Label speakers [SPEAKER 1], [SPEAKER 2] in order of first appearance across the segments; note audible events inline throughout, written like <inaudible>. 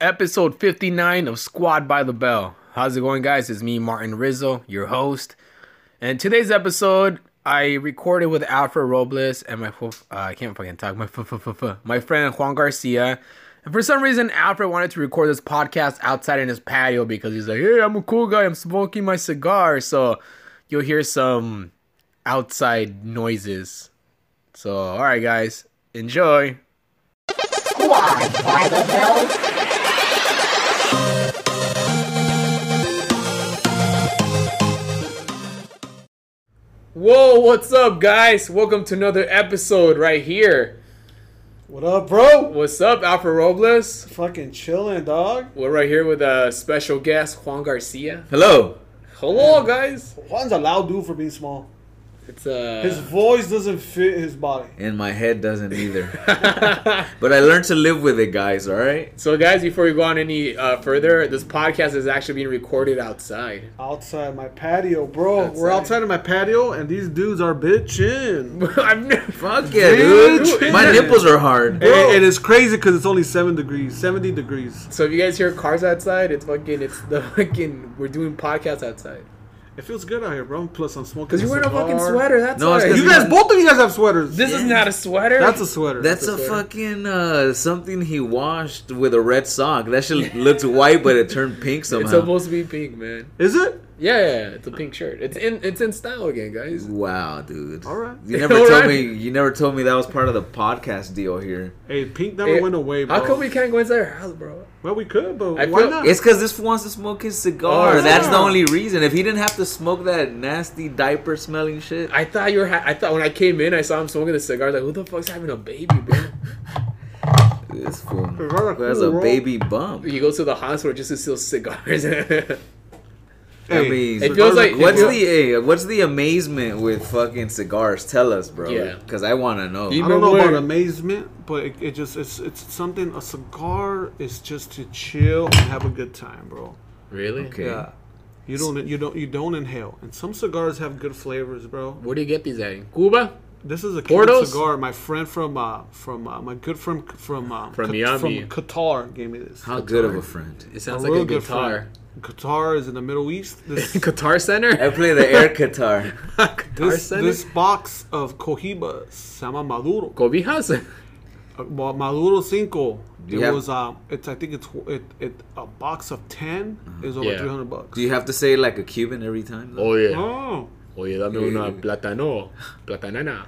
[SPEAKER 1] episode 59 of Squad by the Bell. How's it going, guys? It's me, Martin Rizzo, your host. And today's episode, I recorded with Alfred Robles and my, fu- uh, I can't fucking talk, my, fu- fu- fu- fu- my friend Juan Garcia. And for some reason, Alfred wanted to record this podcast outside in his patio because he's like, hey, I'm a cool guy. I'm smoking my cigar. So you'll hear some outside noises. So, all right, guys, enjoy. Whoa, what's up, guys? Welcome to another episode right here.
[SPEAKER 2] What up, bro?
[SPEAKER 1] What's up, Alfred Robles?
[SPEAKER 2] Fucking chilling, dog.
[SPEAKER 1] We're right here with a special guest, Juan Garcia.
[SPEAKER 3] Hello.
[SPEAKER 1] Hello, guys.
[SPEAKER 2] Juan's a loud dude for being small.
[SPEAKER 1] It's uh,
[SPEAKER 2] His voice doesn't fit his body.
[SPEAKER 3] And my head doesn't either. but I learned to live with it, guys, all right?
[SPEAKER 1] so, guys, before we go on any uh, further, this podcast is actually being recorded outside. <laughs>
[SPEAKER 2] Outside my patio, bro.
[SPEAKER 1] Outside.
[SPEAKER 2] We're outside of my patio, and these dudes are bitching.
[SPEAKER 1] I've never.
[SPEAKER 3] Fuck yeah,
[SPEAKER 2] Dude,
[SPEAKER 3] dude.
[SPEAKER 2] dude.
[SPEAKER 3] My nipples are hard.
[SPEAKER 2] And, and it's crazy because it's only seven degrees, seventy degrees.
[SPEAKER 1] So if you guys hear cars outside, it's fucking. It's the fucking. We're doing podcasts outside.
[SPEAKER 2] It feels good out here, bro. Plus, I'm smoking.
[SPEAKER 1] Cause you're wearing a
[SPEAKER 2] cigar.
[SPEAKER 1] fucking sweater. That's
[SPEAKER 3] No, it's
[SPEAKER 1] why.
[SPEAKER 3] 'cause
[SPEAKER 2] You guys, both of you guys have sweaters.
[SPEAKER 1] This is not a sweater.
[SPEAKER 2] That's a sweater.
[SPEAKER 3] That's a
[SPEAKER 1] sweater.
[SPEAKER 3] fucking uh, something he washed with a red sock. That shit looked white, but it turned pink
[SPEAKER 1] It's
[SPEAKER 3] somehow.
[SPEAKER 1] supposed to be pink, man.
[SPEAKER 2] is it?
[SPEAKER 1] Yeah, yeah, it's a pink shirt. It's in. It's in style again, guys.
[SPEAKER 3] Wow, dude.
[SPEAKER 2] All right.
[SPEAKER 3] You never
[SPEAKER 1] All
[SPEAKER 3] told
[SPEAKER 1] right.
[SPEAKER 3] me. You never told me that was part of the podcast deal here.
[SPEAKER 2] Hey, pink never
[SPEAKER 1] Hey,
[SPEAKER 2] went away, bro.
[SPEAKER 1] How come we can't go inside our house, bro?
[SPEAKER 2] Well, we could, but
[SPEAKER 1] I
[SPEAKER 2] why
[SPEAKER 1] feel-
[SPEAKER 2] not?
[SPEAKER 3] It's because this fool wants to smoke his cigar.
[SPEAKER 1] Oh,
[SPEAKER 3] That's the
[SPEAKER 2] yeah.
[SPEAKER 3] only reason. If he didn't have to smoke that nasty diaper smelling shit,
[SPEAKER 1] I thought you were. Ha- I thought when I came in, I saw him smoking a cigar. I was Like, who the fuck's having a baby, bro?
[SPEAKER 3] this fool
[SPEAKER 2] rather
[SPEAKER 3] who has
[SPEAKER 2] cool,
[SPEAKER 3] a
[SPEAKER 2] bro.
[SPEAKER 3] baby bump.
[SPEAKER 1] he goes to the hospital just to steal cigars. <laughs>
[SPEAKER 3] I mean,
[SPEAKER 1] It feels like-
[SPEAKER 3] What's
[SPEAKER 1] Yeah.
[SPEAKER 3] the eh, what's the amazement with fucking cigars? Tell us, bro.
[SPEAKER 1] Yeah.
[SPEAKER 3] Because I want to know.
[SPEAKER 1] You-
[SPEAKER 2] I don't know
[SPEAKER 1] Remember
[SPEAKER 2] about
[SPEAKER 1] where-
[SPEAKER 2] amazement, but it, it just it's it's something. A cigar is just to chill and have a good time, bro.
[SPEAKER 1] really?
[SPEAKER 3] Okay.
[SPEAKER 2] Yeah, you don't you don't you don't inhale. And some cigars have good flavors, bro.
[SPEAKER 1] Where do you get these at? In Cuba?
[SPEAKER 2] This is a Cuban
[SPEAKER 1] Portos?
[SPEAKER 2] cigar. My friend from uh, from uh, my good friend c- from uh,
[SPEAKER 1] From
[SPEAKER 2] Q-
[SPEAKER 1] Miami.
[SPEAKER 2] from Qatar gave me this.
[SPEAKER 3] How good of a friend.
[SPEAKER 1] It sounds
[SPEAKER 2] A
[SPEAKER 1] like
[SPEAKER 2] real
[SPEAKER 1] a
[SPEAKER 2] good
[SPEAKER 1] guitar.
[SPEAKER 2] friend. Qatar is in the Middle East.
[SPEAKER 1] <laughs>
[SPEAKER 2] This
[SPEAKER 1] Guitar
[SPEAKER 3] I
[SPEAKER 1] center?
[SPEAKER 3] play the air guitar. <laughs>
[SPEAKER 1] guitar
[SPEAKER 2] this,
[SPEAKER 1] center?
[SPEAKER 2] this box of Cohiba se llama Maduro.
[SPEAKER 1] Cobijas?
[SPEAKER 2] Uh, Well, Maduro Cinco. It
[SPEAKER 3] Yeah.
[SPEAKER 2] was um, it's I think it's it, it a box of 10 is over
[SPEAKER 1] Yeah.
[SPEAKER 2] three hundred bucks.
[SPEAKER 3] Mm-hmm. Do you have to say like a Cuban every time? though?
[SPEAKER 1] Oh, yeah.
[SPEAKER 2] Oh,
[SPEAKER 1] Oh, yeah, dame una platano. Platanana.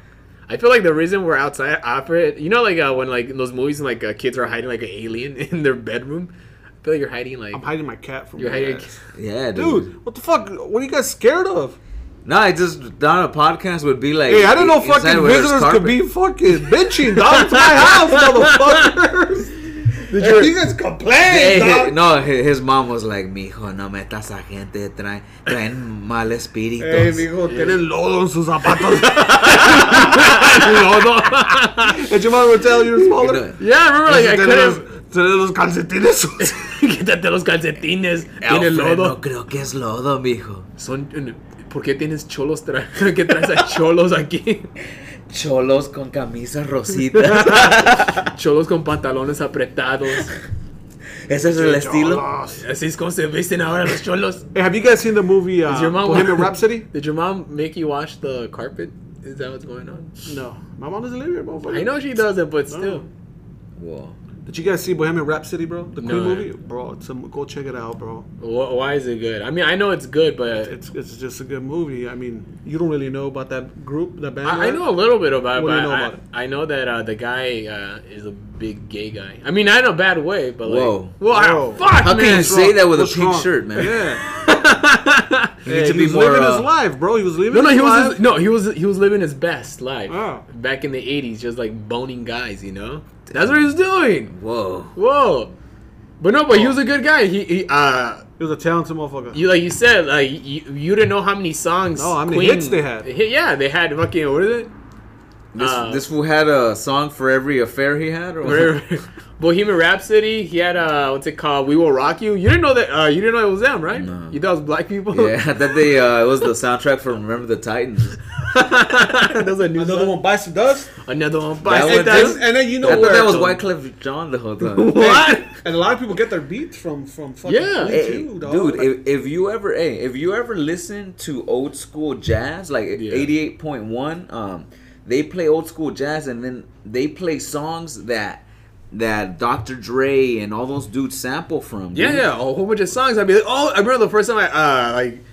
[SPEAKER 1] I feel like the reason we're outside opera, you know, like uh, when like in those movies, like uh, kids are hiding like an alien <laughs> in their bedroom. I feel like you're hiding like
[SPEAKER 2] I'm hiding my cat from
[SPEAKER 1] you're
[SPEAKER 2] your
[SPEAKER 1] hiding.
[SPEAKER 2] ass.
[SPEAKER 3] Yeah, dude.
[SPEAKER 2] Oh. Dude, what the fuck? What are you guys scared of?
[SPEAKER 3] No, I just done a podcast would be like.
[SPEAKER 2] Hey, I didn't know
[SPEAKER 3] inside
[SPEAKER 2] fucking
[SPEAKER 3] where there's
[SPEAKER 2] visitors could be
[SPEAKER 3] carpet.
[SPEAKER 2] fucking bitching, dog. It's my
[SPEAKER 3] <laughs>
[SPEAKER 2] house, motherfuckers. Did you, guys complain, <laughs>
[SPEAKER 3] Hey,
[SPEAKER 2] dog.
[SPEAKER 3] hi- no, hi- his mom was like, "Mijo, no metas a gente, traen, traen mal
[SPEAKER 2] Hey,
[SPEAKER 3] espíritus."
[SPEAKER 2] mijo, tienen lodo en sus zapatos. <laughs> lodo. And your mother would tell you you're
[SPEAKER 3] You
[SPEAKER 2] smaller.
[SPEAKER 3] know,
[SPEAKER 1] <laughs> Yeah, I remember like I could
[SPEAKER 2] Tienen
[SPEAKER 1] have.
[SPEAKER 2] los- tienen los calcetines sucios.
[SPEAKER 1] <laughs> Quítate los calcetines. Tiene
[SPEAKER 3] Alfred,
[SPEAKER 1] lodo.
[SPEAKER 3] No creo que es lodo, mijo.
[SPEAKER 1] Eh, Son. eh, ¿Por qué tienes cholos? Tra <laughs> ¿Qué traes a cholos <laughs> aquí?
[SPEAKER 3] Cholos con camisas rositas.
[SPEAKER 1] Cholos con pantalones apretados.
[SPEAKER 3] <laughs> Ese es <laughs> el estilo.
[SPEAKER 2] Cholos.
[SPEAKER 1] Así es como se visten ahora los cholos. Ah,
[SPEAKER 2] Hey, have you guys seen the movie uh,
[SPEAKER 1] Is your mom- <laughs>
[SPEAKER 2] Bohemian Rhapsody?
[SPEAKER 1] Did your mom make you wash the carpet? Is that what's going on?
[SPEAKER 2] No. My mom doesn't live here, motherfucker.
[SPEAKER 1] I know she doesn't, but still.
[SPEAKER 3] Whoa.
[SPEAKER 2] Did you guys see Bohemian Rhapsody, bro? The Queen
[SPEAKER 1] No.
[SPEAKER 2] movie? Bro, it's a, go check it out, bro.
[SPEAKER 1] Wh- Why is it good? I mean, I know it's good, but
[SPEAKER 2] It's it's just a good movie. I mean, you don't really know about that group, that band.
[SPEAKER 1] I, I
[SPEAKER 2] right?
[SPEAKER 1] know a little bit about it.
[SPEAKER 2] What do
[SPEAKER 1] But
[SPEAKER 2] you know
[SPEAKER 1] I,
[SPEAKER 2] about it?
[SPEAKER 1] I know that uh, the guy uh, is a big gay guy. I mean, not in a bad way, but like.
[SPEAKER 3] Whoa.
[SPEAKER 1] Well, I-
[SPEAKER 2] Whoa.
[SPEAKER 1] fuck,
[SPEAKER 3] How can
[SPEAKER 1] man.
[SPEAKER 3] you say that with
[SPEAKER 2] What's
[SPEAKER 3] a pink
[SPEAKER 2] wrong?
[SPEAKER 3] shirt, man?
[SPEAKER 2] Yeah,
[SPEAKER 3] <laughs> You need
[SPEAKER 2] he
[SPEAKER 3] to be
[SPEAKER 2] was
[SPEAKER 3] more.
[SPEAKER 2] living
[SPEAKER 3] uh,
[SPEAKER 2] his life, bro. He was
[SPEAKER 1] <laughs> No,
[SPEAKER 2] living.
[SPEAKER 1] no,
[SPEAKER 2] his
[SPEAKER 1] he was
[SPEAKER 2] life.
[SPEAKER 1] his, no, he was he was living his best life
[SPEAKER 2] Oh.
[SPEAKER 1] back in the '80s, just like boning guys, you know. That's what he was doing.
[SPEAKER 3] Whoa.
[SPEAKER 1] Whoa, but no, but
[SPEAKER 2] Oh.
[SPEAKER 1] he was a good guy. He, he uh,
[SPEAKER 2] He was a talented motherfucker.
[SPEAKER 1] you like you said, like you, you didn't know how many songs.
[SPEAKER 2] No, Oh, how many hits they had.
[SPEAKER 1] Hit, yeah, they had fucking what is it?
[SPEAKER 3] This,
[SPEAKER 1] Uh,
[SPEAKER 3] this fool had a song for every affair he had, or
[SPEAKER 2] <laughs>
[SPEAKER 1] Whatever. <laughs> Bohemian Rhapsody. He had uh, what's it called? We Will Rock You. You didn't know that. Uh, you didn't know it was them, right?
[SPEAKER 3] No. <laughs>
[SPEAKER 1] <laughs> You thought it was black people. <laughs>
[SPEAKER 3] yeah, that they uh, it was the soundtrack for Remember the Titans.
[SPEAKER 2] There's a new
[SPEAKER 4] Another one bites the dust.
[SPEAKER 2] Another one
[SPEAKER 3] That
[SPEAKER 2] bites
[SPEAKER 3] one
[SPEAKER 2] the
[SPEAKER 4] And,
[SPEAKER 2] dust.
[SPEAKER 4] that's,
[SPEAKER 3] too?
[SPEAKER 4] and then you know
[SPEAKER 3] I thought
[SPEAKER 4] where
[SPEAKER 3] that was
[SPEAKER 4] to-
[SPEAKER 3] Wyclef John the whole
[SPEAKER 1] <laughs>
[SPEAKER 3] time.
[SPEAKER 2] What?
[SPEAKER 4] And a lot of people get their beats from from fucking
[SPEAKER 2] Yeah.
[SPEAKER 4] Queen
[SPEAKER 3] Hey,
[SPEAKER 4] too, dog.
[SPEAKER 3] Eh, dude,
[SPEAKER 4] Like,
[SPEAKER 3] if, if you ever hey, if you ever listen to old school jazz, like
[SPEAKER 2] Yeah.
[SPEAKER 3] eighty eight point one, um, they play old school jazz and then they play songs that that Dr. Dre and all those dudes sample from.
[SPEAKER 1] Yeah,
[SPEAKER 3] dude.
[SPEAKER 1] yeah, a whole bunch of songs. I'd be like, oh, I remember the first time I uh like,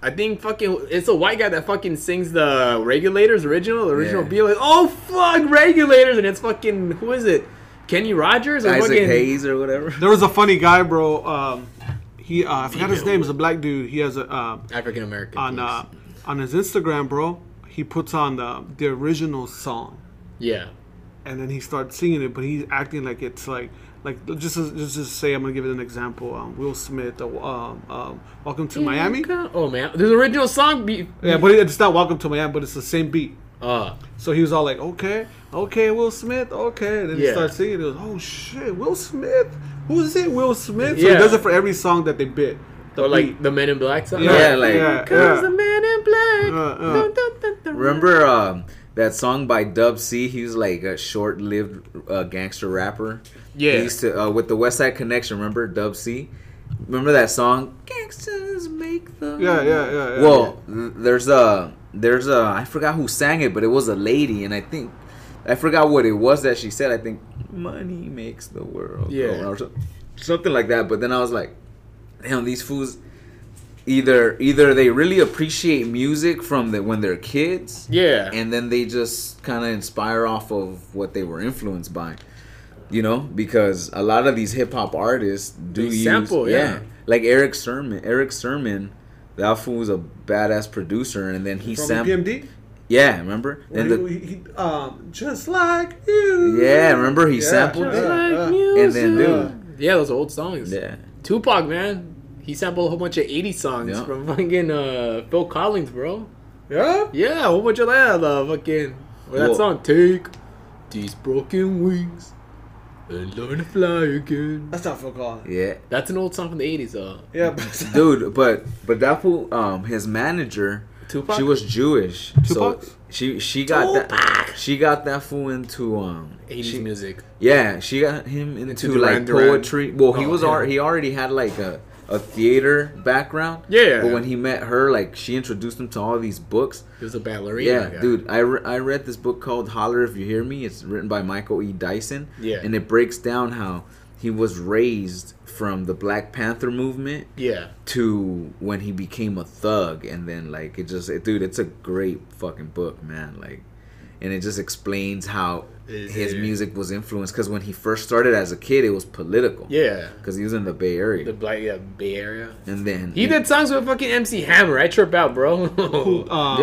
[SPEAKER 1] I think fucking it's a white guy that fucking sings the Regulators original, the original
[SPEAKER 3] Yeah.
[SPEAKER 1] beat. Like, oh fuck, Regulators, and it's fucking who is it? Kenny Rogers or
[SPEAKER 3] Isaac
[SPEAKER 1] fucking
[SPEAKER 3] Hayes or whatever.
[SPEAKER 2] There was a funny guy, bro. Um, he uh, I forgot his name. He's a black dude. He has a uh,
[SPEAKER 1] African American
[SPEAKER 2] on uh, on his Instagram, bro. He puts on the the original song,
[SPEAKER 1] yeah,
[SPEAKER 2] and then he starts singing it, but he's acting like it's like like just as- just to say, I'm gonna give it an example. Um, Will Smith, uh, um, um, Welcome to Miami.
[SPEAKER 1] Oh man, the original song beat.
[SPEAKER 2] Yeah, but it's not Welcome to Miami, but it's the same beat.
[SPEAKER 1] Uh,
[SPEAKER 2] So he was all like, okay, okay, Will Smith, okay. And then he
[SPEAKER 1] Yeah.
[SPEAKER 2] starts singing. He goes, oh shit, Will Smith? Who is it, Will Smith? So
[SPEAKER 1] Yeah.
[SPEAKER 2] he does it for every song that they bit.
[SPEAKER 1] or
[SPEAKER 2] The beat.
[SPEAKER 1] like the Men in Black song.
[SPEAKER 3] Yeah, like-
[SPEAKER 2] yeah,
[SPEAKER 1] Cause the
[SPEAKER 2] yeah.
[SPEAKER 1] Men in Black.
[SPEAKER 2] Uh, uh.
[SPEAKER 1] Dun, dun, dun, dun.
[SPEAKER 3] Remember um, that song by Dub C? He was like a short-lived uh, gangster rapper.
[SPEAKER 1] Yeah.
[SPEAKER 3] He used to uh, with the West Side Connection. Remember Dub C? Remember that song? Gangsters make the
[SPEAKER 2] Yeah, yeah, yeah, yeah.
[SPEAKER 3] Well, th- there's a there's a I forgot who sang it, but it was a lady, and I think I forgot what it was that she said. I think money makes the world go
[SPEAKER 1] Yeah.
[SPEAKER 3] round," or so- something like that. But then I was like, damn, these fools. Either either they really appreciate music from the, when they're kids,
[SPEAKER 1] Yeah.
[SPEAKER 3] <laughs> and then they just kind of inspire off of what they were influenced by you know because a lot of these hip-hop artists do
[SPEAKER 1] They
[SPEAKER 3] use
[SPEAKER 1] sample,
[SPEAKER 3] yeah.
[SPEAKER 1] yeah.
[SPEAKER 3] like eric sermon eric sermon that fool was a badass producer and then he
[SPEAKER 4] from
[SPEAKER 3] sampled
[SPEAKER 4] PMD.
[SPEAKER 3] yeah remember and
[SPEAKER 4] Where
[SPEAKER 3] the,
[SPEAKER 4] he- he- um, just like you.
[SPEAKER 3] yeah remember he
[SPEAKER 4] Yeah,
[SPEAKER 3] sampled
[SPEAKER 4] yeah.
[SPEAKER 3] it
[SPEAKER 1] Like
[SPEAKER 3] Uh, And then,
[SPEAKER 1] music. yeah, those old songs.
[SPEAKER 3] yeah
[SPEAKER 1] Tupac, man. He sampled a whole bunch of 80 songs
[SPEAKER 3] Yeah.
[SPEAKER 1] from fucking uh, Phil Collins, bro.
[SPEAKER 4] Yeah.
[SPEAKER 1] Yeah, a whole bunch of that. Uh, fucking. Or that
[SPEAKER 3] Whoa.
[SPEAKER 1] song, Take These Broken Wings and Learn to Fly Again.
[SPEAKER 4] That's not Phil Collins.
[SPEAKER 3] yeah
[SPEAKER 1] That's an old song from the uh, 80s, though.
[SPEAKER 4] Yeah, but <laughs>
[SPEAKER 3] dude but but that fool um his manager
[SPEAKER 1] Tupac?
[SPEAKER 3] she was jewish
[SPEAKER 2] Tupac?
[SPEAKER 3] so she she got that she got that fool into um
[SPEAKER 1] 80s
[SPEAKER 3] she-
[SPEAKER 1] music.
[SPEAKER 3] Yeah, she got him into,
[SPEAKER 1] Duran
[SPEAKER 3] like
[SPEAKER 1] Duran.
[SPEAKER 3] poetry. Well, he
[SPEAKER 1] Oh,
[SPEAKER 3] was
[SPEAKER 1] yeah.
[SPEAKER 3] alre he already had like a, a theater background.
[SPEAKER 1] Yeah.
[SPEAKER 3] But when he met her, like she introduced him to all these books.
[SPEAKER 1] He was a ballerina.
[SPEAKER 3] Yeah,
[SPEAKER 1] guy.
[SPEAKER 3] dude, I, re- I read this book called Holler If You Hear Me. It's written by Michael E. Dyson.
[SPEAKER 1] Yeah.
[SPEAKER 3] And it breaks down how he was raised from the Black Panther movement
[SPEAKER 1] Yeah.
[SPEAKER 3] to when he became a thug and then like it just it, dude it's a great fucking book man like and it just explains how
[SPEAKER 1] Is
[SPEAKER 3] his
[SPEAKER 1] it-
[SPEAKER 3] music was influenced because when he first started as a kid it was political
[SPEAKER 1] Yeah.
[SPEAKER 3] because he was in the bay area
[SPEAKER 1] The Black yeah, Bay Area.
[SPEAKER 3] and then
[SPEAKER 1] He did songs with fucking MC Hammer. I trip out, bro.
[SPEAKER 2] Um,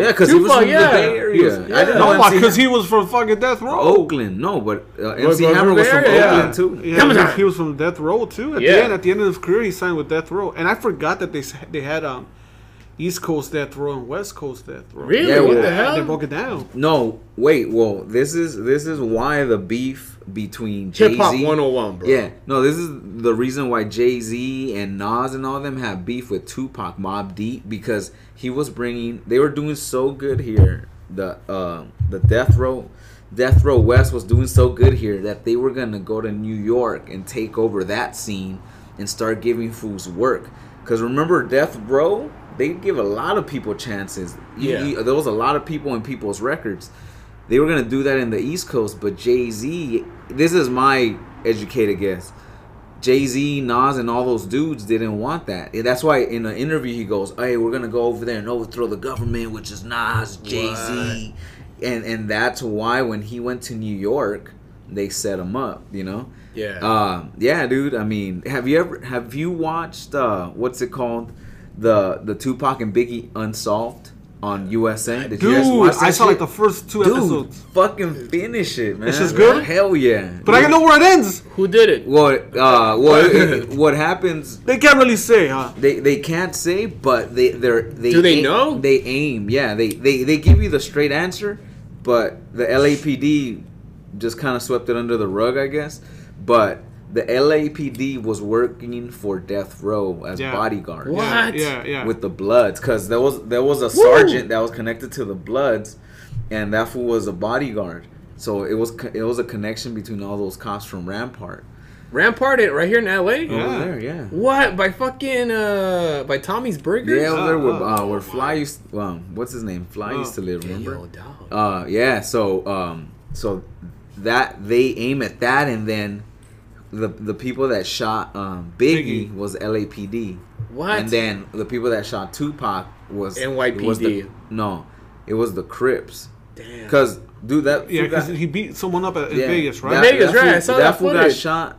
[SPEAKER 1] <laughs>
[SPEAKER 3] yeah because he was
[SPEAKER 1] Tupac,
[SPEAKER 3] from
[SPEAKER 1] yeah.
[SPEAKER 3] the bay area
[SPEAKER 1] He was-
[SPEAKER 3] i didn't know
[SPEAKER 2] no,
[SPEAKER 3] MC
[SPEAKER 2] because he was from fucking Death Row.
[SPEAKER 3] oakland no but uh,
[SPEAKER 1] Was
[SPEAKER 3] mc
[SPEAKER 1] from
[SPEAKER 3] hammer
[SPEAKER 1] the
[SPEAKER 3] was
[SPEAKER 1] Bay
[SPEAKER 3] from
[SPEAKER 1] Area, yeah.
[SPEAKER 3] oakland Oh, too
[SPEAKER 2] Yeah,
[SPEAKER 1] Come
[SPEAKER 2] he-
[SPEAKER 1] on.
[SPEAKER 2] he was from Death Row too. At
[SPEAKER 1] Yeah.
[SPEAKER 2] the end, at the end of his career, he signed with Death Row, and I forgot that they s- they had um, East Coast Death Row and West Coast Death Row.
[SPEAKER 1] really?
[SPEAKER 3] Yeah,
[SPEAKER 1] what
[SPEAKER 3] well,
[SPEAKER 1] the
[SPEAKER 2] They
[SPEAKER 1] hell?
[SPEAKER 2] broke it down.
[SPEAKER 3] no wait well this is this is why the beef between
[SPEAKER 1] Hip Hop
[SPEAKER 3] Jay-Z-
[SPEAKER 1] 101, bro.
[SPEAKER 3] Yeah, no, this is the reason why Jay Z and Nas and all them have beef with Tupac, Mob Deep, because he was bringing. They were doing so good here. The uh, the Death Row, Death Row West was doing so good here that they were gonna go to New York and take over that scene and start giving fools work. Cause remember Death Row, they give a lot of people chances. You-
[SPEAKER 1] Yeah.
[SPEAKER 3] you- there was a lot of people in people's records they were gonna do that in the East Coast, but Jay Z. This is my educated guess. Jay Z, Nas, and all those dudes didn't want that. And that's why in an interview he goes, "Hey, we're gonna go over there and overthrow the government, which is Nas, Jay Z, and and that's why when he went to New York, they set him up. You know?
[SPEAKER 1] Yeah.
[SPEAKER 3] Um, yeah, dude. I mean, have you ever have you watched uh, what's it called, the the Tupac and Biggie Unsolved on USA? Did
[SPEAKER 2] Dude,
[SPEAKER 3] you guys watch that
[SPEAKER 2] I saw
[SPEAKER 3] shit?
[SPEAKER 2] like the first two
[SPEAKER 3] Dude,
[SPEAKER 2] episodes,
[SPEAKER 3] fucking finish it, man.
[SPEAKER 2] It's just good?
[SPEAKER 3] Hell yeah.
[SPEAKER 2] but I can know where it ends.
[SPEAKER 1] Who did it?
[SPEAKER 3] What
[SPEAKER 2] <laughs>
[SPEAKER 3] uh what what happens
[SPEAKER 2] They can't really say, huh?
[SPEAKER 3] they they can't say but they they're they
[SPEAKER 1] Do they
[SPEAKER 3] aim-
[SPEAKER 1] know?
[SPEAKER 3] They aim. Yeah, they they they give you the straight answer, but the LAPD just kind of swept it under the rug, I guess. But the LAPD was working for Death Row as
[SPEAKER 2] Yeah.
[SPEAKER 3] bodyguards
[SPEAKER 2] Yeah,
[SPEAKER 1] What?
[SPEAKER 2] Yeah, yeah.
[SPEAKER 3] with the Bloods, because there was there was a sergeant that was connected to the Bloods, and that fool was a bodyguard. So it was co- it was a connection between all those cops from Rampart.
[SPEAKER 1] Rampart it right here in LA.
[SPEAKER 3] Yeah.
[SPEAKER 2] Yeah.
[SPEAKER 3] Over there, yeah.
[SPEAKER 1] What by fucking uh by Tommy's Oh, Burgers?
[SPEAKER 3] Yeah, over there where,
[SPEAKER 2] Uh,
[SPEAKER 3] uh, where Fly used, well, what's his name? Fly
[SPEAKER 2] Oh.
[SPEAKER 3] used to live. Remember?
[SPEAKER 1] Yo, dog.
[SPEAKER 3] Uh, yeah. So, um, so that they aim at that, and then the the people that shot um, Biggie,
[SPEAKER 2] Biggie.
[SPEAKER 3] was LAPD,
[SPEAKER 1] What?
[SPEAKER 3] and then the people that shot Tupac was
[SPEAKER 1] NYPD.
[SPEAKER 3] was the- no, it was the Crips.
[SPEAKER 1] Damn.
[SPEAKER 3] Because dude, that
[SPEAKER 2] yeah,
[SPEAKER 3] fool
[SPEAKER 2] because
[SPEAKER 3] got-
[SPEAKER 2] he beat someone up at, in
[SPEAKER 3] yeah,
[SPEAKER 2] Vegas, right?
[SPEAKER 3] that-
[SPEAKER 1] Vegas,
[SPEAKER 3] that
[SPEAKER 1] right, I
[SPEAKER 3] fool-
[SPEAKER 1] saw that
[SPEAKER 3] fool got
[SPEAKER 1] footage.
[SPEAKER 3] shot.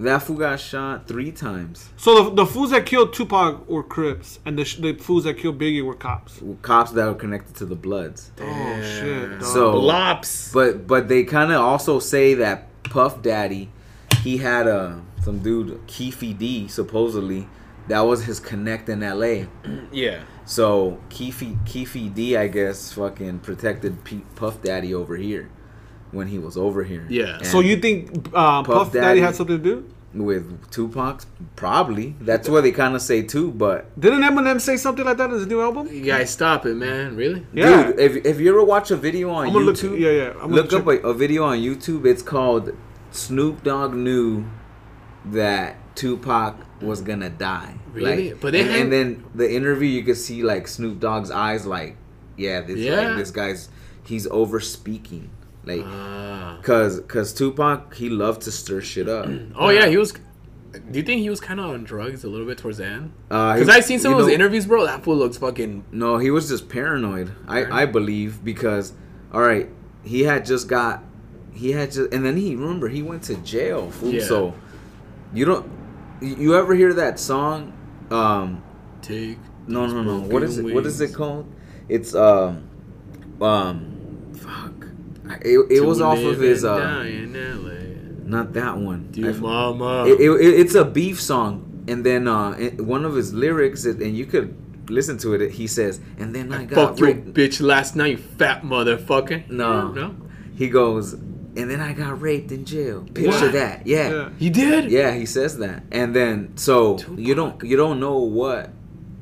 [SPEAKER 3] That fool got shot three times.
[SPEAKER 2] So the, the fools that killed Tupac were Crips, and the, sh- the fools that killed Biggie were cops.
[SPEAKER 3] Cops that were connected to the Bloods.
[SPEAKER 2] Oh shit! Dog.
[SPEAKER 3] So-
[SPEAKER 1] Blops.
[SPEAKER 3] But but they kind of also say that Puff Daddy, he had a some dude Keefy D supposedly that was his connect in L.A.
[SPEAKER 1] Yeah.
[SPEAKER 3] So Keefy Keefy D, I guess, fucking protected P- Puff Daddy over here when he was over here.
[SPEAKER 1] Yeah.
[SPEAKER 3] And
[SPEAKER 2] so you think uh, Puff, Daddy,
[SPEAKER 3] Daddy-
[SPEAKER 2] had something to do?
[SPEAKER 3] with Tupac, probably that's what they kind of say too. But
[SPEAKER 2] Didn't Eminem say something like that in his new album?
[SPEAKER 1] You guys stop it, man. Really?
[SPEAKER 2] Yeah.
[SPEAKER 3] dude, if if you ever watch a video on
[SPEAKER 2] I'm gonna look-
[SPEAKER 3] YouTube,
[SPEAKER 2] yeah, yeah, I'm gonna
[SPEAKER 3] look up
[SPEAKER 2] check-
[SPEAKER 3] a, a video on YouTube. It's called Snoop Dogg knew that Tupac was gonna die.
[SPEAKER 1] Really?
[SPEAKER 3] Like,
[SPEAKER 1] But they
[SPEAKER 3] and,
[SPEAKER 1] had-
[SPEAKER 3] and then the interview, you could see like Snoop Dogg's eyes, like, yeah, this
[SPEAKER 1] Yeah.
[SPEAKER 3] Like, this guy's he's over speaking, like,
[SPEAKER 1] Ah.
[SPEAKER 3] cause cause Tupac he loved to stir
[SPEAKER 1] <clears throat>
[SPEAKER 3] shit up.
[SPEAKER 1] oh yeah, he was. Do you think he was kind of on drugs a little bit towards the end?
[SPEAKER 3] Uh,
[SPEAKER 1] Because I
[SPEAKER 3] he-
[SPEAKER 1] seen some
[SPEAKER 3] you
[SPEAKER 1] of those
[SPEAKER 3] know-
[SPEAKER 1] interviews, bro. That fool looks fucking.
[SPEAKER 3] No, he was just paranoid. I, I believe because, all right, he had just got, he had just, and then he remember he went to jail. Fool.
[SPEAKER 1] Yeah.
[SPEAKER 3] So, you don't, you- you ever hear that song? Um,
[SPEAKER 1] Take.
[SPEAKER 3] no, no, no.
[SPEAKER 1] These
[SPEAKER 3] What is it? What is
[SPEAKER 1] broken
[SPEAKER 3] it called? It's um, um, fuck. I- It, it was
[SPEAKER 1] to
[SPEAKER 3] off
[SPEAKER 1] live
[SPEAKER 3] of his
[SPEAKER 1] and
[SPEAKER 3] uh,
[SPEAKER 1] die in
[SPEAKER 3] not that one.
[SPEAKER 1] LA.
[SPEAKER 3] I
[SPEAKER 1] Do
[SPEAKER 3] f-
[SPEAKER 1] mama.
[SPEAKER 3] it, it, it- it's a beef song and then uh it- one of his lyrics it- and you could listen to it he says and then i got
[SPEAKER 1] Fuck your
[SPEAKER 3] raped
[SPEAKER 1] bitch last night, you fat motherfucker.
[SPEAKER 3] no
[SPEAKER 1] No.
[SPEAKER 3] he goes and then i got raped in jail picture that yeah.
[SPEAKER 2] Yeah.
[SPEAKER 3] yeah
[SPEAKER 1] He did.
[SPEAKER 3] he says that and then so you don't
[SPEAKER 1] Tupac.
[SPEAKER 3] you don't know what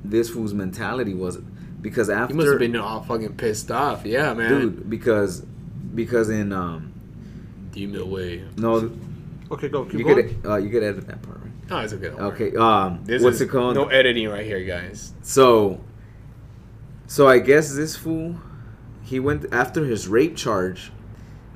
[SPEAKER 3] this fool's mentality was because after
[SPEAKER 1] He must have been all fucking pissed off. Yeah, man.
[SPEAKER 3] dude because because in um
[SPEAKER 1] Deem the way.
[SPEAKER 3] no
[SPEAKER 2] Okay, go. Keep
[SPEAKER 3] you
[SPEAKER 2] going.
[SPEAKER 3] could uh, you could edit that part right
[SPEAKER 1] No, it's okay. don't worry.
[SPEAKER 3] okay um
[SPEAKER 1] This
[SPEAKER 3] what's
[SPEAKER 1] is
[SPEAKER 3] it called
[SPEAKER 1] No editing right here, guys.
[SPEAKER 3] So, so I guess this fool, he went after his rape charge.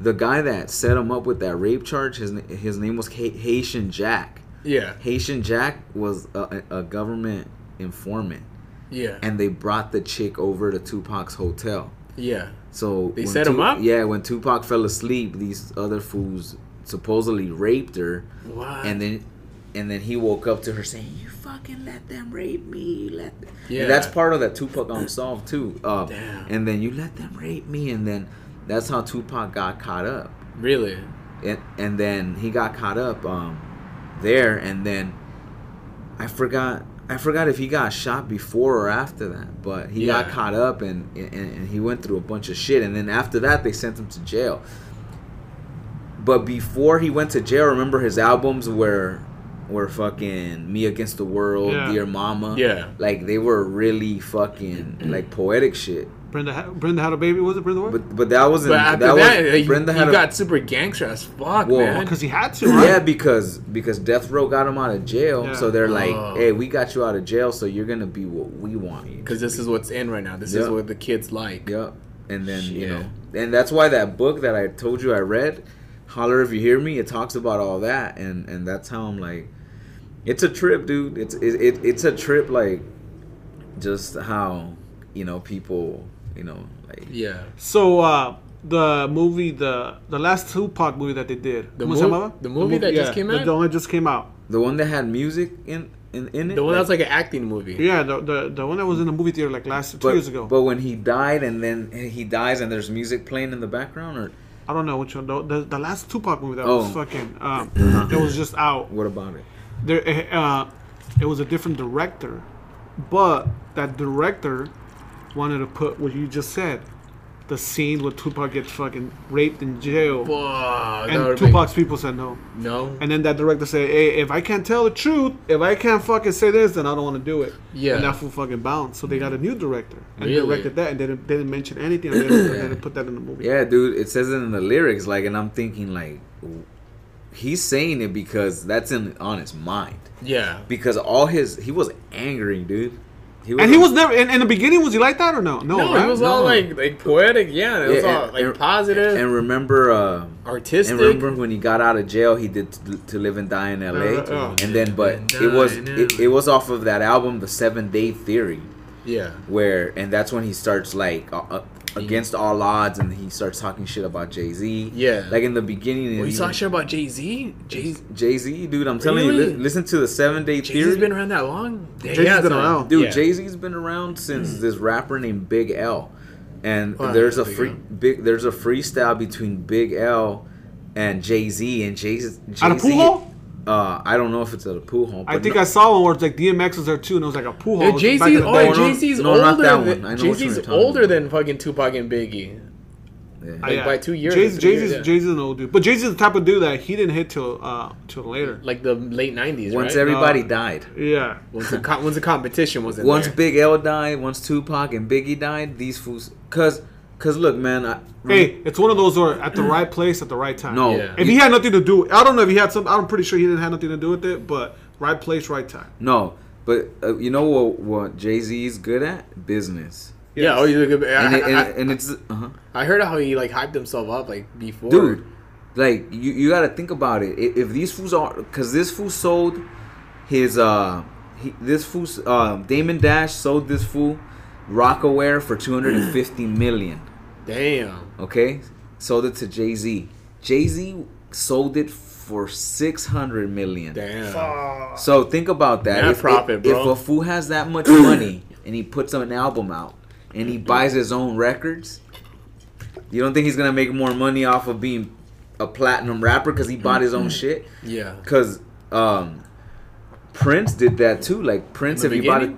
[SPEAKER 3] The guy that set him up with that rape charge, his na- his name was Ha- Haitian Jack.
[SPEAKER 1] Yeah.
[SPEAKER 3] Haitian Jack was a, a a government informant,
[SPEAKER 1] Yeah.
[SPEAKER 3] and they brought the chick over to Tupac's hotel.
[SPEAKER 1] yeah.
[SPEAKER 3] So
[SPEAKER 1] They
[SPEAKER 3] when
[SPEAKER 1] set him
[SPEAKER 3] Tu-
[SPEAKER 1] up?
[SPEAKER 3] Yeah, when Tupac fell asleep, these other fools supposedly raped her,
[SPEAKER 1] What?
[SPEAKER 3] and then and then he woke up to her saying, "You fucking let them rape me. You let them."
[SPEAKER 1] Yeah.
[SPEAKER 3] And that's part of that Tupac Unsolved too. Uh,
[SPEAKER 1] Damn.
[SPEAKER 3] And then you let them rape me, and then that's how Tupac got caught up.
[SPEAKER 1] really?
[SPEAKER 3] And and then he got caught up um, there, and then I forgot. I forgot if he got shot before or after that, but he
[SPEAKER 1] Yeah.
[SPEAKER 3] got caught up and, and and he went through a bunch of shit. And then after that, they sent him to jail. But before he went to jail, remember his albums were were fucking Me Against the World,
[SPEAKER 2] Yeah.
[SPEAKER 3] Dear Mama.
[SPEAKER 1] Yeah.
[SPEAKER 3] Like they were really fucking like poetic shit.
[SPEAKER 2] Brenda, ha- Brenda had a baby. Was it Brenda? What?
[SPEAKER 3] But but that wasn't
[SPEAKER 1] But after
[SPEAKER 3] that,
[SPEAKER 1] that,
[SPEAKER 3] was
[SPEAKER 1] he,
[SPEAKER 3] Brenda
[SPEAKER 1] he
[SPEAKER 3] had a,
[SPEAKER 1] got super gangster as fuck,
[SPEAKER 3] Whoa.
[SPEAKER 1] man.
[SPEAKER 2] Because he had to, right?
[SPEAKER 3] yeah because because Death Row got him out of jail,
[SPEAKER 2] Yeah.
[SPEAKER 3] so they're like,
[SPEAKER 1] Oh.
[SPEAKER 3] hey, we got you out of jail, so you're gonna be what we want you.
[SPEAKER 1] Because this is what's in right now. This is
[SPEAKER 3] Yeah.
[SPEAKER 1] what the kids like.
[SPEAKER 3] Yep. And then you
[SPEAKER 1] Shit.
[SPEAKER 3] know, and that's why that book that I told you I read, holler if you hear me, it talks about all that, and and that's how I'm like, it's a trip, dude. It's it, it it's a trip, like, just how you know people, you know, like
[SPEAKER 1] Yeah.
[SPEAKER 2] So uh, the movie, the the last Tupac movie that they did.
[SPEAKER 1] The
[SPEAKER 2] ¿Cómo se
[SPEAKER 1] mov-
[SPEAKER 2] llamaba?
[SPEAKER 1] the movie that just came
[SPEAKER 2] the-
[SPEAKER 1] out?
[SPEAKER 2] The one that just came out.
[SPEAKER 3] the one that had music in in, in it.
[SPEAKER 1] The one that was like an acting movie.
[SPEAKER 2] Yeah, the, the the one that was in the movie theater like last two
[SPEAKER 3] but,
[SPEAKER 2] years ago.
[SPEAKER 3] But when he died, and then he dies, and there's music playing in the background, or
[SPEAKER 2] I don't know which one. The, the, the last Tupac movie that was
[SPEAKER 3] Oh.
[SPEAKER 2] fucking.
[SPEAKER 3] <clears throat>
[SPEAKER 2] Um, it was just out.
[SPEAKER 3] what about it?
[SPEAKER 2] There, eh, uh, it was a different director, but that director wanted to put what you just said, the scene where Tupac gets fucking raped in jail.
[SPEAKER 1] Fuck, that
[SPEAKER 2] and
[SPEAKER 1] would've been-
[SPEAKER 2] Tupac's people said no.
[SPEAKER 1] no.
[SPEAKER 2] And then that director said, "Hey, if I can't tell the truth, if I can't fucking say this, then I don't want to do it."
[SPEAKER 1] Yeah.
[SPEAKER 2] And that fool fucking bounced. So they got a new director and
[SPEAKER 1] Really?
[SPEAKER 2] directed that, and they didn't, they didn't mention anything. And they didn't, they didn't put that in the movie.
[SPEAKER 3] Yeah, dude, it says it in the lyrics, like, and I'm thinking, like, w- he's saying it because that's in on his mind.
[SPEAKER 1] Yeah.
[SPEAKER 3] Because all his, he was angry, dude.
[SPEAKER 2] And he was never. In, in the beginning, was he like that or no? No,
[SPEAKER 1] No,
[SPEAKER 2] right?
[SPEAKER 1] it was all
[SPEAKER 3] No.
[SPEAKER 1] like like poetic. Yeah, it was
[SPEAKER 3] Yeah,
[SPEAKER 1] all
[SPEAKER 3] and-
[SPEAKER 1] like
[SPEAKER 3] and-
[SPEAKER 1] positive,
[SPEAKER 3] And remember, uh,
[SPEAKER 1] artistic.
[SPEAKER 3] and remember when he got out of jail, he did to, to live and die in L.A.
[SPEAKER 2] Uh,
[SPEAKER 1] Uh-huh.
[SPEAKER 2] uh.
[SPEAKER 3] and then, but it was it, it was off of that album, The Seven Day Theory,
[SPEAKER 1] yeah.
[SPEAKER 3] where and that's when he starts like uh, uh, against all odds, and he starts talking shit about Jay Z.
[SPEAKER 1] Yeah.
[SPEAKER 3] like in the beginning,
[SPEAKER 1] Well, you
[SPEAKER 3] he-
[SPEAKER 1] talking shit about Jay Z? Jay Z
[SPEAKER 3] Jay Z, dude. I'm telling you,
[SPEAKER 1] Really?
[SPEAKER 3] li- listen to the Seven Day
[SPEAKER 1] has
[SPEAKER 3] Theory.
[SPEAKER 1] been around that long.
[SPEAKER 2] Jay-Z's been around. Hmm.
[SPEAKER 3] dude, Jay Z's been around since this rapper named Big L, and
[SPEAKER 1] Oh,
[SPEAKER 3] there's a
[SPEAKER 1] Big
[SPEAKER 3] free
[SPEAKER 1] L.
[SPEAKER 3] big there's a freestyle between Big L and Jay Z, and Jay Z.
[SPEAKER 2] At a pool hall?
[SPEAKER 3] Uh, I don't know if it's at a pool hall.
[SPEAKER 2] I
[SPEAKER 3] but
[SPEAKER 2] think
[SPEAKER 3] no-
[SPEAKER 2] I saw one where it's like DMX was there too, and it was like a pool hall.
[SPEAKER 1] Yeah, Jay
[SPEAKER 2] back in
[SPEAKER 1] Z.
[SPEAKER 2] the day.
[SPEAKER 1] Oh,
[SPEAKER 3] no,
[SPEAKER 1] Jay Z's
[SPEAKER 3] no, not
[SPEAKER 1] older
[SPEAKER 3] that one. I
[SPEAKER 1] than
[SPEAKER 3] know
[SPEAKER 1] Jay
[SPEAKER 3] which one
[SPEAKER 1] Z's
[SPEAKER 3] you're talking
[SPEAKER 1] older
[SPEAKER 3] about.
[SPEAKER 1] than fucking Tupac and Biggie.
[SPEAKER 3] yeah.
[SPEAKER 2] Oh, yeah.
[SPEAKER 1] by two years or
[SPEAKER 2] Jay-Z-
[SPEAKER 1] three
[SPEAKER 2] Jay-Z's,
[SPEAKER 1] years, yeah.
[SPEAKER 2] Jay-Z's an old dude, but Jay-Z's the type of dude that he didn't hit till uh till later.
[SPEAKER 1] Like the late nineties,
[SPEAKER 3] Once
[SPEAKER 1] right?
[SPEAKER 3] everybody
[SPEAKER 2] Uh,
[SPEAKER 3] died.
[SPEAKER 2] Yeah,
[SPEAKER 1] Once the, co- once the competition was in
[SPEAKER 3] Once
[SPEAKER 1] there.
[SPEAKER 3] Big L died, once Tupac and Biggie died, these fools. Cause, cause look, man. I,
[SPEAKER 2] Hey, it's one of those where at the
[SPEAKER 1] Mm.
[SPEAKER 2] right place at the right time.
[SPEAKER 3] No.
[SPEAKER 1] Yeah.
[SPEAKER 2] If he had nothing to do, I don't know if he had some. I'm pretty sure he didn't have nothing to do with it, but right place, right time.
[SPEAKER 3] no, but uh, you know what? What Jay Z is good at? Business.
[SPEAKER 1] yeah. Oh, you look at. I,
[SPEAKER 3] And, it,
[SPEAKER 1] I,
[SPEAKER 3] and, and it's uh-huh.
[SPEAKER 1] I heard how he like hyped himself up like before.
[SPEAKER 3] dude like you, you gotta think about it I- if these fools are because this fool sold his uh he, this fool um damon dash sold this fool rockaware for 250 million
[SPEAKER 1] damn.
[SPEAKER 3] okay sold it to jay-z jay-z sold it for 600 million
[SPEAKER 1] Damn.
[SPEAKER 3] so think about that
[SPEAKER 1] Mad
[SPEAKER 3] if,
[SPEAKER 1] profit,
[SPEAKER 3] if,
[SPEAKER 1] bro.
[SPEAKER 3] if a fool has that
[SPEAKER 1] <clears throat>
[SPEAKER 3] much money and he puts an album out and he buys his own records you don't think he's gonna make more money off of being a platinum rapper because he bought his
[SPEAKER 1] Mm-hmm.
[SPEAKER 3] own shit
[SPEAKER 1] Yeah.
[SPEAKER 3] because um, Prince did that too. Like Prince,
[SPEAKER 1] In
[SPEAKER 3] if
[SPEAKER 1] the
[SPEAKER 3] you bought a,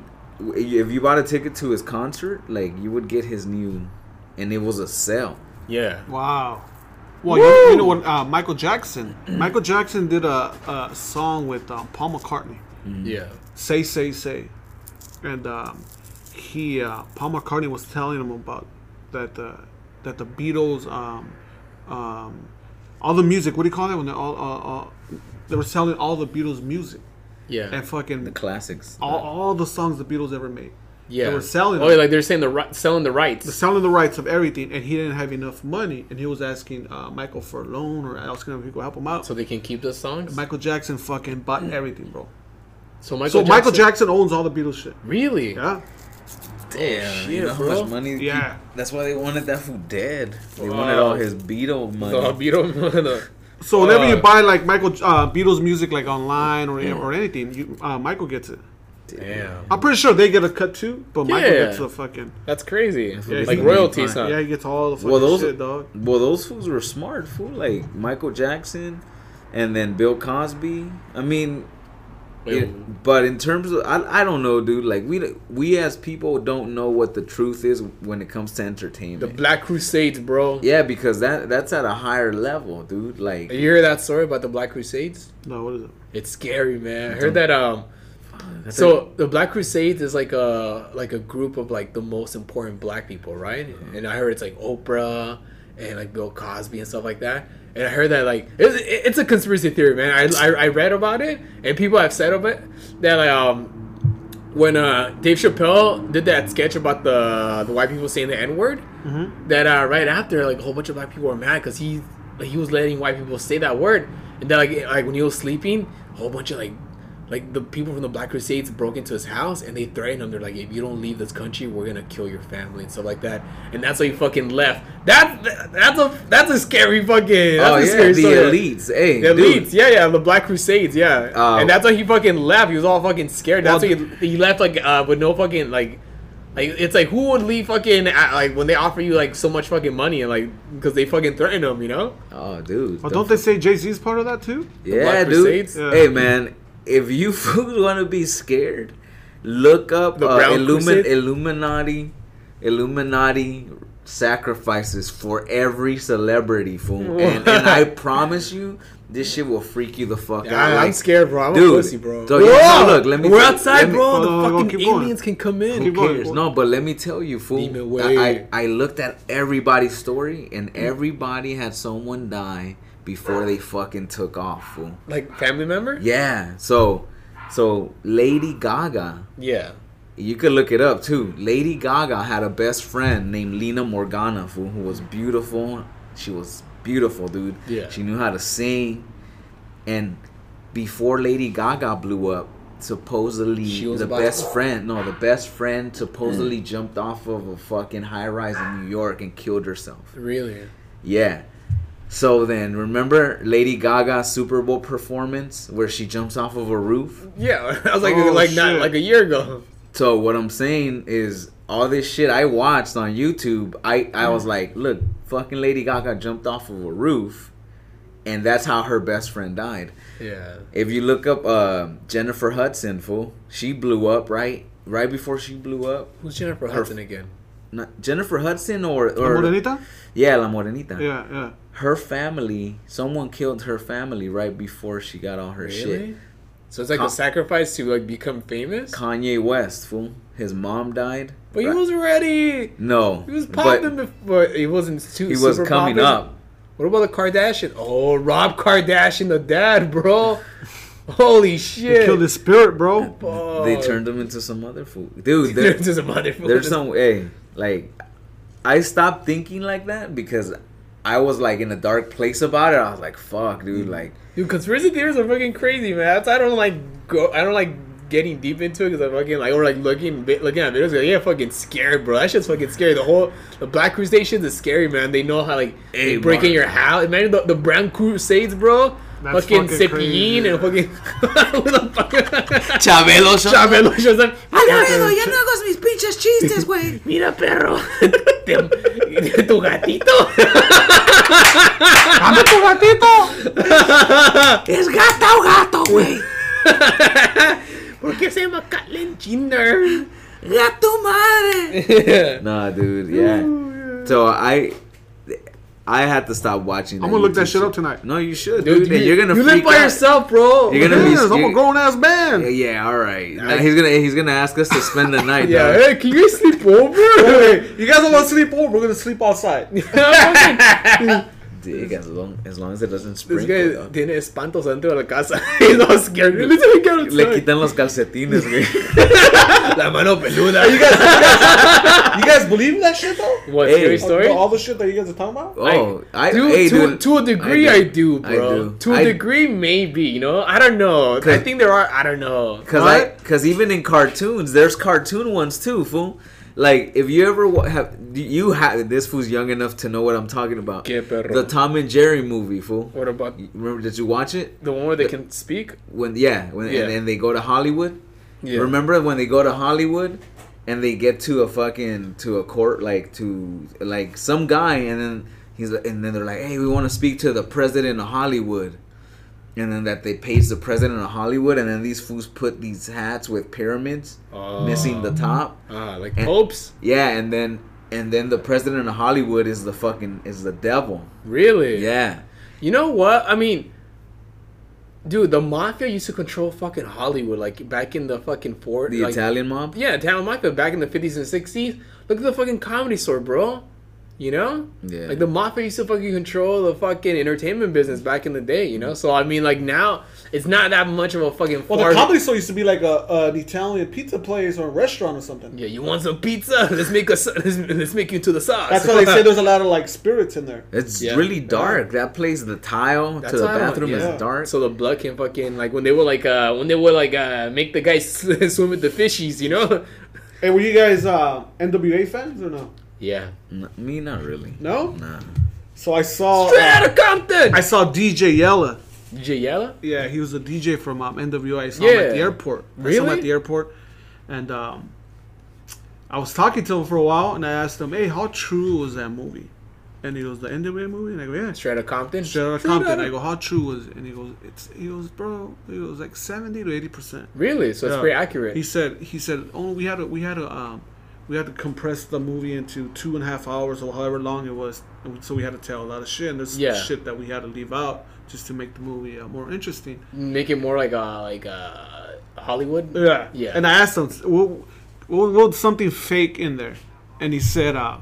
[SPEAKER 3] if you bought a ticket to his concert, like you would get his new, and it was a sale.
[SPEAKER 1] Yeah.
[SPEAKER 2] Wow. Well, you, you know what? Uh, Michael Jackson. Michael Jackson did a, a song with um, Paul McCartney.
[SPEAKER 1] Yeah.
[SPEAKER 2] Say, say, say, and um, he uh, Paul McCartney was telling him about that the that the Beatles, um, um, all the music. What do you call that when they all, all, all they were selling all the Beatles music
[SPEAKER 1] Yeah.
[SPEAKER 2] and fucking
[SPEAKER 3] The classics.
[SPEAKER 1] Oh,
[SPEAKER 2] all, all the songs the Beatles ever made.
[SPEAKER 1] yeah.
[SPEAKER 2] They were selling.
[SPEAKER 1] Oh,
[SPEAKER 2] them.
[SPEAKER 1] like they're saying the ri- selling the
[SPEAKER 2] They're
[SPEAKER 1] rights.
[SPEAKER 2] selling the rights of everything, and he didn't have enough money, and he was asking uh, Michael for a loan or asking him if he could help him out.
[SPEAKER 1] So they can keep those songs.
[SPEAKER 2] Michael Jackson fucking bought everything, bro.
[SPEAKER 1] so Michael.
[SPEAKER 2] so
[SPEAKER 1] Jackson,
[SPEAKER 2] Michael Jackson owns all the Beatles shit.
[SPEAKER 1] Really? <laughs>
[SPEAKER 2] Yeah,
[SPEAKER 3] Damn,
[SPEAKER 1] shit,
[SPEAKER 3] you know how
[SPEAKER 1] bro.
[SPEAKER 3] much money?
[SPEAKER 2] Yeah.
[SPEAKER 3] that's why they wanted that fool dead. They
[SPEAKER 1] Wow.
[SPEAKER 3] wanted all his Beatle
[SPEAKER 1] So
[SPEAKER 3] money.
[SPEAKER 1] Beatles.
[SPEAKER 2] So whenever you
[SPEAKER 1] Fuck.
[SPEAKER 2] buy like Michael uh, Beatles music, like online or or anything, you, uh, Michael gets it.
[SPEAKER 1] <laughs> Damn.
[SPEAKER 2] I'm pretty sure they get a cut too, but Michael
[SPEAKER 1] Yeah.
[SPEAKER 2] gets the fucking
[SPEAKER 1] That's crazy.
[SPEAKER 3] what
[SPEAKER 1] like
[SPEAKER 3] they
[SPEAKER 1] royalties,
[SPEAKER 3] mean.
[SPEAKER 1] huh?
[SPEAKER 2] yeah, he gets all the fucking
[SPEAKER 3] Well, those
[SPEAKER 2] shit, dog.
[SPEAKER 3] well those fools were smart fool like Michael Jackson, and then Bill Cosby. I mean,
[SPEAKER 1] Wait,
[SPEAKER 3] It- but in terms of, I, I don't know, dude. Like we we as people don't know what the truth is when it comes to
[SPEAKER 1] the
[SPEAKER 3] entertainment.
[SPEAKER 1] Black Crusades, bro.
[SPEAKER 3] yeah, because that that's at a higher level, dude. Like
[SPEAKER 1] You hear that story about the Black Crusades?
[SPEAKER 2] No, what is it?
[SPEAKER 1] It's scary, man. I heard that um so the Black Crusades is like a like a group of like the most important black people, right? And I heard it's like Oprah and like Bill Cosby and stuff like that. And I heard that like it, it- it's a conspiracy theory, man. I, I I read about it and people have said of it that like, um when uh, Dave Chappelle did that sketch about the the white people saying the N word,
[SPEAKER 3] Mm-hmm.
[SPEAKER 1] that uh, right after like a whole bunch of black people were mad because he like, he was letting white people say that word, and then like like when he was sleeping, a whole bunch of like like the people from the Black Crusades broke into his house and they threatened him. They're like, if you don't leave this country, we're gonna kill your family and stuff like that. And that's why he fucking left. That that's a that's a scary fucking. That's
[SPEAKER 3] oh
[SPEAKER 1] a
[SPEAKER 3] yeah,
[SPEAKER 1] scary
[SPEAKER 3] the
[SPEAKER 1] story.
[SPEAKER 3] elites, hey,
[SPEAKER 1] The
[SPEAKER 3] dude.
[SPEAKER 1] elites, yeah, yeah, the Black Crusades, yeah,
[SPEAKER 3] Uh,
[SPEAKER 1] and that's why he fucking left. He was all fucking scared. That's why he, he left like uh, with no fucking like, like it's like who would leave fucking uh, like when they offer you like so much fucking money and like because they fucking threaten him, you know?
[SPEAKER 3] Oh, dude.
[SPEAKER 2] But don't they say Jay Z's part of that too?
[SPEAKER 3] Yeah,
[SPEAKER 1] Black
[SPEAKER 3] dude.
[SPEAKER 1] Crusades?
[SPEAKER 2] Yeah.
[SPEAKER 3] Hey, man. If you <laughs> fools want to be scared, look up
[SPEAKER 1] The
[SPEAKER 3] uh,
[SPEAKER 1] Brown
[SPEAKER 3] Illumin-
[SPEAKER 1] Crusade?
[SPEAKER 3] Illuminati, Illuminati sacrifices for every celebrity fool, and, and I promise you, this shit will freak you the fuck
[SPEAKER 4] Yeah,
[SPEAKER 3] out.
[SPEAKER 4] I, am
[SPEAKER 3] Like,
[SPEAKER 4] scared, bro. I'm a
[SPEAKER 3] dude,
[SPEAKER 4] pussy, bro.
[SPEAKER 3] so, you know, look, let me.
[SPEAKER 1] We're
[SPEAKER 3] let
[SPEAKER 1] outside,
[SPEAKER 3] me-
[SPEAKER 1] bro.
[SPEAKER 2] Hold on,
[SPEAKER 1] the
[SPEAKER 2] hold on,
[SPEAKER 1] fucking
[SPEAKER 2] keep going.
[SPEAKER 1] aliens can come in.
[SPEAKER 2] Keep
[SPEAKER 3] Who cares?
[SPEAKER 2] going.
[SPEAKER 3] No, but let me tell you,
[SPEAKER 1] Demon
[SPEAKER 3] fool.
[SPEAKER 1] way.
[SPEAKER 3] I, I, I looked at everybody's story, and everybody had someone die before they fucking took off, fool.
[SPEAKER 1] Like family member?
[SPEAKER 3] Yeah. So, so Lady Gaga,
[SPEAKER 1] Yeah.
[SPEAKER 3] you could look it up too. Lady Gaga had a best friend named Lena Morgana, fool, who was beautiful. She was beautiful, dude.
[SPEAKER 1] Yeah.
[SPEAKER 3] She knew how to sing, and before Lady Gaga blew up, supposedly
[SPEAKER 1] She was
[SPEAKER 3] the
[SPEAKER 1] about to- Mm.
[SPEAKER 3] best friend, no, the best friend supposedly jumped off of a fucking high rise in New York and killed herself.
[SPEAKER 1] Really?
[SPEAKER 3] Yeah. So then, remember Lady Gaga's Super Bowl performance where she jumps off of a roof?
[SPEAKER 1] Yeah. <laughs> I was like,
[SPEAKER 2] Oh,
[SPEAKER 1] like not
[SPEAKER 2] shit.
[SPEAKER 1] like a year ago.
[SPEAKER 3] So what I'm saying is all this shit I watched on YouTube, I, I
[SPEAKER 1] Mm-hmm.
[SPEAKER 3] was like, look, fucking Lady Gaga jumped off of a roof and that's how her best friend died.
[SPEAKER 1] Yeah.
[SPEAKER 3] If you look up uh, Jennifer Hudson, fool, she blew up, right? Right before she blew up.
[SPEAKER 1] Who's Jennifer Hudson again?
[SPEAKER 3] Not Jennifer Hudson or,
[SPEAKER 2] La
[SPEAKER 3] or
[SPEAKER 2] Morenita?
[SPEAKER 3] Yeah, La Morenita.
[SPEAKER 2] Yeah, yeah.
[SPEAKER 3] Her family, someone killed her family right before she got all her shit.
[SPEAKER 1] So it's like a
[SPEAKER 3] Con-
[SPEAKER 1] sacrifice to like become famous.
[SPEAKER 3] Kanye West, fool. His mom died.
[SPEAKER 1] but he
[SPEAKER 3] Right-
[SPEAKER 1] was ready.
[SPEAKER 3] no.
[SPEAKER 1] He was
[SPEAKER 3] but
[SPEAKER 1] popping before. He wasn't too.
[SPEAKER 3] He was
[SPEAKER 1] super
[SPEAKER 3] coming
[SPEAKER 1] popping.
[SPEAKER 3] up.
[SPEAKER 1] What about the Kardashian? Oh, Rob Kardashian, the dad, bro. <laughs> Holy
[SPEAKER 2] He
[SPEAKER 1] shit!
[SPEAKER 2] killed his spirit, bro.
[SPEAKER 1] Oh. <laughs>
[SPEAKER 3] They turned him into some other fool, dude.
[SPEAKER 1] They're
[SPEAKER 3] There,
[SPEAKER 1] just a motherfucker.
[SPEAKER 3] there's some hey, like I stopped thinking like that because I was like in a dark place about it. I was like, "Fuck, dude!" Like,
[SPEAKER 1] Dude, conspiracy theories are fucking crazy, man. That's, I don't like go. I don't like getting deep into it because I'm fucking like or like looking vi- looking at videos. Like, yeah, fucking scared, bro. That shit's fucking scary. The whole the Black Crusades is scary, man. They know how like they
[SPEAKER 3] Hey,
[SPEAKER 1] break in
[SPEAKER 3] Mark.
[SPEAKER 1] your house. Imagine the, the Brown Crusades, bro.
[SPEAKER 2] That's
[SPEAKER 1] fucking
[SPEAKER 2] fucking
[SPEAKER 1] Cepillin and fucking <laughs> what the fuck?
[SPEAKER 3] Chabelo,
[SPEAKER 1] <laughs> Chabelo shows up.
[SPEAKER 3] Chabelo, ya no hagas mis pinches chistes, güey.
[SPEAKER 1] Mira, perro. <laughs> Te- <laughs> tu gatito. <laughs>
[SPEAKER 2] ¡Dame tu gatito!
[SPEAKER 3] Es gata o gato, güey.
[SPEAKER 1] ¿Por qué se llama Caitlyn Jenner?
[SPEAKER 3] Gato madre. Nah, dude. Yeah. So I, I had to stop watching.
[SPEAKER 2] I'm gonna look
[SPEAKER 3] YouTube
[SPEAKER 2] that shit up tonight.
[SPEAKER 3] No, you should, dude. and you're gonna
[SPEAKER 1] you live
[SPEAKER 3] freak
[SPEAKER 1] by
[SPEAKER 3] out.
[SPEAKER 1] yourself, bro.
[SPEAKER 3] You're gonna be
[SPEAKER 2] Yes, I'm a
[SPEAKER 3] scared.
[SPEAKER 2] grown ass man.
[SPEAKER 3] Yeah, Yeah, all right. Now he's gonna he's gonna ask us to spend the
[SPEAKER 1] <laughs> <laughs>
[SPEAKER 3] night.
[SPEAKER 1] yeah,
[SPEAKER 3] dog.
[SPEAKER 1] hey, can you sleep
[SPEAKER 3] <laughs>
[SPEAKER 1] over?
[SPEAKER 4] You guys don't want to sleep over? We're gonna sleep
[SPEAKER 1] <laughs>
[SPEAKER 4] outside.
[SPEAKER 3] <laughs> Dig, as long as long as it doesn't
[SPEAKER 1] <laughs> this
[SPEAKER 3] sprinkle.
[SPEAKER 1] guy
[SPEAKER 3] dog.
[SPEAKER 1] tiene espantos dentro de la casa. <laughs> He's all scared. Let's go get
[SPEAKER 3] Le
[SPEAKER 1] outside.
[SPEAKER 3] quitan los calcetines, güey.
[SPEAKER 1] <laughs> La mano peluda.
[SPEAKER 3] <laughs>
[SPEAKER 4] You guys believe in that shit though?
[SPEAKER 1] what,
[SPEAKER 3] Hey.
[SPEAKER 1] scary story?
[SPEAKER 4] All the shit that you guys are talking about?
[SPEAKER 3] Oh, I,
[SPEAKER 1] to,
[SPEAKER 3] hey,
[SPEAKER 1] to,
[SPEAKER 3] dude.
[SPEAKER 1] to a degree, I do,
[SPEAKER 3] I
[SPEAKER 1] bro.
[SPEAKER 3] do.
[SPEAKER 1] To a
[SPEAKER 3] I-
[SPEAKER 1] degree, maybe, you know? I don't know. I
[SPEAKER 3] Cause-
[SPEAKER 1] think there are, I don't know.
[SPEAKER 3] Cause I, cause even in cartoons, there's cartoon ones too, fool. Like if you ever wa- have, you have this fool's young enough to know what I'm talking about.
[SPEAKER 1] Qué perro.
[SPEAKER 3] The Tom and Jerry movie, fool.
[SPEAKER 1] What about
[SPEAKER 3] Remember? Did you watch it?
[SPEAKER 1] the one where they can speak?
[SPEAKER 3] When yeah, when
[SPEAKER 1] Yeah.
[SPEAKER 3] And, and they go to Hollywood.
[SPEAKER 1] Yeah.
[SPEAKER 3] Remember when they go to Hollywood and they get to a fucking to a court like to like some guy and then he's and then they're like, "Hey, we want to speak to the president of Hollywood." And then that they page the president of Hollywood and then these fools put these hats with pyramids
[SPEAKER 1] Oh.
[SPEAKER 3] missing the top.
[SPEAKER 1] Ah, like
[SPEAKER 3] And-
[SPEAKER 1] popes?
[SPEAKER 3] Yeah, and then and then the president of Hollywood is the fucking is the devil.
[SPEAKER 1] Really?
[SPEAKER 3] Yeah.
[SPEAKER 1] You know what? I mean, dude, the mafia used to control fucking Hollywood, like back in the fucking fort.
[SPEAKER 3] The
[SPEAKER 1] like,
[SPEAKER 3] Italian mob?
[SPEAKER 1] Yeah, Italian mafia back in the fifties and sixties. Look at the fucking comedy store, bro. You know?
[SPEAKER 3] Yeah.
[SPEAKER 1] Like the mafia used to fucking control the fucking entertainment business back in the day, you know? So I mean like now it's not that much of a fucking
[SPEAKER 4] Well, the
[SPEAKER 1] far-
[SPEAKER 4] comedy store used to be like a, an Italian pizza place or a restaurant or something.
[SPEAKER 1] Yeah, you want some pizza? <laughs> Let's make us let's, let's make you into the sauce.
[SPEAKER 4] That's why they say there's a lot of like spirits in there.
[SPEAKER 3] It's
[SPEAKER 1] Yeah.
[SPEAKER 3] really dark. That place, the tile
[SPEAKER 1] That's
[SPEAKER 3] to the
[SPEAKER 1] how I went,
[SPEAKER 3] bathroom
[SPEAKER 1] yeah.
[SPEAKER 3] is
[SPEAKER 1] <laughs>
[SPEAKER 3] dark.
[SPEAKER 1] So the blood can fucking like when they were like uh when they were like uh make the guys <laughs> swim with the fishies, you know? <laughs>
[SPEAKER 4] Hey, were you guys uh, NWA fans or no?
[SPEAKER 1] Yeah.
[SPEAKER 3] N- me, not really.
[SPEAKER 4] No.
[SPEAKER 3] Nah.
[SPEAKER 4] So I saw.
[SPEAKER 1] Straight
[SPEAKER 4] Uh,
[SPEAKER 1] out of Compton.
[SPEAKER 2] Oh, I saw DJ Yella.
[SPEAKER 1] DJ Yella?
[SPEAKER 2] Yeah, he was a DJ from um, NWA. I saw him at the
[SPEAKER 1] Yeah.
[SPEAKER 2] airport. I saw him
[SPEAKER 1] Really?
[SPEAKER 2] at the airport, and um, I was talking to him for a while, and I asked him, "Hey, how true was that movie?" And he goes, "The NWA movie." And I go, "Yeah."
[SPEAKER 1] Straight out of Compton.
[SPEAKER 2] Straight out of Compton. I go, "How true was it?" And he goes, "It's." He goes, "Bro," he goes, "Like seventy to eighty percent."
[SPEAKER 1] Really? So it's
[SPEAKER 2] Yeah.
[SPEAKER 1] pretty accurate.
[SPEAKER 2] He said, "He said, oh, we had a we had a um, we had to compress the movie into two and a half hours or however long it was. And So we had to tell a lot of shit, and there's
[SPEAKER 1] Yeah.
[SPEAKER 2] shit that we had to leave out just to make the movie uh, more interesting.
[SPEAKER 1] Make it more like a like a Hollywood.
[SPEAKER 2] Yeah.
[SPEAKER 1] Yeah.
[SPEAKER 2] And I asked him, what, what, what was something fake in there? And he said, uh,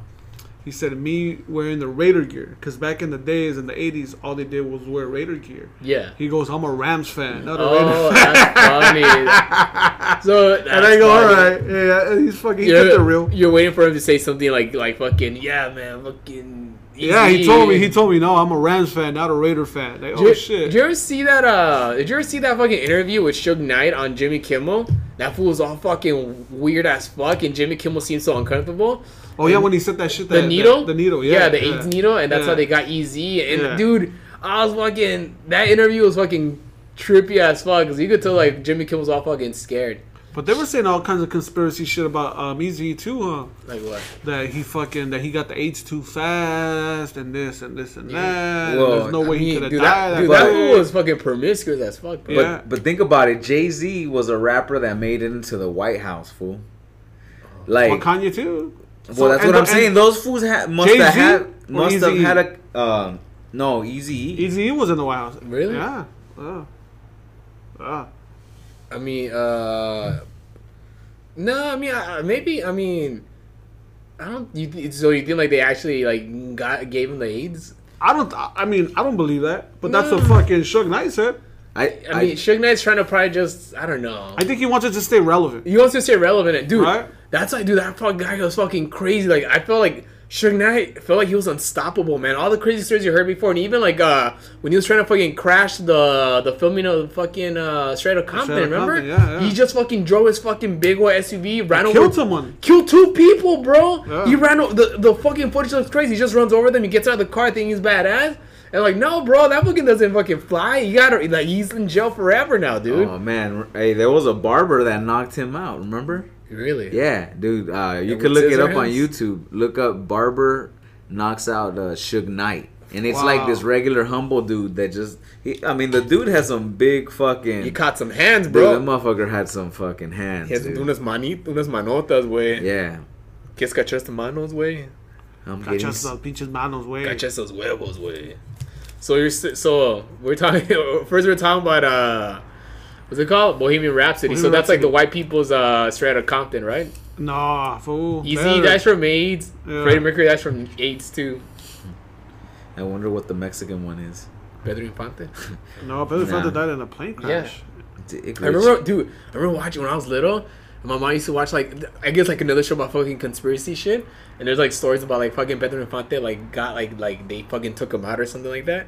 [SPEAKER 2] he said, me wearing the Raider gear. Because back in the days, in the 80s, all they did was wear Raider gear.
[SPEAKER 1] Yeah.
[SPEAKER 2] He goes, I'm a Rams fan, not a Raider <laughs>
[SPEAKER 1] Oh, that's funny. So that's
[SPEAKER 2] And I go, all
[SPEAKER 1] funny.
[SPEAKER 2] right. Yeah. And he's fucking, he
[SPEAKER 1] You're,
[SPEAKER 2] kept it real.
[SPEAKER 1] you're waiting for him to say something like like fucking yeah man fucking.
[SPEAKER 2] Yeah, he
[SPEAKER 1] easy."
[SPEAKER 2] told me. He told me, no, I'm a Rams fan, not a Raider fan. Like,
[SPEAKER 1] Did
[SPEAKER 2] oh
[SPEAKER 1] you,
[SPEAKER 2] shit.
[SPEAKER 1] Did you ever see that? Uh, did you ever see that fucking interview with Suge Knight on Jimmy Kimmel? That fool was all fucking weird as fuck, and Jimmy Kimmel seemed so uncomfortable.
[SPEAKER 2] oh yeah, when he said that shit.
[SPEAKER 1] The
[SPEAKER 2] That,
[SPEAKER 1] needle,
[SPEAKER 2] that- the needle. Yeah.
[SPEAKER 1] the
[SPEAKER 2] yeah.
[SPEAKER 1] AIDS needle, and that's
[SPEAKER 2] Yeah.
[SPEAKER 1] how they got easy. And
[SPEAKER 2] Yeah.
[SPEAKER 1] dude, I was fucking. That interview was fucking trippy as fuck because you could tell like Jimmy Kimmel was all fucking scared.
[SPEAKER 2] But they were saying all kinds of conspiracy shit about um, Easy too, huh?
[SPEAKER 1] Like what?
[SPEAKER 2] that he fucking that he got the AIDS too fast and this and this and that. and
[SPEAKER 3] Well,
[SPEAKER 2] there's no
[SPEAKER 1] I
[SPEAKER 2] way he
[SPEAKER 1] mean,
[SPEAKER 2] could have
[SPEAKER 1] dude,
[SPEAKER 2] died.
[SPEAKER 1] that, dude,
[SPEAKER 2] way.
[SPEAKER 1] that fool was fucking promiscuous as fuck, bro.
[SPEAKER 2] Yeah.
[SPEAKER 3] But but think about it. Jay Z was a rapper that made it into the White House, fool.
[SPEAKER 2] Well,
[SPEAKER 3] Like,
[SPEAKER 2] Kanye too.
[SPEAKER 3] well, that's
[SPEAKER 2] and
[SPEAKER 3] what
[SPEAKER 2] the-
[SPEAKER 3] I'm saying.
[SPEAKER 2] and
[SPEAKER 3] Those fools ha- must
[SPEAKER 2] Jay-Z
[SPEAKER 3] have had
[SPEAKER 2] or
[SPEAKER 3] must have
[SPEAKER 2] Eazy-E?
[SPEAKER 3] had a um, no Easy.
[SPEAKER 2] Easy was in the White House.
[SPEAKER 1] Really?
[SPEAKER 2] Yeah. Uh, uh.
[SPEAKER 1] I mean, uh, no, I mean, I, I- maybe, I mean, I don't. You, th- so you think like they actually like got gave him the AIDS?
[SPEAKER 2] I don't. I I mean, I don't believe that. But that's what
[SPEAKER 3] Mm.
[SPEAKER 1] No.
[SPEAKER 2] fucking Suge Knight said.
[SPEAKER 3] I
[SPEAKER 1] I mean, Suge Knight's trying to probably just I don't know.
[SPEAKER 2] I think he wanted to stay relevant.
[SPEAKER 1] you also say relevant, and dude.
[SPEAKER 2] Right?
[SPEAKER 1] That's like, dude, that fuck guy was fucking crazy. Like, I felt like Suge Knight felt like he was unstoppable, man. All the crazy stories you heard before, and even like uh when he was trying to fucking crash the the filming of fucking uh Straight Outta Compton,
[SPEAKER 2] Outta
[SPEAKER 1] remember?
[SPEAKER 2] Compton, yeah, yeah.
[SPEAKER 1] He just fucking drove his fucking big white SUV, ran over
[SPEAKER 2] Killed someone.
[SPEAKER 1] Killed two people, bro.
[SPEAKER 2] Yeah.
[SPEAKER 1] He ran over the, the fucking footage looks crazy. He just runs over them. He gets out of the car thinking he's badass. And like, no, bro, that fucking doesn't fucking fly. You gotta like, he's in jail forever now, dude.
[SPEAKER 3] oh man, hey, there was a barber that knocked him out. Remember?
[SPEAKER 1] really?
[SPEAKER 3] Yeah, dude. Uh, you
[SPEAKER 1] with
[SPEAKER 3] could look it up on
[SPEAKER 1] scissorhands?
[SPEAKER 3] YouTube. Look up barber knocks out uh, Suge Knight, and it's
[SPEAKER 2] Wow.
[SPEAKER 3] like this regular humble dude that just. He, I mean, the dude has some big fucking.
[SPEAKER 1] You caught some hands,
[SPEAKER 3] Dude,
[SPEAKER 1] bro.
[SPEAKER 3] that motherfucker had some fucking hands.
[SPEAKER 1] He has
[SPEAKER 3] dude.
[SPEAKER 1] unas manitas, unas manotas, güey.
[SPEAKER 3] Yeah.
[SPEAKER 1] Que es cachaste manos, güey.
[SPEAKER 3] I'm getting
[SPEAKER 2] Cachas the pinches manos way.
[SPEAKER 1] Cachaste los huevos, güey. So you're si- so we're talking <laughs> first. We're talking about uh, what's it called? Bohemian Rhapsody. so
[SPEAKER 2] Bohemian
[SPEAKER 1] that's like
[SPEAKER 2] Rhapsody.
[SPEAKER 1] the white people's uh, straight out of Compton, right?
[SPEAKER 2] Nah, fool.
[SPEAKER 1] Easy
[SPEAKER 2] better.
[SPEAKER 1] that's from AIDS.
[SPEAKER 2] Yeah.
[SPEAKER 1] Freddie Mercury that's from AIDS too.
[SPEAKER 3] I wonder what the Mexican one is.
[SPEAKER 1] Pedro Infante.
[SPEAKER 2] No, Pedro
[SPEAKER 3] Nah.
[SPEAKER 2] Infante died in a plane crash.
[SPEAKER 3] D- it-
[SPEAKER 1] I remember, dude. I remember watching when I was little. and My mom used to watch like th- I guess like another show about fucking conspiracy shit, and there's like stories about like fucking Pedro Infante like got like like they fucking took him out or something like that,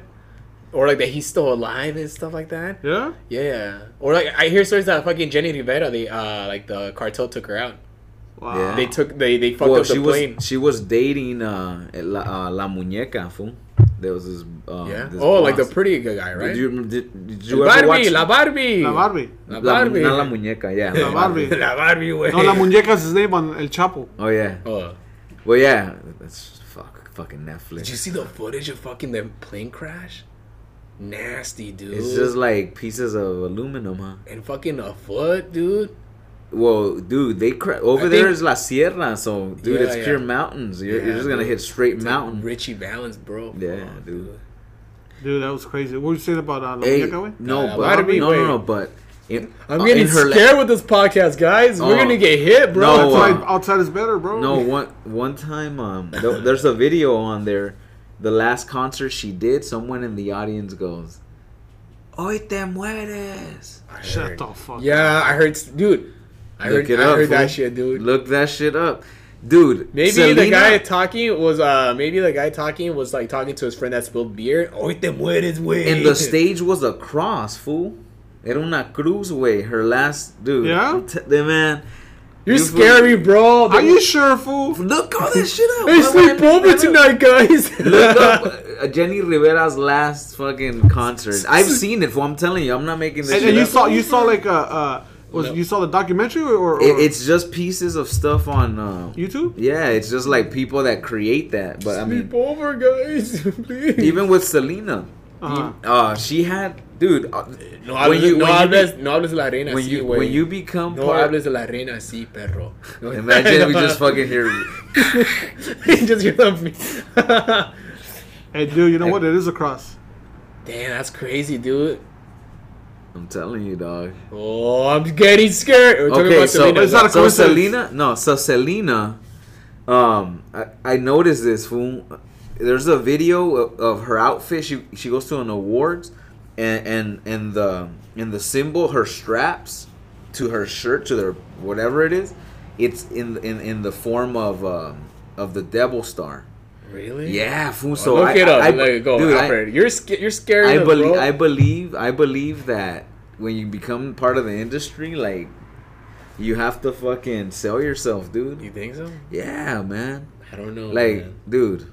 [SPEAKER 1] or like that he's still alive and stuff like that.
[SPEAKER 2] Yeah.
[SPEAKER 1] Yeah, or like I hear stories that fucking Jenny Rivera, they uh like the cartel took her out.
[SPEAKER 2] Wow.
[SPEAKER 3] Yeah.
[SPEAKER 1] They took they they fucked
[SPEAKER 3] Well,
[SPEAKER 1] up the
[SPEAKER 3] she
[SPEAKER 1] plane.
[SPEAKER 3] was she was dating uh La, uh, La Muñeca. Fool. There was this. Um,
[SPEAKER 1] yeah.
[SPEAKER 3] This
[SPEAKER 1] Oh, like the
[SPEAKER 3] boss.
[SPEAKER 1] pretty good guy, right?
[SPEAKER 3] Did you, did, did you ever
[SPEAKER 1] Barbie,
[SPEAKER 3] watch
[SPEAKER 1] la Barbie,
[SPEAKER 2] La Barbie.
[SPEAKER 1] la
[SPEAKER 3] La-
[SPEAKER 1] Barbie,
[SPEAKER 3] Not La Muñeca. Yeah.
[SPEAKER 2] La
[SPEAKER 3] <laughs>
[SPEAKER 1] <laughs>
[SPEAKER 2] Barbie.
[SPEAKER 1] La Barbie, güey.
[SPEAKER 2] No, la muñeca's his name on El Chapo.
[SPEAKER 3] Oh yeah.
[SPEAKER 1] Oh.
[SPEAKER 3] Well yeah. That's fuck. Fucking Netflix.
[SPEAKER 1] Did you see the footage of fucking the plane crash? Nasty, dude.
[SPEAKER 3] It's just like pieces of aluminum, huh?
[SPEAKER 1] and fucking a foot, dude.
[SPEAKER 3] Well, dude, they cra- over
[SPEAKER 1] I
[SPEAKER 3] there
[SPEAKER 1] think-
[SPEAKER 3] is La Sierra, so dude,
[SPEAKER 1] Yeah,
[SPEAKER 3] it's
[SPEAKER 1] yeah.
[SPEAKER 3] pure mountains. You're,
[SPEAKER 1] Yeah,
[SPEAKER 3] you're just gonna
[SPEAKER 1] dude.
[SPEAKER 3] hit straight
[SPEAKER 1] It's like
[SPEAKER 3] mountain.
[SPEAKER 1] Richie Valens, bro.
[SPEAKER 3] Yeah,
[SPEAKER 1] Fuck,
[SPEAKER 3] dude.
[SPEAKER 2] Dude, that was crazy. What were you saying about uh, La
[SPEAKER 3] Hey,
[SPEAKER 2] Muñeca, güey?
[SPEAKER 3] no,
[SPEAKER 1] Nah, why
[SPEAKER 3] but
[SPEAKER 1] do we
[SPEAKER 3] no, no,
[SPEAKER 1] wait?
[SPEAKER 3] no, but in,
[SPEAKER 1] I'm
[SPEAKER 3] uh,
[SPEAKER 1] getting
[SPEAKER 3] in her la-
[SPEAKER 1] scared with this podcast, guys. We're
[SPEAKER 3] Oh.
[SPEAKER 1] gonna get hit, bro.
[SPEAKER 3] No,
[SPEAKER 2] That's
[SPEAKER 3] uh,
[SPEAKER 2] why outside is better, bro.
[SPEAKER 3] no one one time. Um, th- there's a video on there. The last concert she did, someone in the audience goes, "Hoy te mueres."
[SPEAKER 1] I
[SPEAKER 2] Shut
[SPEAKER 1] heard.
[SPEAKER 2] the fuck. up.
[SPEAKER 1] Yeah, I heard, dude. I
[SPEAKER 3] uh, Look
[SPEAKER 1] heard,
[SPEAKER 3] it
[SPEAKER 1] I
[SPEAKER 3] up,
[SPEAKER 1] heard
[SPEAKER 3] fool.
[SPEAKER 1] that shit, dude.
[SPEAKER 3] Look that shit up, dude.
[SPEAKER 1] Maybe the
[SPEAKER 3] Selena-
[SPEAKER 1] guy talking was uh maybe the guy talking was like talking to his friend that spilled beer. Oh, te mueres, güey.
[SPEAKER 3] And the stage was a cross, fool. Era una cruz, way. Her last, dude.
[SPEAKER 2] Yeah?
[SPEAKER 3] I'm T- the man.
[SPEAKER 1] You're
[SPEAKER 3] You fool.
[SPEAKER 1] scary, bro.
[SPEAKER 2] Are you sure, fool?
[SPEAKER 3] Look all this shit up.
[SPEAKER 1] Hey,
[SPEAKER 3] Why-
[SPEAKER 1] sleep
[SPEAKER 3] why-
[SPEAKER 1] over
[SPEAKER 3] why-
[SPEAKER 1] tonight, guys.
[SPEAKER 3] Look up
[SPEAKER 1] <laughs>
[SPEAKER 3] uh, Jenny Rivera's last fucking concert. I've seen it, fool. I'm telling you, I'm not making this
[SPEAKER 2] And,
[SPEAKER 3] shit
[SPEAKER 2] and you
[SPEAKER 3] up.
[SPEAKER 2] saw you saw like uh, uh was
[SPEAKER 1] No.
[SPEAKER 2] you saw the documentary or, or
[SPEAKER 3] It- it's just pieces of stuff on. Uh,
[SPEAKER 2] YouTube?
[SPEAKER 3] yeah, it's just like people that create that. But I mean,
[SPEAKER 2] <laughs>
[SPEAKER 1] Sleep over, guys, please.
[SPEAKER 3] even with Selena,
[SPEAKER 2] Uh-huh.
[SPEAKER 3] Uh, she had, dude. Uh,
[SPEAKER 1] No hables,
[SPEAKER 3] you-
[SPEAKER 1] no,
[SPEAKER 3] when you
[SPEAKER 1] hables,
[SPEAKER 3] be-
[SPEAKER 1] no hables la reina
[SPEAKER 3] when
[SPEAKER 1] así,
[SPEAKER 3] you
[SPEAKER 1] güey.
[SPEAKER 3] when you become
[SPEAKER 1] no
[SPEAKER 3] part,
[SPEAKER 1] hables de la reina así, perro. <laughs> No-
[SPEAKER 3] imagine we just fucking hear.
[SPEAKER 1] just hear <laughs> them. Damn,
[SPEAKER 2] Hey, dude, you know what? It is a cross.
[SPEAKER 1] that's crazy, dude.
[SPEAKER 3] I'm telling you, dog.
[SPEAKER 1] Oh, I'm getting scared. We're talking
[SPEAKER 3] Okay,
[SPEAKER 1] about
[SPEAKER 3] so
[SPEAKER 1] Selena.
[SPEAKER 2] It's not a
[SPEAKER 3] so
[SPEAKER 2] coincidence.
[SPEAKER 3] Selena, no, so Selena, um, I, I noticed this fool. There's a video of, of her outfit. She she goes to an awards, and and and the and the symbol her straps to her shirt to their whatever it is, it's in in in the form of um, of the devil star.
[SPEAKER 1] really?
[SPEAKER 3] Yeah, fool.
[SPEAKER 1] So
[SPEAKER 3] So
[SPEAKER 1] Look
[SPEAKER 3] I,
[SPEAKER 1] it up.
[SPEAKER 3] I, I-
[SPEAKER 1] Let it go.
[SPEAKER 3] dude, I-
[SPEAKER 1] Alfred. you're sca- you're scared.
[SPEAKER 3] I
[SPEAKER 1] of,
[SPEAKER 3] believe
[SPEAKER 1] bro.
[SPEAKER 3] I believe I believe that when you become part of the industry, like you have to fucking sell yourself,
[SPEAKER 1] You
[SPEAKER 3] dude.
[SPEAKER 1] think so?
[SPEAKER 3] Yeah, man.
[SPEAKER 1] I don't know.
[SPEAKER 3] Like,
[SPEAKER 1] man.
[SPEAKER 3] dude,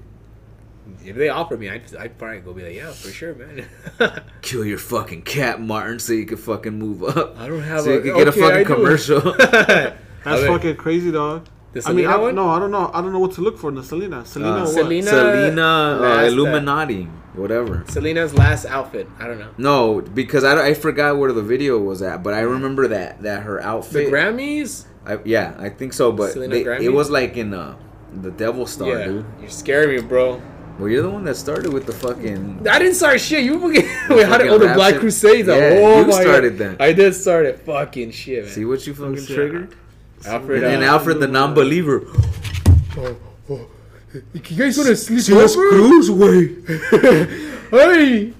[SPEAKER 1] if they offer me, I'd, I'd probably go be like, yeah, for sure, man. <laughs>
[SPEAKER 3] kill your fucking cat, Martin, so you can fucking move up.
[SPEAKER 1] I don't have.
[SPEAKER 3] so
[SPEAKER 1] a,
[SPEAKER 3] you can get
[SPEAKER 1] okay,
[SPEAKER 3] a
[SPEAKER 1] I
[SPEAKER 3] fucking
[SPEAKER 1] do. <laughs>
[SPEAKER 3] commercial. <laughs>
[SPEAKER 1] That's
[SPEAKER 2] That's fucking crazy, dog.
[SPEAKER 1] The
[SPEAKER 2] I mean,
[SPEAKER 1] Selena
[SPEAKER 2] I,
[SPEAKER 1] one?
[SPEAKER 2] no, I don't know. I don't know what to look for in the Selena. Selena,
[SPEAKER 3] Uh,
[SPEAKER 2] what?
[SPEAKER 1] Selena-
[SPEAKER 3] Selena, uh,
[SPEAKER 1] Last-
[SPEAKER 3] Illuminati, whatever.
[SPEAKER 1] Selena's last outfit. I don't know.
[SPEAKER 3] No, because I, I forgot where the video was at, but I remember that that her
[SPEAKER 1] Mm-hmm. The
[SPEAKER 3] outfit.
[SPEAKER 1] Grammys.
[SPEAKER 3] I, yeah, I think so, but
[SPEAKER 1] Selena
[SPEAKER 3] they,
[SPEAKER 1] Grammy?
[SPEAKER 3] it was like in uh, the Devil Star,
[SPEAKER 1] yeah,
[SPEAKER 3] dude.
[SPEAKER 1] you're scaring me, bro.
[SPEAKER 3] Well, you're the one that started with the fucking.
[SPEAKER 1] I didn't start shit. You fucking <laughs> wait. How did
[SPEAKER 3] fucking
[SPEAKER 1] oh the
[SPEAKER 3] rap
[SPEAKER 1] Black
[SPEAKER 3] shit.
[SPEAKER 1] Crusades?
[SPEAKER 3] Yeah,
[SPEAKER 1] oh
[SPEAKER 3] you
[SPEAKER 1] my
[SPEAKER 3] started
[SPEAKER 1] God.
[SPEAKER 3] that.
[SPEAKER 1] I did start it. Fucking shit, man.
[SPEAKER 3] See what you fucking
[SPEAKER 2] see.
[SPEAKER 3] triggered?
[SPEAKER 1] Alfred,
[SPEAKER 3] And then
[SPEAKER 1] uh,
[SPEAKER 3] Alfred the non-believer.
[SPEAKER 1] Oh, you guys want to sleep Cruz, <laughs> hey,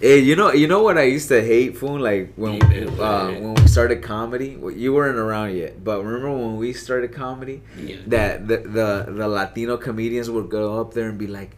[SPEAKER 3] Hey, you know, you know what I used to hate, fool. Like when
[SPEAKER 1] Demon,
[SPEAKER 3] uh,
[SPEAKER 1] right?
[SPEAKER 3] when we started comedy, well, you weren't around yet. But remember when we started comedy,
[SPEAKER 1] Yeah.
[SPEAKER 3] that the, the the Latino comedians would go up there and be like,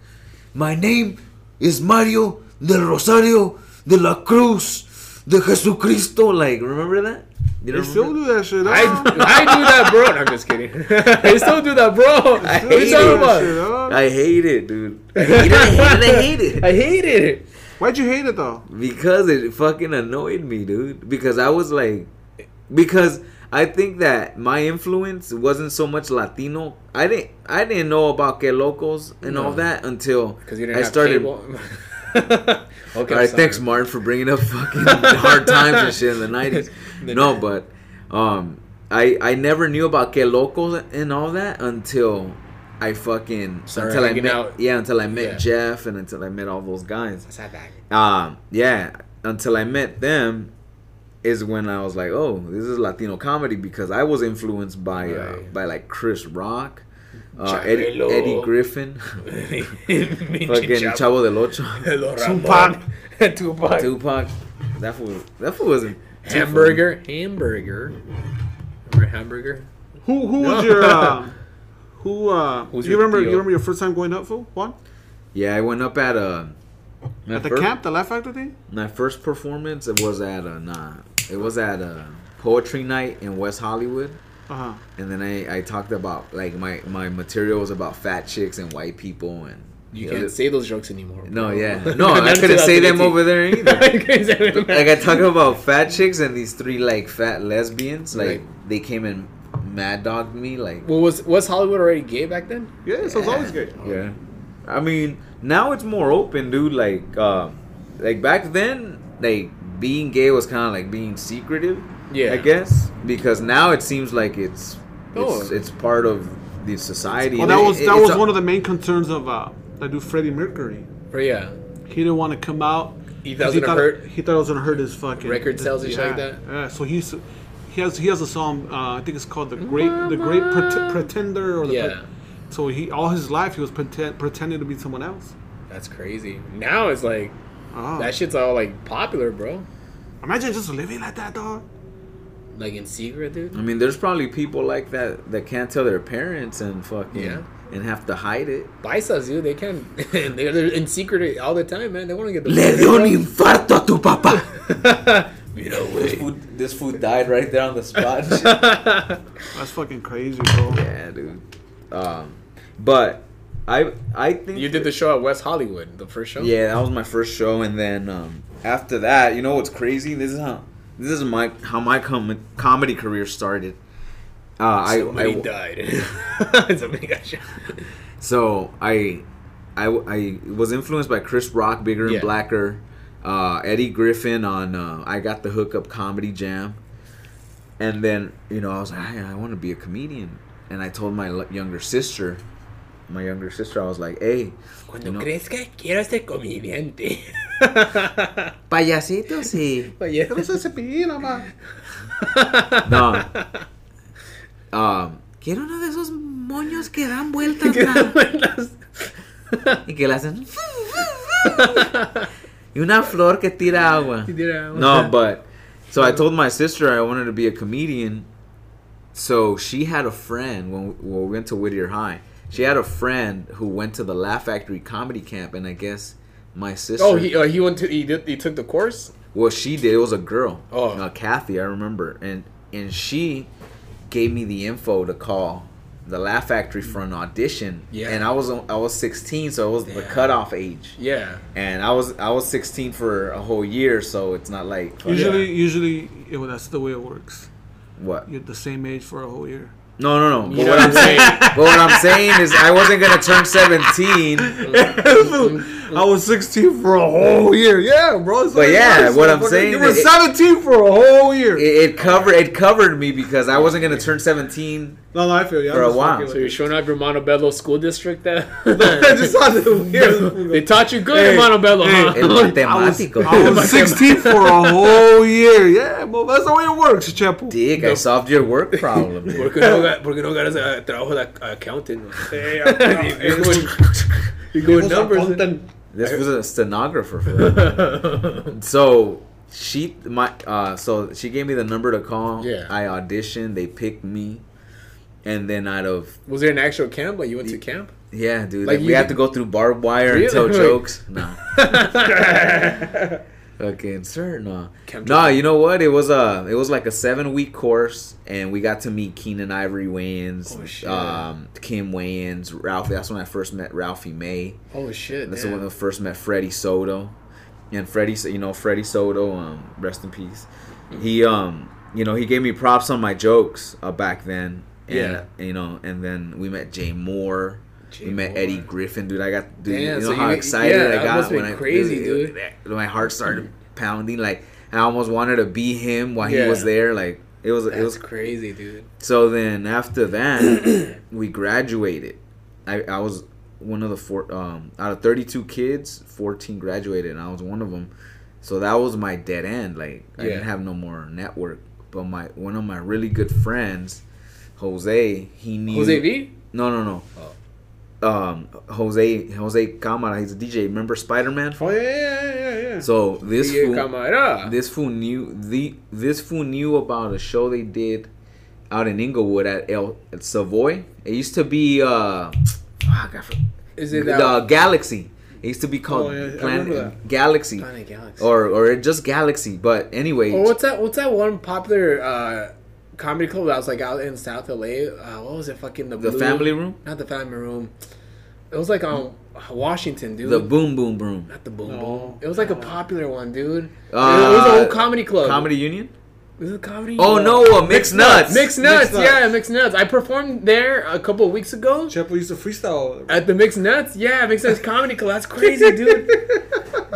[SPEAKER 3] "My name is Mario del Rosario de la Cruz de Jesucristo." Like, remember that? You
[SPEAKER 2] They
[SPEAKER 3] remember?
[SPEAKER 2] still do that shit.
[SPEAKER 1] I, I
[SPEAKER 2] dog.
[SPEAKER 1] do that, bro. No, I'm just kidding. <laughs> I still do that, bro.
[SPEAKER 3] I
[SPEAKER 1] what are you
[SPEAKER 3] hate
[SPEAKER 1] talking
[SPEAKER 3] it.
[SPEAKER 1] about?
[SPEAKER 2] Shit, dog.
[SPEAKER 3] I hate
[SPEAKER 2] <laughs>
[SPEAKER 3] it, dude. I hate it. I hate
[SPEAKER 1] <laughs>
[SPEAKER 3] it. I hate
[SPEAKER 1] I
[SPEAKER 3] it.
[SPEAKER 1] hate it.
[SPEAKER 2] Why'd you hate it though?
[SPEAKER 3] Because it fucking annoyed me, dude. Because I was like, because I think that my influence wasn't so much Latino. I didn't, I didn't know about que locos and all
[SPEAKER 1] No.
[SPEAKER 3] that until
[SPEAKER 1] Because you didn't
[SPEAKER 3] I
[SPEAKER 1] have
[SPEAKER 3] started.
[SPEAKER 1] cable. <laughs> okay.
[SPEAKER 3] All right, thanks, Martin, for bringing up fucking hard times and shit in the nineties.
[SPEAKER 1] <laughs> The-
[SPEAKER 3] No, but um, I I never knew about que locos and all that until I fucking
[SPEAKER 1] Started
[SPEAKER 3] until I
[SPEAKER 1] hanging
[SPEAKER 3] met
[SPEAKER 1] out.
[SPEAKER 3] yeah until I met
[SPEAKER 1] Yeah.
[SPEAKER 3] Jeff and until I met all those guys.
[SPEAKER 1] Mark.
[SPEAKER 3] Um, yeah, until I met them is when I was like, oh, this is Latino comedy because I was influenced by uh,
[SPEAKER 1] Right.
[SPEAKER 3] by like Chris Rock, uh, Eddie,
[SPEAKER 1] Chabelo.
[SPEAKER 3] Eddie
[SPEAKER 1] <laughs>
[SPEAKER 3] Griffin, fucking
[SPEAKER 1] Fucking
[SPEAKER 3] Chavo
[SPEAKER 1] <laughs>
[SPEAKER 3] del Ocho,
[SPEAKER 1] Tupac. <laughs> Tupac.
[SPEAKER 3] Tupac. That fool, that fool wasn't too
[SPEAKER 1] Hamburger. Hamburger. Remember hamburger?
[SPEAKER 2] Who who
[SPEAKER 1] No.
[SPEAKER 2] was
[SPEAKER 1] <laughs>
[SPEAKER 2] your um, who? Uh,
[SPEAKER 1] Who's
[SPEAKER 2] you
[SPEAKER 1] your
[SPEAKER 2] remember?
[SPEAKER 1] tío?
[SPEAKER 2] You remember your first time going up for one
[SPEAKER 3] funny. Yeah, I went up at uh, my
[SPEAKER 2] at the
[SPEAKER 3] fir-
[SPEAKER 2] camp, the Laugh Factor thing.
[SPEAKER 3] My first performance it was at uh, nah, it was at uh, poetry night in West Hollywood.
[SPEAKER 2] Uh huh.
[SPEAKER 3] and then I, I talked about like my my material was about fat chicks and white people and
[SPEAKER 1] You
[SPEAKER 3] know,
[SPEAKER 1] can't
[SPEAKER 3] the-
[SPEAKER 1] say those jokes anymore.
[SPEAKER 3] no
[SPEAKER 1] bro. <laughs>
[SPEAKER 3] yeah no I
[SPEAKER 1] Not
[SPEAKER 3] couldn't say them
[SPEAKER 1] 2018.
[SPEAKER 3] over
[SPEAKER 1] <laughs>
[SPEAKER 3] there either
[SPEAKER 1] You couldn't say them.
[SPEAKER 3] like I talk about fat chicks and these three like fat lesbians like
[SPEAKER 1] Right.
[SPEAKER 3] they came and mad dogged me like
[SPEAKER 1] Well, was was Hollywood already gay back then?
[SPEAKER 2] Yeah, so it's always good.
[SPEAKER 3] yeah I mean now it's more open dude like um like back then like being gay was kind of like being secretive
[SPEAKER 1] Yeah.
[SPEAKER 3] I guess because now it seems like it's it's,
[SPEAKER 1] Oh.
[SPEAKER 3] it's part of the society
[SPEAKER 2] Well,
[SPEAKER 3] and
[SPEAKER 2] Oh, that
[SPEAKER 3] it-
[SPEAKER 2] was
[SPEAKER 3] it-
[SPEAKER 2] that
[SPEAKER 3] it's
[SPEAKER 2] was
[SPEAKER 3] a-
[SPEAKER 2] one of the main concerns of uh, that dude Freddie Mercury.
[SPEAKER 1] Or yeah.
[SPEAKER 2] He didn't want to come out. 'cause
[SPEAKER 1] He thought it was
[SPEAKER 2] thought
[SPEAKER 1] gonna hurt.
[SPEAKER 2] He thought it was gonna hurt his fucking
[SPEAKER 1] Record sales and shit like that?
[SPEAKER 2] Yeah. So he's he has he has a song. Uh, I think it's called the great the great Pret- pretender or the
[SPEAKER 1] Yeah.
[SPEAKER 2] so he all his life he was pretend, pretending to be someone else.
[SPEAKER 1] That's crazy. Now it's like
[SPEAKER 2] Oh.
[SPEAKER 1] that shit's all like popular, bro.
[SPEAKER 2] Imagine just living like that, dog.
[SPEAKER 1] Like in secret, dude.
[SPEAKER 3] I mean, there's probably people like that that can't tell their parents and fucking
[SPEAKER 1] Yeah.
[SPEAKER 3] and have to hide <laughs> it.
[SPEAKER 1] Paisas, dude, they can't. <laughs> they're, they're in secret all the time, man. They want to get the.
[SPEAKER 3] infarto a tu <laughs> papá.
[SPEAKER 1] You know,
[SPEAKER 3] This
[SPEAKER 1] wait.
[SPEAKER 3] food, this food died right there on the spot.
[SPEAKER 1] <laughs>
[SPEAKER 3] <laughs>
[SPEAKER 2] That's fucking crazy, bro.
[SPEAKER 3] yeah, dude. Um, but I I think
[SPEAKER 1] You did the show at West Hollywood, the first show.
[SPEAKER 3] Yeah, that was my first show, and then um, after that, you know what's crazy? This is how this is my how my com- comedy career started. Uh, I,
[SPEAKER 1] <laughs> Somebody
[SPEAKER 3] I
[SPEAKER 1] died. Somebody got shot.
[SPEAKER 3] So I I, I was influenced by Chris Rock, Bigger
[SPEAKER 1] Yeah.
[SPEAKER 3] and Blacker, uh, Eddie Griffin on uh, I Got the Hookup Comedy Jam, and then you know I was like I, I want to be a comedian, and I told my l- younger sister, my younger sister, I was like, hey, you know,
[SPEAKER 1] crezca, quiero ser <laughs> comediante.
[SPEAKER 3] payasitos y <laughs>
[SPEAKER 1] <laughs>
[SPEAKER 3] no, um, quiero uno de esos moños <laughs> que dan vueltas. la-
[SPEAKER 1] <laughs>
[SPEAKER 3] Y que la hacen. y una flor que <laughs> tira agua.
[SPEAKER 1] <laughs>
[SPEAKER 3] No, but so I told my sister I wanted to be a comedian. So she had a friend when when we went to Whittier High. She had a friend who went to the Laugh Factory comedy camp, and I guess my sister.
[SPEAKER 1] Oh, he uh, he went to he did he took the course.
[SPEAKER 3] Well, she did. It was a girl.
[SPEAKER 1] Oh.
[SPEAKER 3] Uh, Kathy, I remember, and and she gave me the info to call the Laugh Factory for an audition.
[SPEAKER 1] Yeah.
[SPEAKER 3] And I was I was 16, so it was the
[SPEAKER 1] Damn.
[SPEAKER 3] cutoff age.
[SPEAKER 1] Yeah.
[SPEAKER 3] And I was I was 16 for a whole year, so it's not like
[SPEAKER 1] Oh,
[SPEAKER 2] Usually, usually, yeah, well, that's the way it works.
[SPEAKER 3] what.
[SPEAKER 2] You're the same age for a whole year.
[SPEAKER 3] No, no, no.
[SPEAKER 1] You
[SPEAKER 3] But
[SPEAKER 1] know
[SPEAKER 3] what
[SPEAKER 1] what
[SPEAKER 3] I'm
[SPEAKER 1] I'm saying?
[SPEAKER 3] saying, but what I'm saying is, I wasn't gonna turn 17.
[SPEAKER 2] <laughs> I was 16 for a whole year. Yeah, bro. it's
[SPEAKER 3] But
[SPEAKER 2] like,
[SPEAKER 3] yeah,
[SPEAKER 2] nice,
[SPEAKER 3] what I'm
[SPEAKER 2] motherfucker.
[SPEAKER 3] saying
[SPEAKER 2] You were
[SPEAKER 3] is-
[SPEAKER 2] 17 for a whole year.
[SPEAKER 3] It, it covered it covered me because I wasn't gonna turn 17.
[SPEAKER 2] no, no, I feel you. I'm
[SPEAKER 3] For a
[SPEAKER 2] just
[SPEAKER 3] while.
[SPEAKER 2] fucking with
[SPEAKER 1] So you're
[SPEAKER 2] you.
[SPEAKER 1] showing up your Montebello school district
[SPEAKER 3] <laughs>
[SPEAKER 1] then?
[SPEAKER 2] <laughs> I just thought it was weird.
[SPEAKER 1] <laughs> they taught you good
[SPEAKER 2] Hey,
[SPEAKER 1] in Montebello,
[SPEAKER 2] hey,
[SPEAKER 1] huh?
[SPEAKER 3] El <laughs> matemático.
[SPEAKER 2] I was 16 for a whole year. Yeah, bro. That's the way it works, Chapo.
[SPEAKER 3] Dick, I solved your work problem.
[SPEAKER 1] <laughs>
[SPEAKER 3] dude.
[SPEAKER 1] Porque no, ga- porque no ganas uh, trabajo de ac-
[SPEAKER 2] <laughs>
[SPEAKER 1] accountant. <laughs> You're going, you're going numbers. ¿eh?
[SPEAKER 3] This was a stenographer for
[SPEAKER 1] <laughs>
[SPEAKER 3] that. so she my uh so she gave me the number to call.
[SPEAKER 1] Yeah.
[SPEAKER 3] I auditioned, they picked me. And then out of
[SPEAKER 1] Was there an actual camp? Like you went to
[SPEAKER 2] <laughs>
[SPEAKER 1] camp?
[SPEAKER 3] yeah, dude,
[SPEAKER 1] Like
[SPEAKER 3] like we
[SPEAKER 1] you-
[SPEAKER 3] had to go through barbed wire
[SPEAKER 1] Really?
[SPEAKER 3] and
[SPEAKER 1] <laughs>
[SPEAKER 3] tell
[SPEAKER 1] Like-
[SPEAKER 3] jokes. No. Okay, sir, no.
[SPEAKER 1] Camp
[SPEAKER 3] No, you know what? It was a it was like a 7-week course and we got to meet Keenan Ivory Wayans,
[SPEAKER 1] Oh, shit.
[SPEAKER 3] um Kim Wayans, Ralphie. That's when I first met Ralphie May.
[SPEAKER 1] Holy shit!
[SPEAKER 3] That's
[SPEAKER 1] damn.
[SPEAKER 3] when I first met Freddie Soto, and Freddie, you know, Freddie Soto, um, rest in peace. He, um, you know, he gave me props on my jokes uh, back then. And,
[SPEAKER 1] Yeah.
[SPEAKER 3] You know, and then we met Jay Moore.
[SPEAKER 1] Jay
[SPEAKER 3] we met
[SPEAKER 1] Moore.
[SPEAKER 3] Eddie Griffin, dude. I got, dude,
[SPEAKER 1] Damn,
[SPEAKER 3] you know
[SPEAKER 1] so
[SPEAKER 3] how
[SPEAKER 1] you-
[SPEAKER 3] excited
[SPEAKER 1] yeah,
[SPEAKER 3] I
[SPEAKER 1] that
[SPEAKER 3] got
[SPEAKER 1] must've
[SPEAKER 3] when
[SPEAKER 1] been
[SPEAKER 3] I
[SPEAKER 1] crazy, dude.
[SPEAKER 3] My heart started pounding. Like I almost wanted to be him while
[SPEAKER 1] Yeah.
[SPEAKER 3] he was there. Like it was,
[SPEAKER 1] That's
[SPEAKER 3] it was
[SPEAKER 1] crazy, dude.
[SPEAKER 3] so then
[SPEAKER 1] <clears throat>
[SPEAKER 3] after that, we graduated. I, I was one of the four um, out of 32 kids, 14 graduated, and I was one of them. So that was my dead end. Like I
[SPEAKER 1] Yeah.
[SPEAKER 3] didn't have no more network. But my one of my really good friends, Jose, he knew
[SPEAKER 1] Jose V?
[SPEAKER 3] No, no, no. Um, Jose Jose Camara, he's a DJ. Remember Spider Man?
[SPEAKER 2] Oh, yeah, yeah, yeah, yeah.
[SPEAKER 3] So this
[SPEAKER 1] Yeah,
[SPEAKER 3] fool-
[SPEAKER 1] Camara.
[SPEAKER 3] this fool knew the this fool knew about a show they did out in Inglewood at El at Savoy. It used to be uh fuck, I for-
[SPEAKER 1] Is it that?
[SPEAKER 3] the Galaxy. It used to be called
[SPEAKER 2] Oh, yeah, I
[SPEAKER 3] Planet
[SPEAKER 2] remember that.
[SPEAKER 3] Galaxy
[SPEAKER 1] Planet Galaxy.
[SPEAKER 3] or or just Galaxy. But anyway,
[SPEAKER 1] Well, what's that? What's that one popular uh, comedy club that was like out in South LA? Uh, what was it? Fucking the
[SPEAKER 3] the
[SPEAKER 1] Blue-
[SPEAKER 3] family room,
[SPEAKER 1] Not the family room. It was like on Washington, dude.
[SPEAKER 3] the Boom Boom Room,
[SPEAKER 1] not the boom
[SPEAKER 2] No. Uh,
[SPEAKER 1] boom. It was like a popular one, dude.
[SPEAKER 3] Uh,
[SPEAKER 1] it was a whole comedy club.
[SPEAKER 3] Comedy Union.
[SPEAKER 1] This is a comedy.
[SPEAKER 3] Oh
[SPEAKER 1] club.
[SPEAKER 3] no, uh, mixed, nuts.
[SPEAKER 1] Mixed nuts.
[SPEAKER 2] Mixed Nuts.
[SPEAKER 1] Yeah, mixed nuts. I performed there a couple of weeks ago
[SPEAKER 2] Chapo used to freestyle.
[SPEAKER 1] at the mixed nuts. Yeah, mixed nuts comedy club. That's crazy,
[SPEAKER 3] <laughs>
[SPEAKER 1] dude.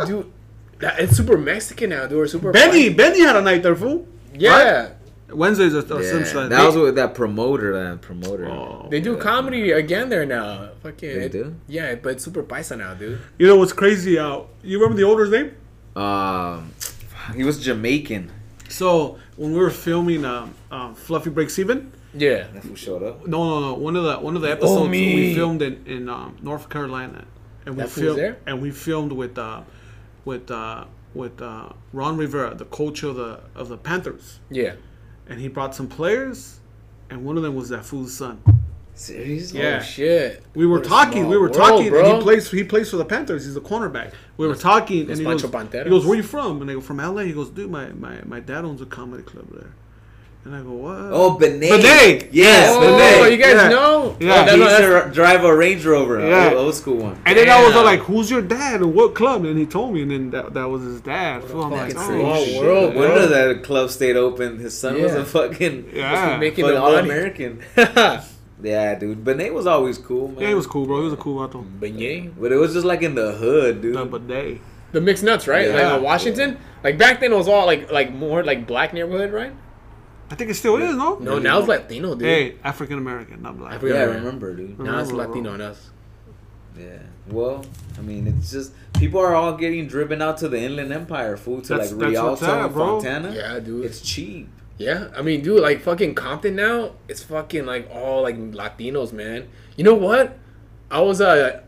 [SPEAKER 1] dude, that, it's super Mexican now, dude. Or super
[SPEAKER 2] Benny, Benny had a night there, fool.
[SPEAKER 1] Yeah.
[SPEAKER 2] Wednesdays or, or
[SPEAKER 3] Yeah,
[SPEAKER 2] some shit.
[SPEAKER 3] that was with that promoter. That promoter.
[SPEAKER 2] Oh.
[SPEAKER 1] They do comedy again there now. Fucking
[SPEAKER 3] They do?
[SPEAKER 1] Yeah, but it's super paisa now, dude.
[SPEAKER 2] You know what's crazy? Uh, you remember the owner's name?
[SPEAKER 3] Um, he was Jamaican.
[SPEAKER 2] So when we were filming um, um, Fluffy Breaks Even,
[SPEAKER 1] Yeah.
[SPEAKER 3] That fool showed up.
[SPEAKER 2] no, no, no, one of the one of the episodes
[SPEAKER 1] Oh, me.
[SPEAKER 2] we filmed in, in um, North Carolina, and we
[SPEAKER 1] That fool's
[SPEAKER 2] filmed
[SPEAKER 1] there?
[SPEAKER 2] and we filmed with uh, with uh, with uh, Ron Rivera, the coach of the of the Panthers,
[SPEAKER 1] Yeah.
[SPEAKER 2] and he brought some players, and one of them was that fool's son.
[SPEAKER 3] Seriously?
[SPEAKER 2] Yeah.
[SPEAKER 1] Oh shit.
[SPEAKER 2] We were
[SPEAKER 1] What a
[SPEAKER 2] talking.
[SPEAKER 1] small
[SPEAKER 2] We were
[SPEAKER 1] world,
[SPEAKER 2] talking. And
[SPEAKER 1] bro.
[SPEAKER 2] he plays. He plays for the Panthers. He's a cornerback. We were talking, and he goes,
[SPEAKER 1] Pancho
[SPEAKER 2] he
[SPEAKER 1] Panteras.
[SPEAKER 2] goes, "Where you from?" And I go, "From LA." He goes, "Dude, my, my, my dad owns a comedy club there." And I go, "What?"
[SPEAKER 3] Oh, Benet.
[SPEAKER 2] Benet!
[SPEAKER 3] Yes,
[SPEAKER 1] Oh,
[SPEAKER 3] Benet.
[SPEAKER 1] you guys
[SPEAKER 2] Yeah.
[SPEAKER 1] know?
[SPEAKER 2] Yeah.
[SPEAKER 1] Oh, that-
[SPEAKER 3] he
[SPEAKER 1] no,
[SPEAKER 3] used
[SPEAKER 1] that's-
[SPEAKER 3] to drive a Range Rover, a
[SPEAKER 2] Yeah.
[SPEAKER 3] old school one.
[SPEAKER 2] and then I was all
[SPEAKER 1] damn.
[SPEAKER 2] like, "Who's your dad? And what club?" And he told me, and then that, that was his dad. So I'm like,
[SPEAKER 1] fucking
[SPEAKER 2] "Oh
[SPEAKER 1] small
[SPEAKER 2] shit."
[SPEAKER 1] world.
[SPEAKER 3] No wonder that club stayed open. His son was
[SPEAKER 1] Yeah.
[SPEAKER 3] a fucking,
[SPEAKER 2] Yeah.
[SPEAKER 1] Making
[SPEAKER 3] fucking
[SPEAKER 1] the
[SPEAKER 3] all
[SPEAKER 1] money.
[SPEAKER 3] American. <laughs> Yeah, dude. Benet was always cool, man.
[SPEAKER 2] Yeah, he was cool, bro. He was a cool vato.
[SPEAKER 1] Beignet?
[SPEAKER 3] But it was just like in the hood, dude.
[SPEAKER 2] No, but they.
[SPEAKER 1] The mixed nuts, right?
[SPEAKER 3] Yeah.
[SPEAKER 1] Like uh, Washington. Like back then, it was all like like more like black neighborhood, right?
[SPEAKER 2] I think it still is, no?
[SPEAKER 1] No, now it's Latino, dude.
[SPEAKER 2] Mm-hmm. Hey, African American, not black.
[SPEAKER 1] Afri-
[SPEAKER 3] yeah, I remember, dude.
[SPEAKER 1] now it's
[SPEAKER 2] Remember, bro.
[SPEAKER 1] Latino. Now it's
[SPEAKER 3] Yeah. Well, I mean, it's just people are all getting driven out to the Inland Empire, fool, to
[SPEAKER 2] That's-
[SPEAKER 3] like
[SPEAKER 2] that's what's
[SPEAKER 3] Rialto
[SPEAKER 2] up,
[SPEAKER 3] and
[SPEAKER 2] bro.
[SPEAKER 3] Fontana.
[SPEAKER 1] yeah, dude.
[SPEAKER 3] It's cheap.
[SPEAKER 1] Yeah, I mean, dude, like fucking Compton now, it's fucking like all like Latinos, man. You know what? I was uh,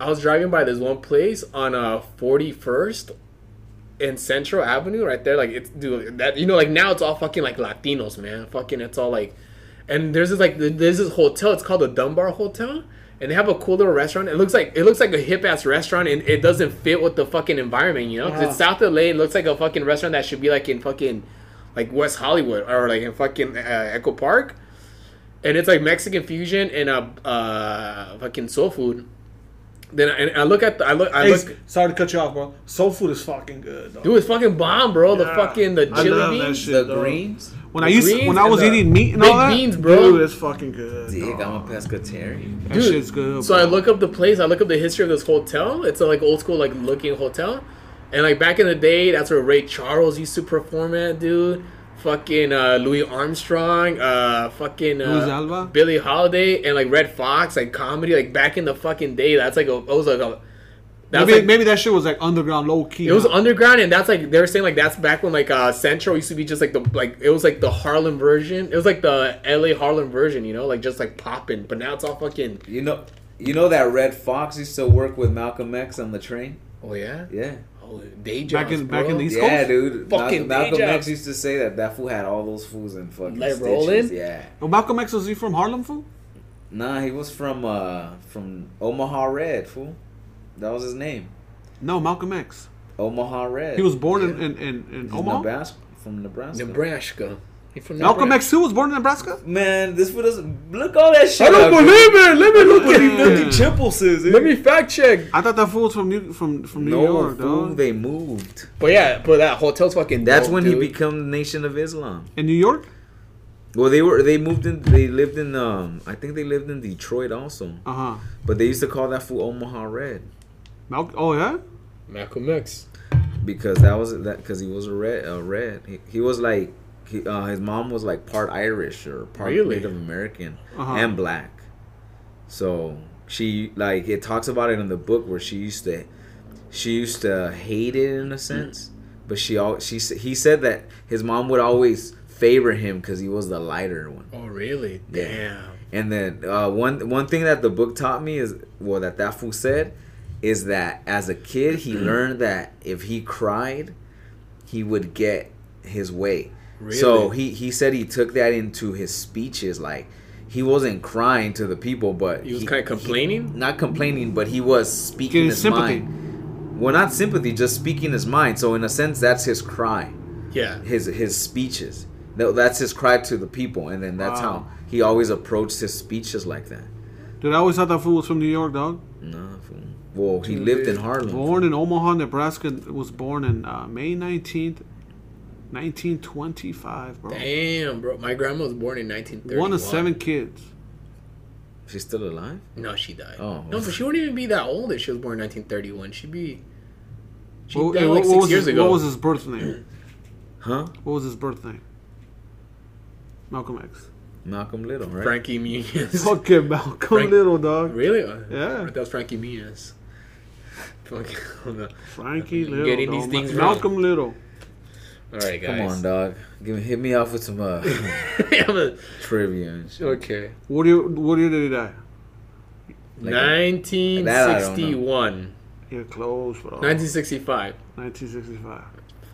[SPEAKER 1] I was driving by this one place on uh 41st and Central Avenue, right there. Like it's dude, that you know, like now it's all fucking like Latinos, man. Fucking, it's all like, and there's this like th- there's this hotel. It's called the Dunbar Hotel. And they have a cool little restaurant. It looks like it looks like a hip ass restaurant, and it doesn't fit with the fucking environment, you know? 'Cause It's South LA. It looks like a fucking restaurant that should be like in fucking like West Hollywood or like in fucking uh, Echo Park, and it's like Mexican fusion and uh, uh fucking soul food. Then I, and I look at the, I look I
[SPEAKER 4] Hey,
[SPEAKER 1] look
[SPEAKER 4] sorry to cut you off, bro. Soul food is fucking good. Dog.
[SPEAKER 1] dude it's fucking bomb bro the
[SPEAKER 2] Yeah.
[SPEAKER 1] fucking the
[SPEAKER 2] I love
[SPEAKER 1] chili
[SPEAKER 2] that
[SPEAKER 1] beans
[SPEAKER 2] shit,
[SPEAKER 3] the
[SPEAKER 2] dog.
[SPEAKER 3] greens.
[SPEAKER 2] When I used
[SPEAKER 1] greens
[SPEAKER 2] when I
[SPEAKER 1] and
[SPEAKER 2] was
[SPEAKER 1] the
[SPEAKER 2] eating meat and
[SPEAKER 1] baked
[SPEAKER 2] all that,
[SPEAKER 1] beans, bro.
[SPEAKER 2] dude, it's fucking good.
[SPEAKER 3] Dig, I'm
[SPEAKER 2] dog.
[SPEAKER 3] a pescatarian.
[SPEAKER 2] That
[SPEAKER 1] Dude,
[SPEAKER 2] shit's good.
[SPEAKER 1] So
[SPEAKER 2] bro.
[SPEAKER 1] I look up the place. I look up the history of this hotel. It's a like old school like looking hotel, and like back in the day, that's where Ray Charles used to perform at, dude. Fucking uh, Louis Armstrong, uh, fucking uh,
[SPEAKER 2] Luis Alba?
[SPEAKER 1] Billy Holiday, and like Red Fox, like comedy, like back in the fucking day. That's like a, it was like a. That's
[SPEAKER 2] maybe
[SPEAKER 1] like,
[SPEAKER 2] maybe that shit was like underground, low key.
[SPEAKER 1] it was
[SPEAKER 2] huh?
[SPEAKER 1] underground, and that's like they were saying like that's back when like uh Central used to be just like the like it was like the Harlem version. It was like the L.A. Harlem version, you know, like just like popping. But now it's all fucking.
[SPEAKER 3] You know, you know that Red Fox used to work with Malcolm X on the train.
[SPEAKER 1] Oh yeah.
[SPEAKER 3] Yeah.
[SPEAKER 1] Oh, day jobs,
[SPEAKER 2] Back in- back
[SPEAKER 1] bro.
[SPEAKER 2] in the East
[SPEAKER 3] Yeah,
[SPEAKER 2] Coast?
[SPEAKER 3] dude.
[SPEAKER 1] Fucking
[SPEAKER 3] Malcolm, Malcolm
[SPEAKER 1] Ajax.
[SPEAKER 3] X used to say that that fool had all those fools in fucking
[SPEAKER 1] Like
[SPEAKER 3] stitches.
[SPEAKER 1] rolling?
[SPEAKER 3] Yeah.
[SPEAKER 2] Oh, Malcolm X was he from Harlem, fool?
[SPEAKER 3] Nah, he was from uh from Omaha Red, fool. That was his name.
[SPEAKER 2] No, Malcolm X.
[SPEAKER 3] Omaha Red.
[SPEAKER 2] He was born in
[SPEAKER 3] Yeah.
[SPEAKER 2] in in, in
[SPEAKER 3] He's
[SPEAKER 2] Omaha.
[SPEAKER 3] Nebraska, from Nebraska.
[SPEAKER 1] Nebraska. He from
[SPEAKER 2] Malcolm
[SPEAKER 1] Nebraska.
[SPEAKER 2] X too was born in Nebraska.
[SPEAKER 3] Man, this fool doesn't look all that shit.
[SPEAKER 1] I don't
[SPEAKER 3] up, dude.
[SPEAKER 1] believe it. Let me look at
[SPEAKER 2] Yeah.
[SPEAKER 1] it.
[SPEAKER 2] it.
[SPEAKER 3] Chimpleses, dude.
[SPEAKER 1] Let me fact check.
[SPEAKER 2] I thought that fool was from New from from New
[SPEAKER 3] no,
[SPEAKER 2] York,
[SPEAKER 3] fool,
[SPEAKER 2] dog.
[SPEAKER 3] they moved.
[SPEAKER 1] But yeah, but that hotel's fucking.
[SPEAKER 3] That's
[SPEAKER 1] dope,
[SPEAKER 3] when
[SPEAKER 1] dude.
[SPEAKER 3] he became the Nation of Islam.
[SPEAKER 2] In New York.
[SPEAKER 3] Well, they were they moved in. They lived in um. I think they lived in Detroit also.
[SPEAKER 2] Uh huh.
[SPEAKER 3] But they used to call that fool Omaha Red
[SPEAKER 2] Malcolm. Oh yeah.
[SPEAKER 1] Malcolm X.
[SPEAKER 3] because that was that because he was a red. A red. He, he was like he, uh, his mom was like part Irish or part
[SPEAKER 1] Really?
[SPEAKER 3] Native American
[SPEAKER 2] Uh-huh.
[SPEAKER 3] and black. So she like it talks about it in the book where she used to she used to hate it in a sense, but she all she s- he said that his mom would always favor him because he was the lighter one.
[SPEAKER 1] Oh really?
[SPEAKER 3] Yeah.
[SPEAKER 1] Damn.
[SPEAKER 3] And then uh, one one thing that the book taught me is well that that fool said is that as a kid
[SPEAKER 1] <clears throat>
[SPEAKER 3] he learned that if he cried, he would get his way. So
[SPEAKER 1] Really?
[SPEAKER 3] he he said he took that into his speeches like. He wasn't crying to the people, but
[SPEAKER 1] He was kinda complaining?
[SPEAKER 3] he- not complaining, but he was speaking
[SPEAKER 2] Getting
[SPEAKER 3] his
[SPEAKER 2] sympathy.
[SPEAKER 3] mind. Well, not sympathy, just speaking his mind. So in a sense, that's his cry
[SPEAKER 1] Yeah.
[SPEAKER 3] his his speeches. No, that's his cry to the people, and then that's
[SPEAKER 2] Wow.
[SPEAKER 3] how he always approached his speeches like that.
[SPEAKER 2] Dude, I always thought that fool was from New York, dog.
[SPEAKER 3] Nah, fool. well, he lived in Harlem.
[SPEAKER 2] Born in Omaha, Nebraska, was born in uh, May nineteenth, nineteen twenty-five, bro.
[SPEAKER 1] Damn, bro. My grandma was born in 1931.
[SPEAKER 2] One of seven kids.
[SPEAKER 3] She's still alive.
[SPEAKER 1] No, she died.
[SPEAKER 3] Oh.
[SPEAKER 1] No, but she wouldn't even be that old if she was born in 1931. She'd be. She
[SPEAKER 2] What,
[SPEAKER 1] died
[SPEAKER 2] what
[SPEAKER 1] like six
[SPEAKER 2] was
[SPEAKER 1] years
[SPEAKER 2] his,
[SPEAKER 1] ago.
[SPEAKER 2] what was his birth name?
[SPEAKER 3] Huh?
[SPEAKER 2] What was his birth name? Malcolm
[SPEAKER 1] <laughs>
[SPEAKER 2] X.
[SPEAKER 3] Malcolm Little, right?
[SPEAKER 1] Frankie Muniz.
[SPEAKER 2] Fucking Malcolm
[SPEAKER 1] Frank-
[SPEAKER 2] Little, dog.
[SPEAKER 1] <laughs> really?
[SPEAKER 2] Yeah.
[SPEAKER 1] That was Frankie Muniz. <laughs> Fuck. hold on.
[SPEAKER 2] Frankie
[SPEAKER 1] I'm
[SPEAKER 2] Little.
[SPEAKER 1] getting
[SPEAKER 2] dog.
[SPEAKER 1] these things wrong.
[SPEAKER 2] Malcolm Little.
[SPEAKER 1] All right,
[SPEAKER 3] Come
[SPEAKER 1] guys. <laughs>
[SPEAKER 3] on, dog. Give me, hit me off with some uh,
[SPEAKER 1] I'm a-
[SPEAKER 3] trivia. And shit.
[SPEAKER 1] okay.
[SPEAKER 2] What year? What year did he die?
[SPEAKER 3] Like,
[SPEAKER 1] 1961.
[SPEAKER 2] You're close, bro.
[SPEAKER 1] 1965.
[SPEAKER 2] 1965.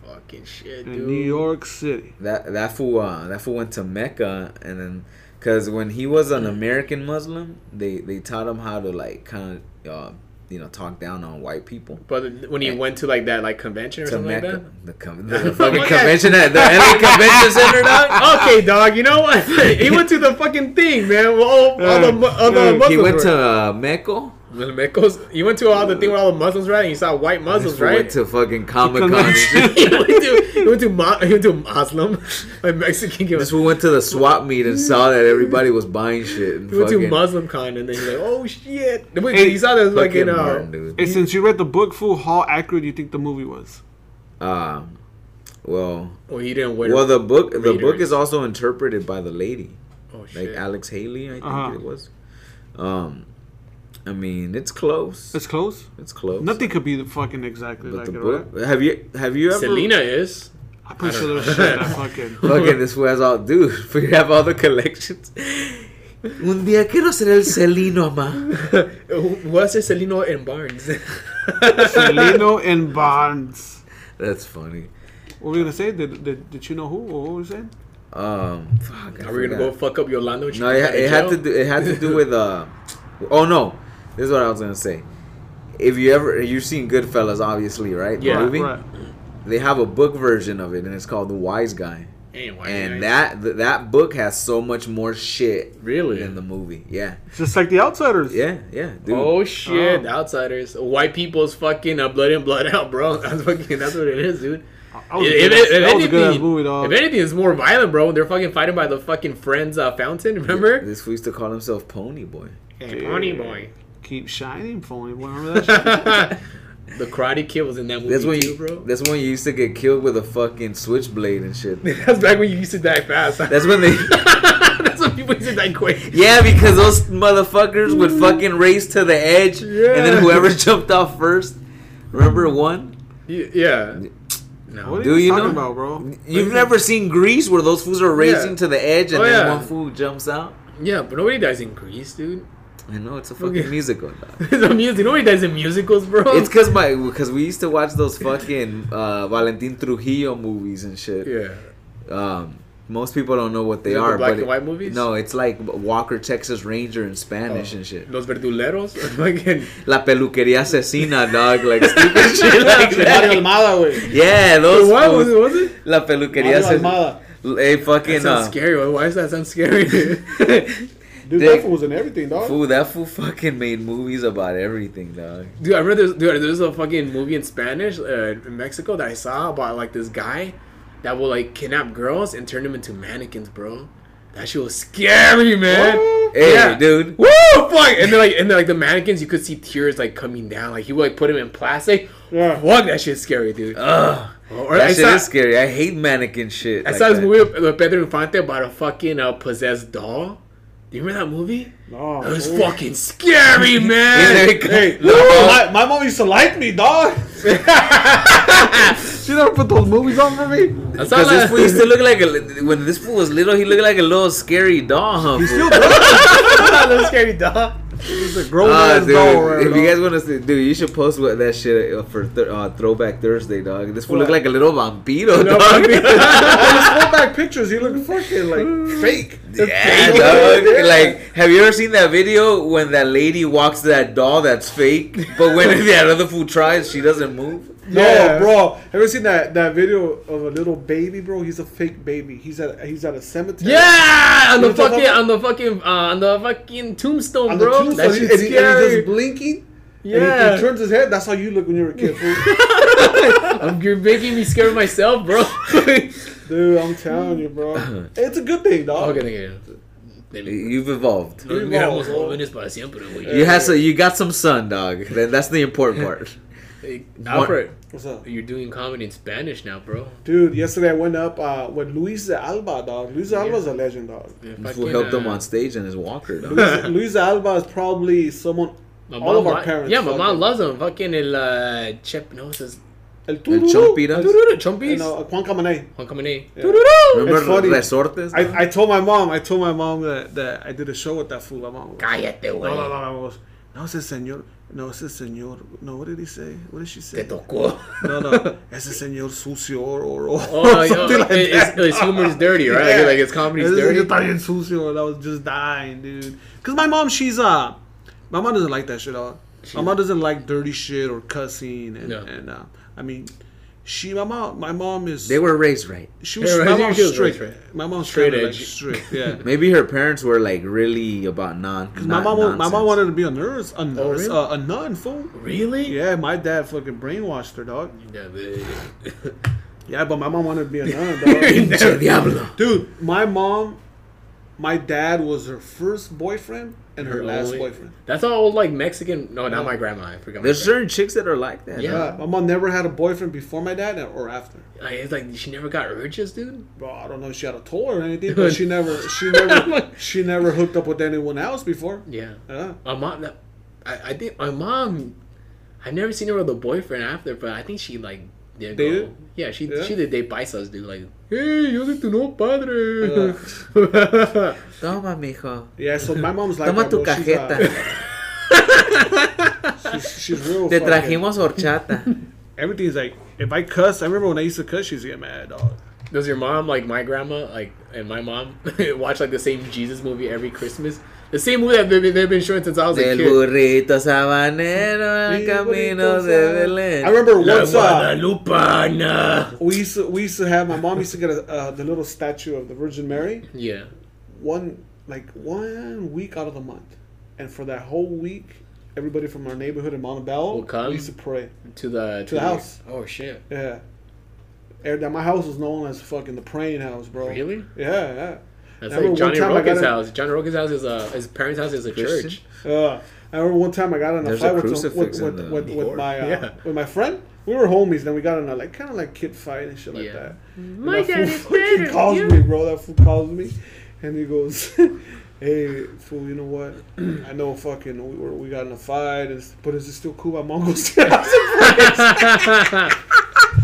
[SPEAKER 1] Fucking shit,
[SPEAKER 2] In
[SPEAKER 1] dude.
[SPEAKER 2] New York City.
[SPEAKER 3] That that fool uh, that fool went to Mecca and then because when he was an American Muslim, they they taught him how to like kind of uh, you know talk down on white people.
[SPEAKER 1] But when he went to like that like convention or
[SPEAKER 3] to
[SPEAKER 1] something
[SPEAKER 3] Mecca,
[SPEAKER 1] like that. <laughs>
[SPEAKER 3] the, com- the fucking
[SPEAKER 1] Okay.
[SPEAKER 3] convention at the LA Convention Center, dog.
[SPEAKER 1] Okay, dog. You know <laughs> what? he went to the fucking thing, man. Well, all, all the mu- all the
[SPEAKER 2] Yeah,
[SPEAKER 1] Muslims
[SPEAKER 3] He went
[SPEAKER 1] were-
[SPEAKER 3] to uh, Mecca,
[SPEAKER 1] Mecos, you went to all the thing with all the Muslims, right? And you saw white Muslims,
[SPEAKER 3] We
[SPEAKER 1] right? <laughs>
[SPEAKER 3] Went to fucking Comic Con. <laughs>
[SPEAKER 1] you went to you went to, Mo- you went to Muslim, <laughs> like Mexican. You
[SPEAKER 3] Just we went to the swap meet and saw that everybody was buying shit. And
[SPEAKER 1] went to
[SPEAKER 3] fucking,
[SPEAKER 1] Muslim con, and then you're like, oh shit! Wait,
[SPEAKER 2] Hey,
[SPEAKER 1] you saw this like
[SPEAKER 3] fucking
[SPEAKER 1] in uh,
[SPEAKER 3] Martin, dude.
[SPEAKER 2] Hey, since you read the book, fool, how accurate do you think the movie was?
[SPEAKER 3] Um, well,
[SPEAKER 1] well, you oh, didn't wait.
[SPEAKER 3] well, the book the book
[SPEAKER 1] readers.
[SPEAKER 3] is also interpreted by the lady,
[SPEAKER 1] oh shit!
[SPEAKER 3] like Alex Haley, I think
[SPEAKER 2] Uh-huh.
[SPEAKER 3] it was. Um, I mean, it's close.
[SPEAKER 2] It's
[SPEAKER 3] It's,
[SPEAKER 2] close.
[SPEAKER 3] close.
[SPEAKER 2] Nothing could be the fucking exactly
[SPEAKER 3] But
[SPEAKER 2] like
[SPEAKER 3] the
[SPEAKER 2] it, right?
[SPEAKER 3] book. Have you have you ever?
[SPEAKER 1] Selena <laughs> is.
[SPEAKER 2] I'm pretty
[SPEAKER 1] I
[SPEAKER 2] sure
[SPEAKER 1] don't
[SPEAKER 2] there's
[SPEAKER 1] know. <laughs>
[SPEAKER 2] shit that fucking.
[SPEAKER 3] Fucking this fool has all dude. <laughs> We have all the
[SPEAKER 1] <laughs>
[SPEAKER 3] collections. Un día quiero ser el Celino, ma.
[SPEAKER 1] What's it, Selena and <laughs> Barnes?
[SPEAKER 2] Celino and Barnes.
[SPEAKER 3] That's funny.
[SPEAKER 2] What were you gonna say? Did, did, did you know who? What were you saying?
[SPEAKER 3] Um, fuck,
[SPEAKER 1] <laughs>
[SPEAKER 3] I
[SPEAKER 1] Are we gonna
[SPEAKER 3] forgot.
[SPEAKER 1] go fuck up Yolanda? when she
[SPEAKER 3] No,
[SPEAKER 1] comes out of
[SPEAKER 3] it, it had to
[SPEAKER 1] jail?
[SPEAKER 3] do. It had to do
[SPEAKER 1] <laughs>
[SPEAKER 3] with. Uh, oh no, this is what I was gonna say. If you ever you've seen Goodfellas, obviously, right? The
[SPEAKER 1] Yeah.
[SPEAKER 2] Right,
[SPEAKER 3] movie?
[SPEAKER 2] right.
[SPEAKER 3] They have a book version of it, and it's called The Wise Guy.
[SPEAKER 1] Anyway,
[SPEAKER 3] And
[SPEAKER 1] guys.
[SPEAKER 3] that th- that book has so much more shit
[SPEAKER 1] really
[SPEAKER 3] than the movie. Yeah,
[SPEAKER 2] Just like the Outsiders.
[SPEAKER 3] yeah, yeah, dude.
[SPEAKER 1] Oh shit!
[SPEAKER 2] Oh.
[SPEAKER 1] The Outsiders, white people's fucking uh, blood in, blood out, bro. <laughs> That's fucking. That's what it is, dude.
[SPEAKER 2] That was, a
[SPEAKER 1] If-
[SPEAKER 2] good,
[SPEAKER 1] if-
[SPEAKER 2] ass-
[SPEAKER 1] if
[SPEAKER 2] that was a good ass
[SPEAKER 1] anything-
[SPEAKER 2] movie, dog.
[SPEAKER 1] If anything, it's more violent, bro. They're fucking fighting by the fucking friends uh, fountain. Remember?
[SPEAKER 3] This fool used to call himself Pony Boy.
[SPEAKER 1] Hey, Pony Boy.
[SPEAKER 2] Keep shining, phony. boy. Remember that shit?
[SPEAKER 1] <laughs> The Karate Kid was in that movie
[SPEAKER 3] That's when
[SPEAKER 1] too,
[SPEAKER 3] you. <laughs>
[SPEAKER 1] bro. <laughs>
[SPEAKER 3] That's when you used to get killed with a fucking switchblade and shit.
[SPEAKER 1] That's back when you used to die fast.
[SPEAKER 3] That's when they.
[SPEAKER 1] <laughs> That's when people used to die quick.
[SPEAKER 3] Yeah, because those motherfuckers would fucking race to the edge, and
[SPEAKER 1] Yeah.
[SPEAKER 3] then whoever <laughs> jumped off first, remember one.
[SPEAKER 1] Y- Yeah. No.
[SPEAKER 2] What are
[SPEAKER 3] Do
[SPEAKER 2] you
[SPEAKER 3] you
[SPEAKER 2] talking
[SPEAKER 3] know-
[SPEAKER 1] <laughs>
[SPEAKER 2] about, bro?
[SPEAKER 3] You've never seen Grease where those fools are racing
[SPEAKER 1] Yeah.
[SPEAKER 3] to the edge, and
[SPEAKER 1] Oh,
[SPEAKER 3] then
[SPEAKER 1] yeah.
[SPEAKER 3] one fool jumps out.
[SPEAKER 1] Yeah, but nobody dies in Greece, dude. <laughs>
[SPEAKER 3] I know it's a fucking
[SPEAKER 1] Okay. <laughs>
[SPEAKER 3] musical. Dog.
[SPEAKER 1] it's a music. Nobody dies in musicals, bro.
[SPEAKER 3] It's because my because we used to watch those fucking uh, Valentin Trujillo movies and shit.
[SPEAKER 1] <laughs> yeah.
[SPEAKER 3] Um, most people don't know what they
[SPEAKER 1] Is it the
[SPEAKER 3] are.
[SPEAKER 1] black
[SPEAKER 3] but
[SPEAKER 1] and white movies? Oh.
[SPEAKER 3] No, it's like Walker Texas Ranger in Spanish and shit.
[SPEAKER 1] Los verduleros. <laughs> Fucking.
[SPEAKER 3] La peluquería asesina, dog.
[SPEAKER 1] <laughs>
[SPEAKER 3] Like stupid shit like
[SPEAKER 4] Mario
[SPEAKER 3] that.
[SPEAKER 4] Almada, güey.
[SPEAKER 3] Yeah, those.
[SPEAKER 1] What
[SPEAKER 3] fools-
[SPEAKER 1] was it? Was it?
[SPEAKER 3] La peluquería
[SPEAKER 4] Mario
[SPEAKER 3] se...
[SPEAKER 4] Almada.
[SPEAKER 3] Hey,
[SPEAKER 1] That
[SPEAKER 3] fucking
[SPEAKER 1] sounds
[SPEAKER 3] <laughs> uh,
[SPEAKER 1] scary. Why- Why does that sound scary?
[SPEAKER 3] <laughs>
[SPEAKER 1] <laughs>
[SPEAKER 4] Dude,
[SPEAKER 3] Dick.
[SPEAKER 4] that fool was in everything, dog.
[SPEAKER 3] fool. That fool fucking made movies about everything, dog.
[SPEAKER 1] Dude, I remember there's dude, there's a fucking movie in Spanish uh, in Mexico that I saw about like this guy that will like kidnap girls and turn them into mannequins, bro. That shit was scary, man.
[SPEAKER 3] Hey,
[SPEAKER 1] Yeah.
[SPEAKER 3] dude.
[SPEAKER 1] Woo, fuck! And then like and then like the mannequins, you could see tears like coming down. Like he would like put them in plastic.
[SPEAKER 4] Yeah.
[SPEAKER 1] Fuck, that shit's scary, dude.
[SPEAKER 3] Ugh,
[SPEAKER 1] or I
[SPEAKER 3] that shit
[SPEAKER 1] saw,
[SPEAKER 3] is scary. I hate mannequin shit.
[SPEAKER 1] I
[SPEAKER 3] like
[SPEAKER 1] saw this
[SPEAKER 3] that.
[SPEAKER 1] movie with with Pedro Infante about a fucking uh, possessed doll. Do you remember that movie?
[SPEAKER 4] No.
[SPEAKER 1] That was
[SPEAKER 4] fool.
[SPEAKER 1] fucking
[SPEAKER 3] <laughs>
[SPEAKER 1] scary,
[SPEAKER 3] There
[SPEAKER 1] man.
[SPEAKER 3] you go.
[SPEAKER 4] Hey,
[SPEAKER 3] No.
[SPEAKER 4] my, my mom used to like me, dog.
[SPEAKER 2] <laughs> She never put those movies on for me.
[SPEAKER 1] I saw
[SPEAKER 3] Because this
[SPEAKER 1] that.
[SPEAKER 3] fool
[SPEAKER 1] <laughs>
[SPEAKER 3] used to look like a li- when this fool was little, he looked like a little scary doll.
[SPEAKER 4] <laughs>
[SPEAKER 3] Huh, fool?
[SPEAKER 2] Still does.
[SPEAKER 1] little scary doll.
[SPEAKER 2] It's a grown
[SPEAKER 3] Ah,
[SPEAKER 2] ass
[SPEAKER 3] dude,
[SPEAKER 2] doll, right?
[SPEAKER 3] if you
[SPEAKER 2] <laughs> dog.
[SPEAKER 3] guys want to see, dude, you should post what that shit uh, for th- uh, Throwback Thursday, dog. This fool looked
[SPEAKER 1] What?
[SPEAKER 3] like a little vampiro,
[SPEAKER 1] No,
[SPEAKER 3] dog.
[SPEAKER 2] All those throwback pictures, he looked
[SPEAKER 4] <laughs>
[SPEAKER 2] fucking like fake.
[SPEAKER 3] Yeah,
[SPEAKER 1] fake.
[SPEAKER 3] dog. Like, have you ever seen that video when that lady walks that doll that's fake, but when <laughs> that other fool tries, she doesn't move?
[SPEAKER 4] No,
[SPEAKER 2] Yeah.
[SPEAKER 4] bro. Have you seen that, that video of a little baby, bro? He's a fake baby. He's at he's at a cemetery.
[SPEAKER 1] Yeah, on the
[SPEAKER 4] What the
[SPEAKER 1] fucking,
[SPEAKER 4] fuck?
[SPEAKER 1] on the fucking, uh, on the fucking tombstone,
[SPEAKER 4] On the
[SPEAKER 1] bro.
[SPEAKER 4] tombstone,
[SPEAKER 1] that
[SPEAKER 4] and, he- and,
[SPEAKER 1] shit's
[SPEAKER 4] he- and he's
[SPEAKER 1] scary.
[SPEAKER 4] just blinking. And he,
[SPEAKER 1] yeah,
[SPEAKER 4] he turns his head. That's how you look when you were a kid,
[SPEAKER 2] <laughs>
[SPEAKER 4] fool.
[SPEAKER 1] <laughs> I'm- you're making me scared of myself, bro. <laughs> okay,
[SPEAKER 4] Dude, I'm telling you,
[SPEAKER 3] <laughs>
[SPEAKER 4] bro. It's a good thing, dog.
[SPEAKER 1] thank you.
[SPEAKER 3] You've evolved.
[SPEAKER 1] Nos miramos jóvenes para siempre, güey.
[SPEAKER 3] You had so you got some sun, dog. That, that's the important part.
[SPEAKER 1] Hey, Alfred,
[SPEAKER 4] What's up?
[SPEAKER 1] you're doing comedy in Spanish now, bro.
[SPEAKER 4] Dude, yesterday I went up uh, with Luis de Alba, dog. Luis de Alba's a legend, dog.
[SPEAKER 3] This fool helped
[SPEAKER 1] uh,
[SPEAKER 3] him on stage and his walker, dog.
[SPEAKER 4] Luis, Luis de Alba is probably someone
[SPEAKER 1] My
[SPEAKER 4] all
[SPEAKER 1] mom
[SPEAKER 4] of our
[SPEAKER 1] li-
[SPEAKER 4] parents
[SPEAKER 1] Yeah, my
[SPEAKER 4] fuck
[SPEAKER 1] mom
[SPEAKER 4] it.
[SPEAKER 1] loves him. Fucking el uh, Chep. No, it says
[SPEAKER 4] El
[SPEAKER 3] And
[SPEAKER 4] Tururu.
[SPEAKER 3] Chompita.
[SPEAKER 1] Tururu,
[SPEAKER 4] You
[SPEAKER 1] Chompis.
[SPEAKER 4] know, uh, Juan Camanay.
[SPEAKER 1] Juan Caminay.
[SPEAKER 4] Yeah.
[SPEAKER 1] Tururu.
[SPEAKER 3] Remember
[SPEAKER 4] It's funny.
[SPEAKER 3] Resortes?
[SPEAKER 4] I, I told my mom, I told my mom that, that I did a show with that fool. My mom goes,
[SPEAKER 1] Cállate,
[SPEAKER 2] No, no,
[SPEAKER 1] güey.
[SPEAKER 2] no, no. it was, No, ese señor. No, ese señor. No, what did he say? What did she
[SPEAKER 1] Te
[SPEAKER 2] say?
[SPEAKER 4] <laughs>
[SPEAKER 1] tocó.
[SPEAKER 2] No, no. Ese señor sucio or, or, or
[SPEAKER 1] Oh,
[SPEAKER 2] something
[SPEAKER 1] yo,
[SPEAKER 2] like
[SPEAKER 1] it-
[SPEAKER 2] that.
[SPEAKER 1] it's, it's humor's dirty, right? Like,
[SPEAKER 2] Yeah.
[SPEAKER 1] like it's comedy's
[SPEAKER 2] Ese
[SPEAKER 1] dirty.
[SPEAKER 2] señor está bien sucio, and I was just dying, dude. Cause my mom, she's uh, my mom doesn't like that shit. All. My mom doesn't like dirty shit or cussing, and,
[SPEAKER 1] No.
[SPEAKER 2] and uh, I mean, She, my mom, my mom is.
[SPEAKER 3] They were raised right.
[SPEAKER 2] she was,
[SPEAKER 4] Yeah, right,
[SPEAKER 2] my
[SPEAKER 4] she
[SPEAKER 2] mom's
[SPEAKER 4] was
[SPEAKER 2] strict.
[SPEAKER 4] raised right.
[SPEAKER 2] My mom's
[SPEAKER 4] Straight
[SPEAKER 2] straight edge.
[SPEAKER 4] edge.
[SPEAKER 2] strict, yeah.
[SPEAKER 4] <laughs>
[SPEAKER 3] Maybe her parents were like really about non.
[SPEAKER 2] my
[SPEAKER 3] not
[SPEAKER 2] mom, wa- my mom
[SPEAKER 3] nonsense. <laughs>
[SPEAKER 2] wanted <laughs> to be a nurse, a nurse,
[SPEAKER 4] Oh, really?
[SPEAKER 2] uh, a nun, fool.
[SPEAKER 1] Really?
[SPEAKER 2] Yeah, my dad fucking brainwashed her, dog.
[SPEAKER 1] Yeah, but-
[SPEAKER 2] Yeah, but my mom wanted to
[SPEAKER 4] <laughs>
[SPEAKER 2] be a nun, dog.
[SPEAKER 3] Pinche diablo.
[SPEAKER 2] Dude, my mom, my dad was her first boyfriend and her, last
[SPEAKER 1] Only-
[SPEAKER 2] boyfriend.
[SPEAKER 1] <laughs> That's all like Mexican. No, not my grandma. I forgot. my
[SPEAKER 3] There's
[SPEAKER 1] grandma.
[SPEAKER 3] certain chicks that are like that.
[SPEAKER 1] Yeah.
[SPEAKER 3] huh?
[SPEAKER 2] Yeah, my mom never had a boyfriend before my dad or after.
[SPEAKER 1] Like, it's like she never got urges, dude.
[SPEAKER 2] Bro, I don't know if she had a toy or anything, but she never,
[SPEAKER 3] <laughs>
[SPEAKER 2] she never, she never hooked up with anyone else before.
[SPEAKER 1] Yeah.
[SPEAKER 2] Yeah.
[SPEAKER 1] My mom. that- I, I think my mom. I've never seen her with a boyfriend after, but I think she like did
[SPEAKER 2] Dated?
[SPEAKER 1] go. Yeah, she
[SPEAKER 2] Yeah.
[SPEAKER 1] she did date paisas, dude. Like, hey, yo soy tu nuevo padre.
[SPEAKER 3] Toma, mijo.
[SPEAKER 2] Yeah, so my mom's like,
[SPEAKER 3] Toma
[SPEAKER 2] that,
[SPEAKER 3] tu
[SPEAKER 2] bro. She's, uh,
[SPEAKER 3] cajeta. <laughs>
[SPEAKER 2] she's, she's real.
[SPEAKER 3] Te
[SPEAKER 2] fucking-
[SPEAKER 3] trajimos horchata.
[SPEAKER 2] Everything's like, if I cuss, I remember when I used to cuss, she used to get mad, dog.
[SPEAKER 1] <laughs> Does your mom like my grandma like and my mom <laughs> watch like the same Jesus movie every Christmas? The same movie that they've, they've been showing since I was a
[SPEAKER 3] Del
[SPEAKER 1] kid.
[SPEAKER 3] burrito sabanero al camino de Belén.
[SPEAKER 2] I remember
[SPEAKER 1] La
[SPEAKER 2] once uh,
[SPEAKER 1] Guadalupana.
[SPEAKER 2] we used to, we used to have my mom used to get a, uh, the little statue of the Virgin Mary
[SPEAKER 1] Yeah.
[SPEAKER 2] one like one week out of the month, and for that whole week, everybody from our neighborhood in Montebello
[SPEAKER 1] Will come?
[SPEAKER 2] we used to pray.
[SPEAKER 1] To the to,
[SPEAKER 2] the house.
[SPEAKER 1] Oh shit.
[SPEAKER 2] Yeah, and that my house was known as fucking the praying house, bro.
[SPEAKER 1] Really?
[SPEAKER 2] Yeah,
[SPEAKER 1] That's
[SPEAKER 2] I remember
[SPEAKER 1] like
[SPEAKER 2] one
[SPEAKER 1] Johnny
[SPEAKER 2] time I got
[SPEAKER 1] Rogan's
[SPEAKER 2] in-
[SPEAKER 1] house. Johnny Rogan's house is a his parents' house is a
[SPEAKER 3] Christian?
[SPEAKER 1] church. <laughs>
[SPEAKER 2] yeah. Uh, I remember one time I got in a
[SPEAKER 3] There's a
[SPEAKER 2] fight with, some,
[SPEAKER 3] crucifix
[SPEAKER 2] with,
[SPEAKER 3] in
[SPEAKER 2] with,
[SPEAKER 3] the
[SPEAKER 2] with, with
[SPEAKER 3] door.
[SPEAKER 2] my
[SPEAKER 3] <laughs>
[SPEAKER 2] uh,
[SPEAKER 1] Yeah.
[SPEAKER 2] with my friend. We were homies, then we got in a like kind of like kid fight and shit like
[SPEAKER 1] Yeah.
[SPEAKER 2] that.
[SPEAKER 1] My
[SPEAKER 2] that
[SPEAKER 1] dad
[SPEAKER 2] fool
[SPEAKER 1] is
[SPEAKER 2] fucking
[SPEAKER 1] better than
[SPEAKER 2] calls
[SPEAKER 1] you.
[SPEAKER 2] me, bro. That fool calls me, and he goes, <laughs> "Hey, fool, you know what? <clears throat> I know fucking we were, we got in a fight, and, but is it still cool? My mom goes <laughs> to the house and prays." <laughs>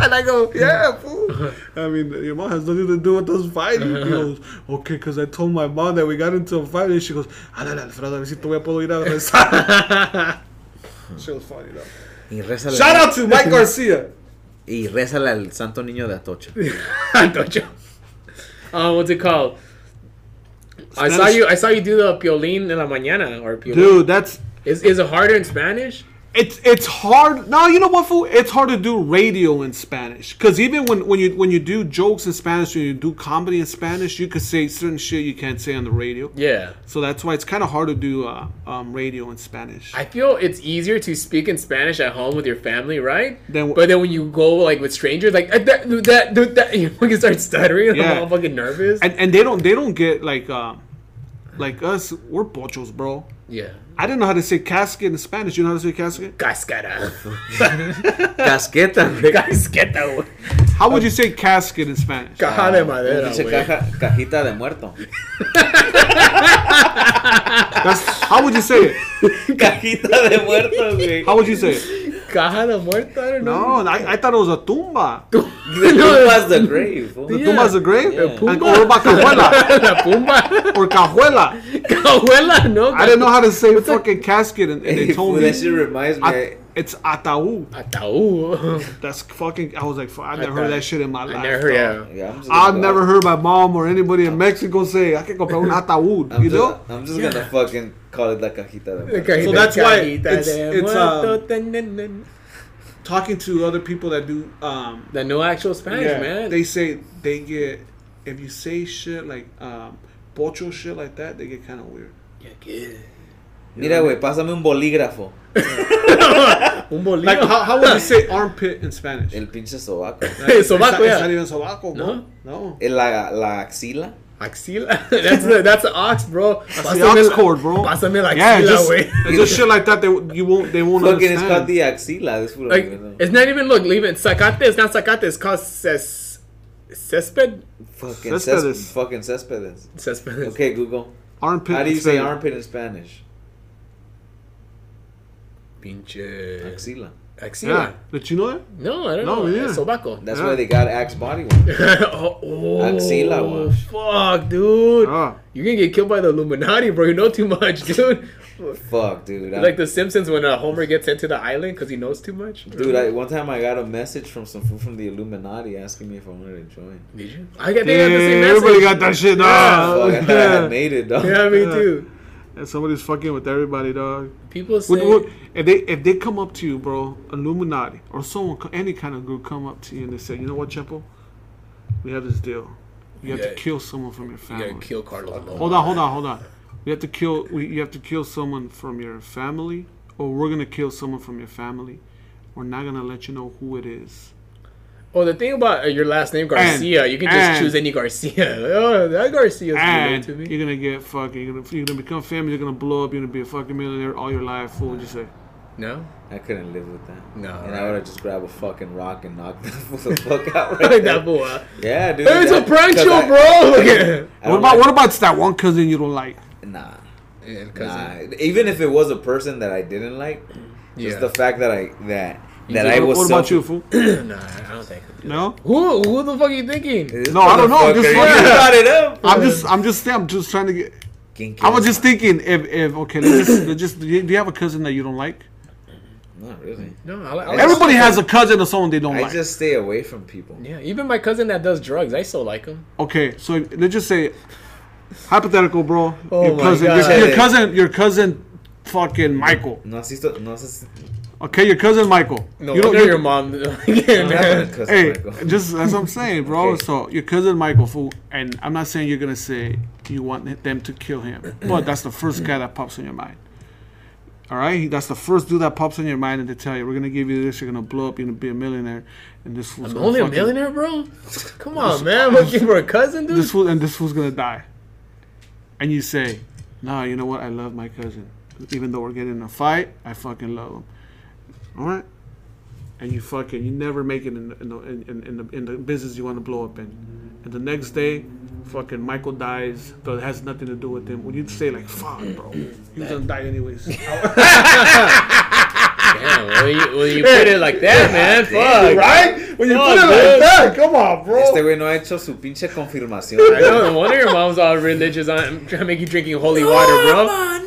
[SPEAKER 2] And I go, yeah, fool. I mean, your mom has nothing to do with us fighting. He goes, okay, because I told my mom that we got into a fight, and she goes, "Ah, "Ándale, Alfredo, a ver si te voy a poder ir
[SPEAKER 1] <laughs>
[SPEAKER 2] a rezar." She was funny, though.
[SPEAKER 3] Y rézale,
[SPEAKER 2] Shout out to Mike Garcia.
[SPEAKER 3] y rézale al santo niño de Atocha.
[SPEAKER 1] Antocho. Uh, what's it called? I saw
[SPEAKER 2] Spanish-
[SPEAKER 1] you. I saw you do the piolín en la mañana or piolín.
[SPEAKER 2] Dude, that's
[SPEAKER 1] Is is it harder in Spanish?
[SPEAKER 2] it's it's hard. No, you know what, fool? It's hard to do radio in Spanish because even when, when you when you do jokes in Spanish, when you do comedy in Spanish, you could say certain shit you can't say on the radio.
[SPEAKER 1] Yeah.
[SPEAKER 2] So that's why it's kind of hard to do uh, um, radio in Spanish.
[SPEAKER 1] I feel it's easier to speak in Spanish at home with your family, right?
[SPEAKER 2] Then-
[SPEAKER 1] but then when you go like with strangers, like "Eh, that, dude, that, dude, that, you fucking start stuttering.
[SPEAKER 2] Yeah.
[SPEAKER 1] I'm all fucking nervous.
[SPEAKER 2] and and they don't they don't get like um, like us. We're pochos, bro.
[SPEAKER 1] yeah.
[SPEAKER 2] I didn't know how to say casket in Spanish. You know how to say
[SPEAKER 1] <laughs>
[SPEAKER 2] casket?
[SPEAKER 1] Cascara.
[SPEAKER 3] Casqueta, güey.
[SPEAKER 1] Casqueta. güey.
[SPEAKER 2] How would you say casket in
[SPEAKER 1] <laughs>
[SPEAKER 2] Spanish?
[SPEAKER 1] Caja de madera.
[SPEAKER 3] Dice
[SPEAKER 1] güey.
[SPEAKER 3] caja, cajita de muerto.
[SPEAKER 2] That's, how would you say it?
[SPEAKER 3] cajita de muerto, <laughs> güey.
[SPEAKER 2] How would you say it?
[SPEAKER 1] Caja de muerta. I don't know.
[SPEAKER 2] No, I, I thought it was a tumba.
[SPEAKER 1] <laughs>
[SPEAKER 3] The
[SPEAKER 2] <laughs>
[SPEAKER 3] tumba's the grave. fool. <laughs>
[SPEAKER 1] Yeah.
[SPEAKER 2] Tumba's a grave?
[SPEAKER 3] Yeah.
[SPEAKER 2] And, or about cajuela?
[SPEAKER 1] La pumba. <laughs>
[SPEAKER 2] or cajuela.
[SPEAKER 1] Cajuela. No.
[SPEAKER 2] I didn't know how to say fucking casket, and, and
[SPEAKER 3] Hey, <laughs>
[SPEAKER 2] they told
[SPEAKER 3] fool,
[SPEAKER 2] me
[SPEAKER 3] that shit reminds me.
[SPEAKER 2] at-
[SPEAKER 3] I,
[SPEAKER 2] it's ataúd.
[SPEAKER 1] Ataú.
[SPEAKER 2] That's fucking. I was like, fuck, I never
[SPEAKER 1] Ataúd.
[SPEAKER 2] heard that shit in my
[SPEAKER 1] I
[SPEAKER 2] life.
[SPEAKER 1] never heard.
[SPEAKER 2] dog.
[SPEAKER 1] Yeah.
[SPEAKER 3] yeah, I'm just
[SPEAKER 2] I've
[SPEAKER 3] gonna-
[SPEAKER 2] never heard my mom or anybody in Mexico say I can comprar un ataúd.
[SPEAKER 3] <laughs> I'm
[SPEAKER 2] you
[SPEAKER 3] just,
[SPEAKER 2] know?
[SPEAKER 3] I'm just gonna fucking call it la cajita de muerto.
[SPEAKER 1] Cajita-
[SPEAKER 2] that's why
[SPEAKER 1] cajita
[SPEAKER 2] it's-
[SPEAKER 1] de
[SPEAKER 2] it's, um,
[SPEAKER 1] muerto, dun, dun, dun.
[SPEAKER 2] Talking to other people that do, um,
[SPEAKER 1] The no actual Spanish,
[SPEAKER 2] yeah,
[SPEAKER 1] man.
[SPEAKER 2] they say they get if you say shit like um, pocho shit like that, they get kind of weird.
[SPEAKER 3] Mira, güey, pásame un bolígrafo.
[SPEAKER 1] Un bolillo.
[SPEAKER 2] Like how, how would you say armpit in Spanish?
[SPEAKER 3] <laughs> El pinche sobaco.
[SPEAKER 2] It's not-
[SPEAKER 1] sobaco,
[SPEAKER 2] it's
[SPEAKER 1] yeah.
[SPEAKER 2] not even sobaco, bro.
[SPEAKER 1] No?
[SPEAKER 2] no.
[SPEAKER 3] El- La, la axila.
[SPEAKER 1] Axila. <laughs> That's the that's the ox, bro.
[SPEAKER 2] It's the ox cord, bro.
[SPEAKER 1] Pásame la
[SPEAKER 2] yeah,
[SPEAKER 1] axila,
[SPEAKER 2] just,
[SPEAKER 1] güey.
[SPEAKER 2] <laughs> it's just shit like that. They you won't they won't
[SPEAKER 3] Fucking it's called
[SPEAKER 2] understand.
[SPEAKER 3] the axila. This fool don't
[SPEAKER 1] Like
[SPEAKER 3] even know.
[SPEAKER 1] it's not even look, leave it. Sacate it's not sacate, it's called ces césped.
[SPEAKER 3] Fucking
[SPEAKER 2] Céspedes.
[SPEAKER 3] céspedes. Fucking céspedes.
[SPEAKER 1] Césped.
[SPEAKER 3] Okay, Google.
[SPEAKER 2] armpit.
[SPEAKER 3] How do you
[SPEAKER 2] instead
[SPEAKER 3] say
[SPEAKER 2] of-
[SPEAKER 3] armpit in Spanish?
[SPEAKER 1] Pinche
[SPEAKER 3] Axila.
[SPEAKER 1] axila.
[SPEAKER 2] Yeah. Did you know that?
[SPEAKER 1] No, I don't
[SPEAKER 2] No,
[SPEAKER 1] know.
[SPEAKER 2] yeah.
[SPEAKER 1] It's sobaco.
[SPEAKER 2] <laughs>
[SPEAKER 3] That's
[SPEAKER 2] Yeah.
[SPEAKER 3] why they got axe body one.
[SPEAKER 1] <laughs> oh, oh,
[SPEAKER 3] Axila, güey.
[SPEAKER 1] Fuck, dude.
[SPEAKER 2] Ah.
[SPEAKER 1] You're gonna get killed by the Illuminati, bro. You know too much, <laughs> dude.
[SPEAKER 3] Fuck, dude. I-
[SPEAKER 1] like the Simpsons when uh, Homer gets sent to the island because he knows too much.
[SPEAKER 3] Dude, I, one time I got a message from some fool from the Illuminati asking me if I wanted to join.
[SPEAKER 1] Did you? I got,
[SPEAKER 2] Yeah,
[SPEAKER 1] they got the same message.
[SPEAKER 2] everybody got that shit.
[SPEAKER 1] Yeah.
[SPEAKER 2] nah.
[SPEAKER 3] Fuck, I thought I had made it, dog.
[SPEAKER 1] Yeah, me too.
[SPEAKER 2] And somebody's fucking with everybody, dog.
[SPEAKER 1] People say
[SPEAKER 2] Would, would, if they if they come up to you, bro, Illuminati or someone, co- any kind of group, come up to you and they say, you know what, Chepo, we have this deal. You have
[SPEAKER 1] Yeah.
[SPEAKER 2] to kill someone from your
[SPEAKER 1] you
[SPEAKER 2] family.
[SPEAKER 1] gotta kill Carlos Lobo.
[SPEAKER 2] hold on, hold on, hold on. We have to kill. We, you have to kill someone from your family, or we're gonna kill someone from your family. We're not gonna let you know who it is.
[SPEAKER 1] Well, the thing about uh, your last name Garcia, you can just
[SPEAKER 2] and-
[SPEAKER 1] choose any Garcia. <laughs> Oh, that Garcia's related
[SPEAKER 2] and
[SPEAKER 1] to me.
[SPEAKER 2] you're gonna get fucking. You're gonna, you're gonna become famous. You're gonna blow up. You're gonna be a fucking millionaire all your life. Fool, what'd you say?
[SPEAKER 1] No,
[SPEAKER 3] I couldn't live with that.
[SPEAKER 1] No,
[SPEAKER 3] and
[SPEAKER 1] right.
[SPEAKER 3] I would have just grabbed a fucking rock and knocked <laughs> the
[SPEAKER 1] <laughs>
[SPEAKER 3] fuck out.
[SPEAKER 1] that
[SPEAKER 3] Right there.
[SPEAKER 1] fool. uh,
[SPEAKER 3] Yeah, dude.
[SPEAKER 1] It's a
[SPEAKER 3] that-
[SPEAKER 1] prank
[SPEAKER 3] 'cause
[SPEAKER 1] show,
[SPEAKER 3] I-
[SPEAKER 1] bro. <laughs>
[SPEAKER 3] I
[SPEAKER 2] What
[SPEAKER 3] don't
[SPEAKER 2] about
[SPEAKER 3] like-
[SPEAKER 2] what about that one cousin you don't like?
[SPEAKER 3] Nah,
[SPEAKER 1] Yeah, 'cause
[SPEAKER 3] nah. Even if it was a person that I didn't like,
[SPEAKER 1] Yeah.
[SPEAKER 3] just the fact that I that that
[SPEAKER 1] do-
[SPEAKER 3] I
[SPEAKER 2] What-
[SPEAKER 3] was.
[SPEAKER 2] what about
[SPEAKER 3] self-
[SPEAKER 2] you, fool?
[SPEAKER 1] it- nah, I don't think. I could do
[SPEAKER 2] No.
[SPEAKER 1] that. Who who the fuck are you thinking?
[SPEAKER 3] This
[SPEAKER 2] No, I don't know,
[SPEAKER 3] motherfucker,
[SPEAKER 2] just
[SPEAKER 3] you
[SPEAKER 2] fucking-
[SPEAKER 3] brought it up.
[SPEAKER 2] I'm just, I'm just, I'm just trying to get.
[SPEAKER 3] Kinky.
[SPEAKER 2] I was just thinking if, if okay, let's just, let's just do you do you have a cousin that you don't like?
[SPEAKER 3] Not really.
[SPEAKER 1] No, I, I
[SPEAKER 2] Everybody has a cousin or someone they don't
[SPEAKER 3] I
[SPEAKER 2] like.
[SPEAKER 3] just stay away from people.
[SPEAKER 1] Yeah, even my cousin that does drugs, I still like him.
[SPEAKER 2] Okay, so let's just say hypothetical, bro.
[SPEAKER 1] Oh
[SPEAKER 2] your
[SPEAKER 1] my
[SPEAKER 2] cousin,
[SPEAKER 1] God.
[SPEAKER 2] Your, your cousin, your cousin, fucking Michael.
[SPEAKER 3] No, si esto- no, si-
[SPEAKER 2] Okay, your cousin Michael.
[SPEAKER 1] No, you don't
[SPEAKER 2] you-
[SPEAKER 1] your mom. <laughs>
[SPEAKER 3] I'm not
[SPEAKER 2] <laughs>
[SPEAKER 3] gonna
[SPEAKER 1] Again,
[SPEAKER 3] cuss
[SPEAKER 2] Hey,
[SPEAKER 3] Michael.
[SPEAKER 2] just that's what I'm saying, bro.
[SPEAKER 3] Okay.
[SPEAKER 2] So your cousin Michael, fool, and I'm not saying you're gonna say you want them to kill
[SPEAKER 1] <clears throat>
[SPEAKER 2] him, but that's the first guy that pops in your mind. All right, that's the first dude that pops in your mind, and they tell you, "We're gonna give you this. You're gonna blow up. You're gonna be a millionaire." And this fool's
[SPEAKER 1] I'm <laughs>
[SPEAKER 2] gonna
[SPEAKER 1] only a
[SPEAKER 2] fucking-
[SPEAKER 1] millionaire, bro. Come on, man. Looking for a cousin, dude.
[SPEAKER 4] Mm.
[SPEAKER 2] This fool and this fool's gonna die. And you say, "Nah, you know what? I love my cousin, even though we're getting in a fight. I fucking love him." All right. And you fucking you never make it in the, in the, in, in the, in the business you want to blow up in. And the next day, fucking Michael dies, though it has nothing to do with him. When you say like, "Fuck,
[SPEAKER 4] <clears throat>
[SPEAKER 2] bro, he was gonna die
[SPEAKER 4] <laughs>
[SPEAKER 2] anyways." <laughs>
[SPEAKER 1] Damn, will you, will you put it like that, man? Fuck.
[SPEAKER 4] Right? When you
[SPEAKER 1] Fuck,
[SPEAKER 4] put it
[SPEAKER 1] dude.
[SPEAKER 4] like that, come on, bro.
[SPEAKER 3] Este güey no ha hecho su pinche confirmación.
[SPEAKER 1] I know. <laughs> No wonder your mom's all religious. On, I'm trying to make you drinking holy water, bro.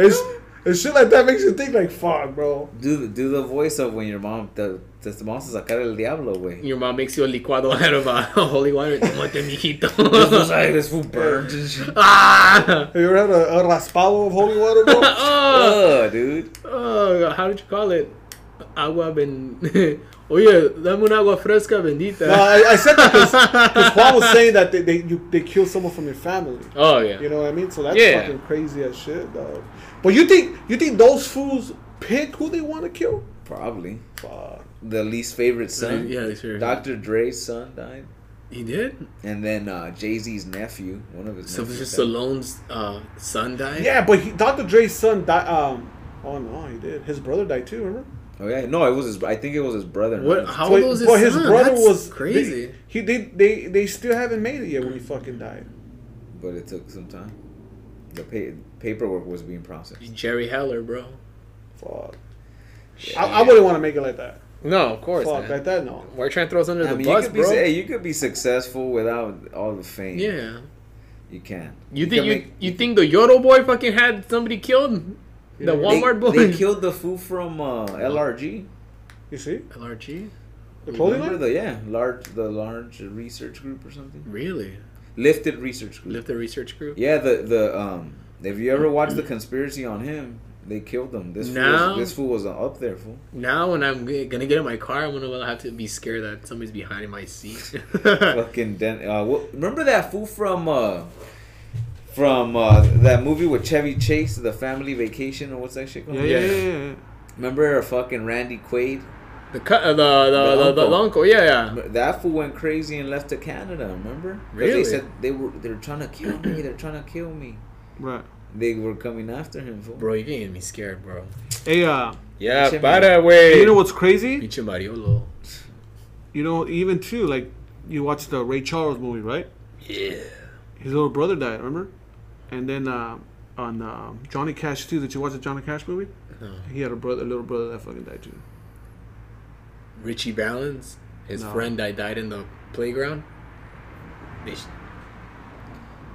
[SPEAKER 4] It's, it's shit like that makes you think like, fuck, bro.
[SPEAKER 3] Do the, do the voice of when your mom te, te vamos a sacar el diablo,
[SPEAKER 1] <laughs>
[SPEAKER 3] güey.
[SPEAKER 1] Your mom makes you a <laughs> licuado out of uh, holy water. Tomate, mijito.
[SPEAKER 3] Los aires full burned and shit.
[SPEAKER 1] <laughs> ah!
[SPEAKER 4] Have you ever had a, a raspado of holy water, <laughs> bro?
[SPEAKER 1] Oh,
[SPEAKER 3] Ugh, dude.
[SPEAKER 1] oh, how did you call it? Agua ben... <laughs> Oye, dame un agua fresca bendita.
[SPEAKER 4] No, I, I said that because Juan was saying that they they, you, they kill someone from your family.
[SPEAKER 1] oh, yeah.
[SPEAKER 4] You know what I mean? So that's
[SPEAKER 1] Yeah.
[SPEAKER 4] fucking crazy as shit, dog. But you think you think those fools pick who they want to kill?
[SPEAKER 3] Probably.
[SPEAKER 4] Fuck.
[SPEAKER 3] The least favorite son.
[SPEAKER 1] yeah, sure.
[SPEAKER 3] Dr. Dre's son died.
[SPEAKER 1] he did?
[SPEAKER 3] And then uh, Jay Z's nephew, one of his
[SPEAKER 1] So
[SPEAKER 3] nephews
[SPEAKER 1] it's just
[SPEAKER 3] died.
[SPEAKER 1] Stallone's uh, son died?
[SPEAKER 4] Yeah, but he, Dr. Dre's son died. Um, oh no, he did. His brother died too. Remember?
[SPEAKER 3] Oh yeah, no, it was his. I think it was his brother.
[SPEAKER 1] What,
[SPEAKER 3] Not his-
[SPEAKER 1] how
[SPEAKER 4] But-
[SPEAKER 1] old was his
[SPEAKER 4] but
[SPEAKER 1] son? That's
[SPEAKER 4] they-
[SPEAKER 1] crazy.
[SPEAKER 4] he they, they they still haven't made it yet when he fucking died.
[SPEAKER 3] But it took some time. The pa- paperwork was being processed.
[SPEAKER 1] Jerry Heller, bro.
[SPEAKER 4] Fuck. I, I wouldn't want to make it like that.
[SPEAKER 1] No, of course.
[SPEAKER 4] Fuck
[SPEAKER 1] man.
[SPEAKER 4] like that. No.
[SPEAKER 1] We're trying to throw us under
[SPEAKER 3] I
[SPEAKER 1] the
[SPEAKER 3] mean, you
[SPEAKER 1] bus,
[SPEAKER 3] could, be,
[SPEAKER 1] bro.
[SPEAKER 3] su- hey, you could be successful without all the fame.
[SPEAKER 1] yeah.
[SPEAKER 3] you can.
[SPEAKER 1] You think
[SPEAKER 3] can
[SPEAKER 1] you,
[SPEAKER 3] make-
[SPEAKER 1] you think the Yodel boy fucking had somebody killed? The
[SPEAKER 3] They-
[SPEAKER 1] Walmart boy.
[SPEAKER 3] They killed the fool from uh, LRG.
[SPEAKER 4] You see
[SPEAKER 1] LRG.
[SPEAKER 4] the clothing
[SPEAKER 3] Remember
[SPEAKER 4] line?
[SPEAKER 3] the yeah large the large research group or something?
[SPEAKER 1] Really?
[SPEAKER 3] Lifted research group.
[SPEAKER 1] Lift the research group.
[SPEAKER 3] Yeah, the the um. If you ever watched the conspiracy on him, they killed him. This fool
[SPEAKER 1] No.
[SPEAKER 3] was, this fool was up there fool.
[SPEAKER 1] Now, when I'm g- gonna get in my car, I'm gonna have to be scared that somebody's behind my seat. <laughs>
[SPEAKER 3] Fucking Den- uh, what, remember that fool from uh from uh that movie with Chevy Chase, The Family Vacation or what's that shit called?
[SPEAKER 2] yeah, yeah, yeah, yeah.
[SPEAKER 3] Remember fucking Randy Quaid?
[SPEAKER 1] the, cu- uh, the, the, the, the,
[SPEAKER 3] uncle.
[SPEAKER 1] the uncle. Yeah, yeah.
[SPEAKER 3] That fool went crazy and left to Canada. Remember? 'Cause
[SPEAKER 1] Really?
[SPEAKER 3] They said they were they're trying to kill me. They're trying to kill me.
[SPEAKER 2] Right.
[SPEAKER 3] They were coming after him. Fool.
[SPEAKER 1] Bro, you're getting me scared, bro.
[SPEAKER 2] Hey, uh,
[SPEAKER 1] Yeah,
[SPEAKER 3] Shit,
[SPEAKER 1] by
[SPEAKER 3] man.
[SPEAKER 1] the way.
[SPEAKER 2] you know what's crazy?
[SPEAKER 1] Pinche Mariolo.
[SPEAKER 2] You know, even too, like you watched the Ray Charles movie, right?
[SPEAKER 1] Yeah.
[SPEAKER 2] His little brother died, remember? And then uh, on um Johnny Cash too. Did you watch the Johnny Cash movie?
[SPEAKER 1] No.
[SPEAKER 2] He had a brother, a little brother that fucking died too.
[SPEAKER 1] Richie Valens, his
[SPEAKER 2] No.
[SPEAKER 1] friend that died in the playground. They sh-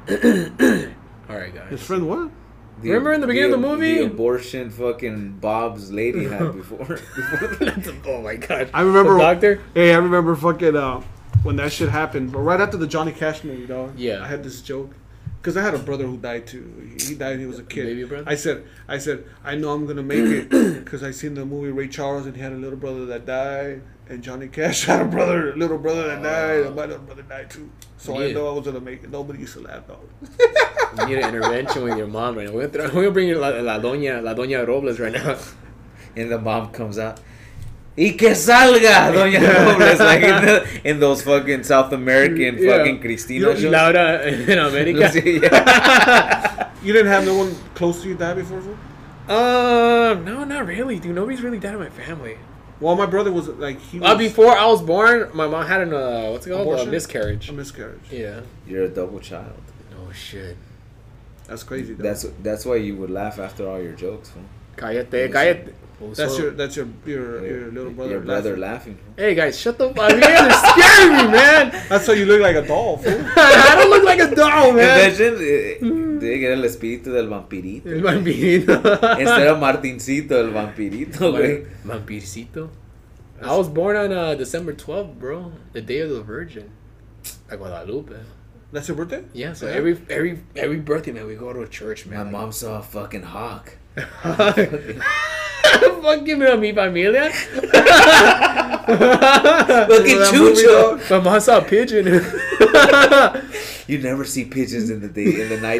[SPEAKER 1] <coughs> All right, guys.
[SPEAKER 2] His <laughs> friend what?
[SPEAKER 1] Remember in the beginning of the movie?
[SPEAKER 3] the abortion fucking Bob's lady had before. <laughs> before
[SPEAKER 1] That's a- oh my god!
[SPEAKER 2] I remember.
[SPEAKER 1] the doctor.
[SPEAKER 2] Hey, I remember fucking uh, when that shit happened. But right after the Johnny Cash movie, dog.
[SPEAKER 1] Yeah.
[SPEAKER 2] I had this joke. because I had a brother who died too. He died. when He was a kid.
[SPEAKER 1] Baby brother?
[SPEAKER 2] I said, I said, I know I'm gonna make it because I seen the movie Ray Charles and he had a little brother that died, and Johnny Cash <laughs> had a brother, little brother that died, and my little brother died too. So I
[SPEAKER 1] Yeah.
[SPEAKER 2] know I was gonna make it. Nobody used to laugh though.
[SPEAKER 1] You need an intervention with your mom right now. We're gonna, throw, we're gonna bring you la, la doña, la doña Robles right now.
[SPEAKER 3] and the mom comes out. Y que salga, Doña Robles, like in, the, in those fucking South American
[SPEAKER 2] Yeah.
[SPEAKER 3] fucking Cristina
[SPEAKER 2] You-
[SPEAKER 3] shows.
[SPEAKER 1] Laura <laughs> in
[SPEAKER 3] <laughs>
[SPEAKER 1] America.
[SPEAKER 3] Yeah.
[SPEAKER 2] You didn't have no one close to you die before. fool?
[SPEAKER 1] <laughs> Um, no, not really, dude. Nobody's really dead in my family.
[SPEAKER 2] Well, my brother was like he was
[SPEAKER 1] Uh, before I was born, my mom had an uh, what's it called?
[SPEAKER 2] Abortion?
[SPEAKER 1] A miscarriage.
[SPEAKER 2] a miscarriage.
[SPEAKER 1] Yeah.
[SPEAKER 3] You're a double child.
[SPEAKER 1] Oh shit.
[SPEAKER 2] That's crazy. Though.
[SPEAKER 3] That's that's why you would laugh after all your jokes. Huh?
[SPEAKER 1] Cállate, cállate.
[SPEAKER 2] that's
[SPEAKER 1] So-
[SPEAKER 2] your that's your your, your little brother.
[SPEAKER 3] Your brother
[SPEAKER 2] laughing.
[SPEAKER 3] laughing.
[SPEAKER 1] Hey guys, shut the fuck up. You guys are scaring me, man. <laughs>
[SPEAKER 2] That's how you look like a doll. Fool.
[SPEAKER 1] I don't <laughs> look like a dog, man.
[SPEAKER 3] Imagine eh,
[SPEAKER 2] Mm.
[SPEAKER 3] they get el espíritu del
[SPEAKER 1] <laughs>
[SPEAKER 3] vampirito.
[SPEAKER 1] El vampirito.
[SPEAKER 3] Instead of Martincito, el vampirito, güey.
[SPEAKER 1] Vampircito. I was born on uh, December 12th, bro. The day of the Virgin. At Guadalupe.
[SPEAKER 2] That's your birthday.
[SPEAKER 1] Yeah, so every every every birthday, man, we go to a church,
[SPEAKER 3] My
[SPEAKER 1] man. <laughs>
[SPEAKER 3] mom saw a fucking hawk.
[SPEAKER 1] Fucking a mi familia.
[SPEAKER 3] Look
[SPEAKER 2] Remember
[SPEAKER 3] at
[SPEAKER 2] that movie,
[SPEAKER 3] Chucho.
[SPEAKER 2] dog?
[SPEAKER 1] My mom saw a pigeon. <laughs>
[SPEAKER 3] You never see pigeons in the day in the
[SPEAKER 2] <laughs>
[SPEAKER 3] night.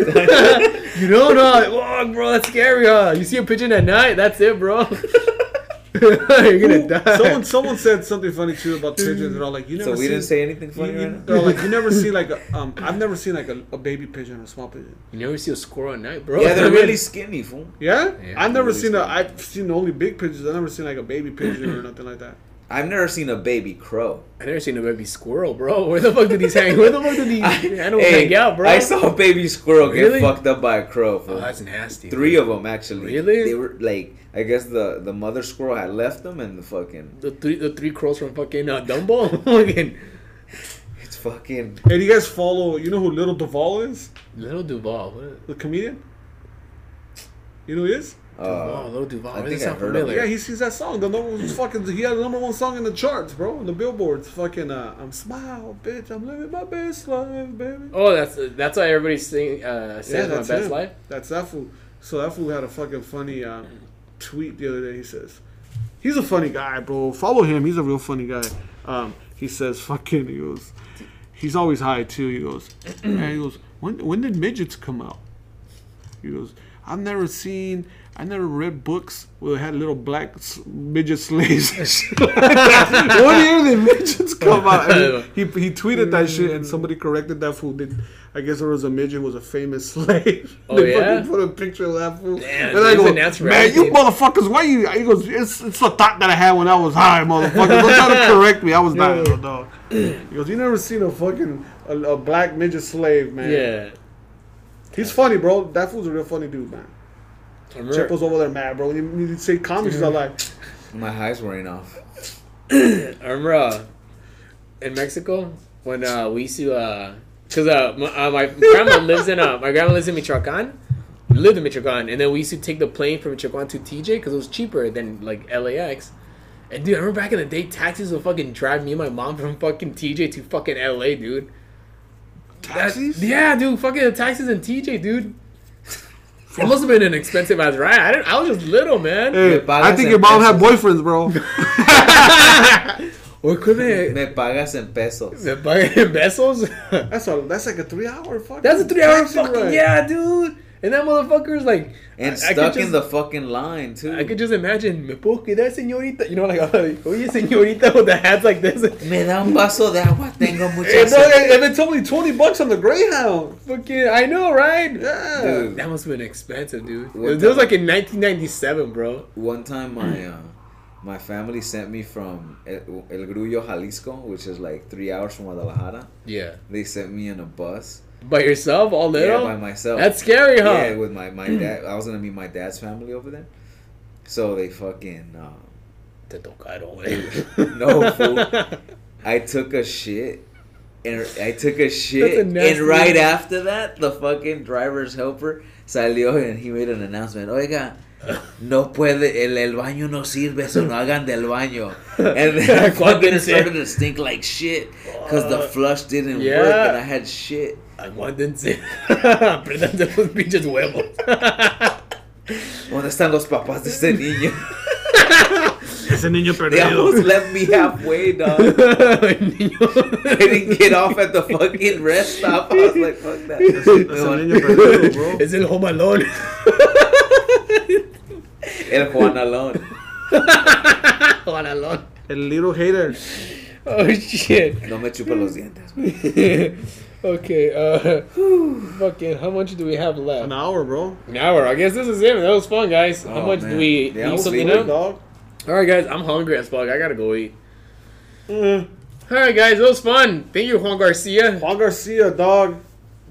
[SPEAKER 3] <laughs>
[SPEAKER 1] you don't know. Whoa, bro, that's scary, huh? You see a pigeon at night, that's it, bro. <laughs> You're gonna die.
[SPEAKER 2] Someone someone said something funny too about pigeons. They're all like, you never.
[SPEAKER 3] so we
[SPEAKER 2] seen,
[SPEAKER 3] didn't say anything
[SPEAKER 2] You,
[SPEAKER 3] funny
[SPEAKER 2] you,
[SPEAKER 3] right
[SPEAKER 2] they're
[SPEAKER 3] now.
[SPEAKER 2] all like, you never see like a, um. I've never seen like a, a baby pigeon or a small pigeon.
[SPEAKER 1] You never see a squirrel at night, bro. <laughs>
[SPEAKER 3] Yeah,
[SPEAKER 1] I
[SPEAKER 2] <laughs>
[SPEAKER 3] they're
[SPEAKER 1] mean,
[SPEAKER 3] really skinny, fool.
[SPEAKER 2] Yeah,
[SPEAKER 1] Yeah,
[SPEAKER 2] I've never
[SPEAKER 3] really
[SPEAKER 2] seen a.
[SPEAKER 3] small.
[SPEAKER 2] I've seen only big pigeons. I've never seen like a baby pigeon or nothing like that.
[SPEAKER 3] I've never seen a
[SPEAKER 1] <laughs>
[SPEAKER 3] baby crow.
[SPEAKER 1] I never seen a baby squirrel, bro. Where the fuck did these hang? Where the fuck did
[SPEAKER 3] <laughs>
[SPEAKER 1] these animals
[SPEAKER 3] Hey,
[SPEAKER 1] hang out, bro?
[SPEAKER 3] I saw a baby squirrel get
[SPEAKER 1] Really?
[SPEAKER 3] fucked up by a crow. Fool.
[SPEAKER 1] Oh, that's nasty.
[SPEAKER 3] Three of them actually.
[SPEAKER 1] Really?
[SPEAKER 3] They were like, I guess the the mother squirrel had left them, and the fucking
[SPEAKER 1] the three the three crows from fucking uh, Dumbo. fucking
[SPEAKER 3] it's fucking.
[SPEAKER 2] And you guys follow? You know who Little Duval is?
[SPEAKER 1] little Duval. What?
[SPEAKER 2] The comedian. You know who he is?
[SPEAKER 1] Duval,
[SPEAKER 3] Uh,
[SPEAKER 1] little Duval.
[SPEAKER 3] I
[SPEAKER 1] Why
[SPEAKER 3] think
[SPEAKER 1] does it
[SPEAKER 3] I
[SPEAKER 1] sound
[SPEAKER 3] heard of
[SPEAKER 1] familiar?
[SPEAKER 2] Yeah, he sings that song. The number was fucking. He had the number one song in the charts, bro. In the billboards, fucking. Uh, I'm smile, bitch. I'm living my best life, baby.
[SPEAKER 1] Oh, that's that's why everybody's sing, uh, says my best
[SPEAKER 2] him.
[SPEAKER 1] life.
[SPEAKER 2] That's that fool. So that fool had a fucking funny um, tweet the other day. He says, "He's a funny guy, bro. Follow him. He's a real funny guy." Um, he says, "Fucking," he goes, "He's always high too." He goes, <clears throat> and he goes, "When when did midgets come out?" He goes, "I've never seen." I never read books where they had little black s- midget slaves.
[SPEAKER 1] <laughs>
[SPEAKER 2] and shit like that. what year did midgets come
[SPEAKER 1] <laughs>
[SPEAKER 2] out? And he, he he tweeted that shit, and somebody corrected that fool. Did I guess there was a midget who was a famous <laughs> slave?
[SPEAKER 1] Oh,
[SPEAKER 2] they
[SPEAKER 1] yeah?
[SPEAKER 2] fucking put a picture of that fool.
[SPEAKER 1] Damn,
[SPEAKER 2] and I
[SPEAKER 1] he's
[SPEAKER 2] go,
[SPEAKER 1] an answer
[SPEAKER 2] man, you
[SPEAKER 1] advocate."
[SPEAKER 2] motherfuckers, why you? He goes, it's it's the thought that I had when I was high, motherfucker. Don't
[SPEAKER 1] <laughs>
[SPEAKER 2] try to correct me. I was dying,
[SPEAKER 1] Yeah.
[SPEAKER 2] dog. He goes, you never seen a fucking a, a black midget slave, man.
[SPEAKER 1] Yeah.
[SPEAKER 2] he's funny, bro. That fool's a real funny dude, man.
[SPEAKER 1] I remember-
[SPEAKER 2] Chepo's over there mad, bro. When you, when you say comics, I'm like,
[SPEAKER 3] my highs wearing off.
[SPEAKER 1] I remember uh, in Mexico when uh, we used to, uh, cause uh, my, uh, my
[SPEAKER 3] <laughs>
[SPEAKER 1] grandma lives in uh, my grandma lives in Michoacan, lived in Michoacan, and then we used to take the plane from Michoacan to TJ because it was cheaper than like LAX. And dude, I remember back in the day, taxis would fucking drive me and my mom from fucking TJ to fucking LA, dude. That-
[SPEAKER 2] taxis?
[SPEAKER 1] yeah, dude, fucking the taxis in TJ, dude. It must have been an expensive ass ride. I didn't. I was just little, man.
[SPEAKER 2] Hey,
[SPEAKER 3] Me pagas
[SPEAKER 2] I think your
[SPEAKER 3] en
[SPEAKER 2] mom had boyfriends, bro.
[SPEAKER 1] <laughs> Or could it?
[SPEAKER 3] Me pagas en pesos.
[SPEAKER 1] The fucking <laughs> vessels.
[SPEAKER 2] <laughs> That's a that's like a three hour fucking.
[SPEAKER 1] That's a three hour
[SPEAKER 2] taxi
[SPEAKER 1] fucking
[SPEAKER 2] ride.
[SPEAKER 1] yeah, dude. And that motherfucker's like
[SPEAKER 3] And
[SPEAKER 1] I- I
[SPEAKER 3] stuck
[SPEAKER 1] could just-
[SPEAKER 3] in the fucking line too.
[SPEAKER 1] I could just imagine me puedo quedar señorita, you know, like, <laughs> like oye señorita with the hats like this. <laughs>
[SPEAKER 3] Me da un vaso de agua, tengo
[SPEAKER 2] Hey,
[SPEAKER 3] mucha
[SPEAKER 2] bro,
[SPEAKER 3] sed.
[SPEAKER 2] and it's only twenty bucks on the Greyhound.
[SPEAKER 1] Fucking, I know, right?
[SPEAKER 2] Yeah.
[SPEAKER 3] Dude.
[SPEAKER 1] That must have been expensive, dude. It
[SPEAKER 3] What
[SPEAKER 1] was,
[SPEAKER 3] the-
[SPEAKER 1] like in 1997, bro.
[SPEAKER 3] One time, my uh, my family sent me from El, El Grullo, Jalisco, which is like three hours from Guadalajara.
[SPEAKER 1] Yeah.
[SPEAKER 3] They sent me in a bus.
[SPEAKER 1] By yourself, all
[SPEAKER 3] Yeah,
[SPEAKER 1] little.
[SPEAKER 3] by myself.
[SPEAKER 1] That's scary, huh? Hmm.
[SPEAKER 3] Yeah, with my my dad. I was gonna meet my dad's family over there. So they fucking. Uh,
[SPEAKER 1] Te tocaron.
[SPEAKER 3] No,
[SPEAKER 1] <laughs>
[SPEAKER 3] fool. I took a shit. And I took a shit,
[SPEAKER 1] That's a
[SPEAKER 3] and
[SPEAKER 1] nasty- <laughs>
[SPEAKER 3] right after that, the fucking driver's helper salió, and he made an announcement. Oiga, no puede, el, el baño no sirve, so no hagan
[SPEAKER 1] <laughs>
[SPEAKER 3] del baño. And then I fucking started to stink like shit because the flush didn't work
[SPEAKER 1] Yeah.
[SPEAKER 3] and I had shit.
[SPEAKER 1] Aguántense. <laughs> Aprendan de los pinches huevos.
[SPEAKER 3] ¿Dónde están los papás
[SPEAKER 1] <laughs>
[SPEAKER 3] de este niño? <laughs>
[SPEAKER 2] Ese niño
[SPEAKER 3] They
[SPEAKER 2] perdido.
[SPEAKER 3] almost left me halfway,
[SPEAKER 1] <laughs>
[SPEAKER 3] dog.
[SPEAKER 1] El niño.
[SPEAKER 3] I didn't get off at the fucking rest stop. I was like, fuck that.
[SPEAKER 2] Ese niño perdido, bro.
[SPEAKER 1] Es el home alone. <laughs>
[SPEAKER 3] El Juan alone.
[SPEAKER 1] Home alone.
[SPEAKER 2] <laughs> El little hater.
[SPEAKER 1] Oh shit. <laughs>
[SPEAKER 3] No me chupa los dientes. güey.
[SPEAKER 1] okay, uh fucking how much do we have left?
[SPEAKER 2] An hour, bro.
[SPEAKER 1] An hour. I guess this is it. That was fun guys. how
[SPEAKER 3] Oh,
[SPEAKER 1] much do
[SPEAKER 3] man.
[SPEAKER 1] we
[SPEAKER 3] Yeah,
[SPEAKER 1] eat
[SPEAKER 3] we'll
[SPEAKER 1] something
[SPEAKER 3] see.
[SPEAKER 1] up?
[SPEAKER 4] Dog.
[SPEAKER 1] Alright guys, I'm hungry as fuck. I gotta go eat.
[SPEAKER 4] Mm.
[SPEAKER 1] Alright guys, it was fun. Thank you, Juan Garcia.
[SPEAKER 4] Juan Garcia, dog.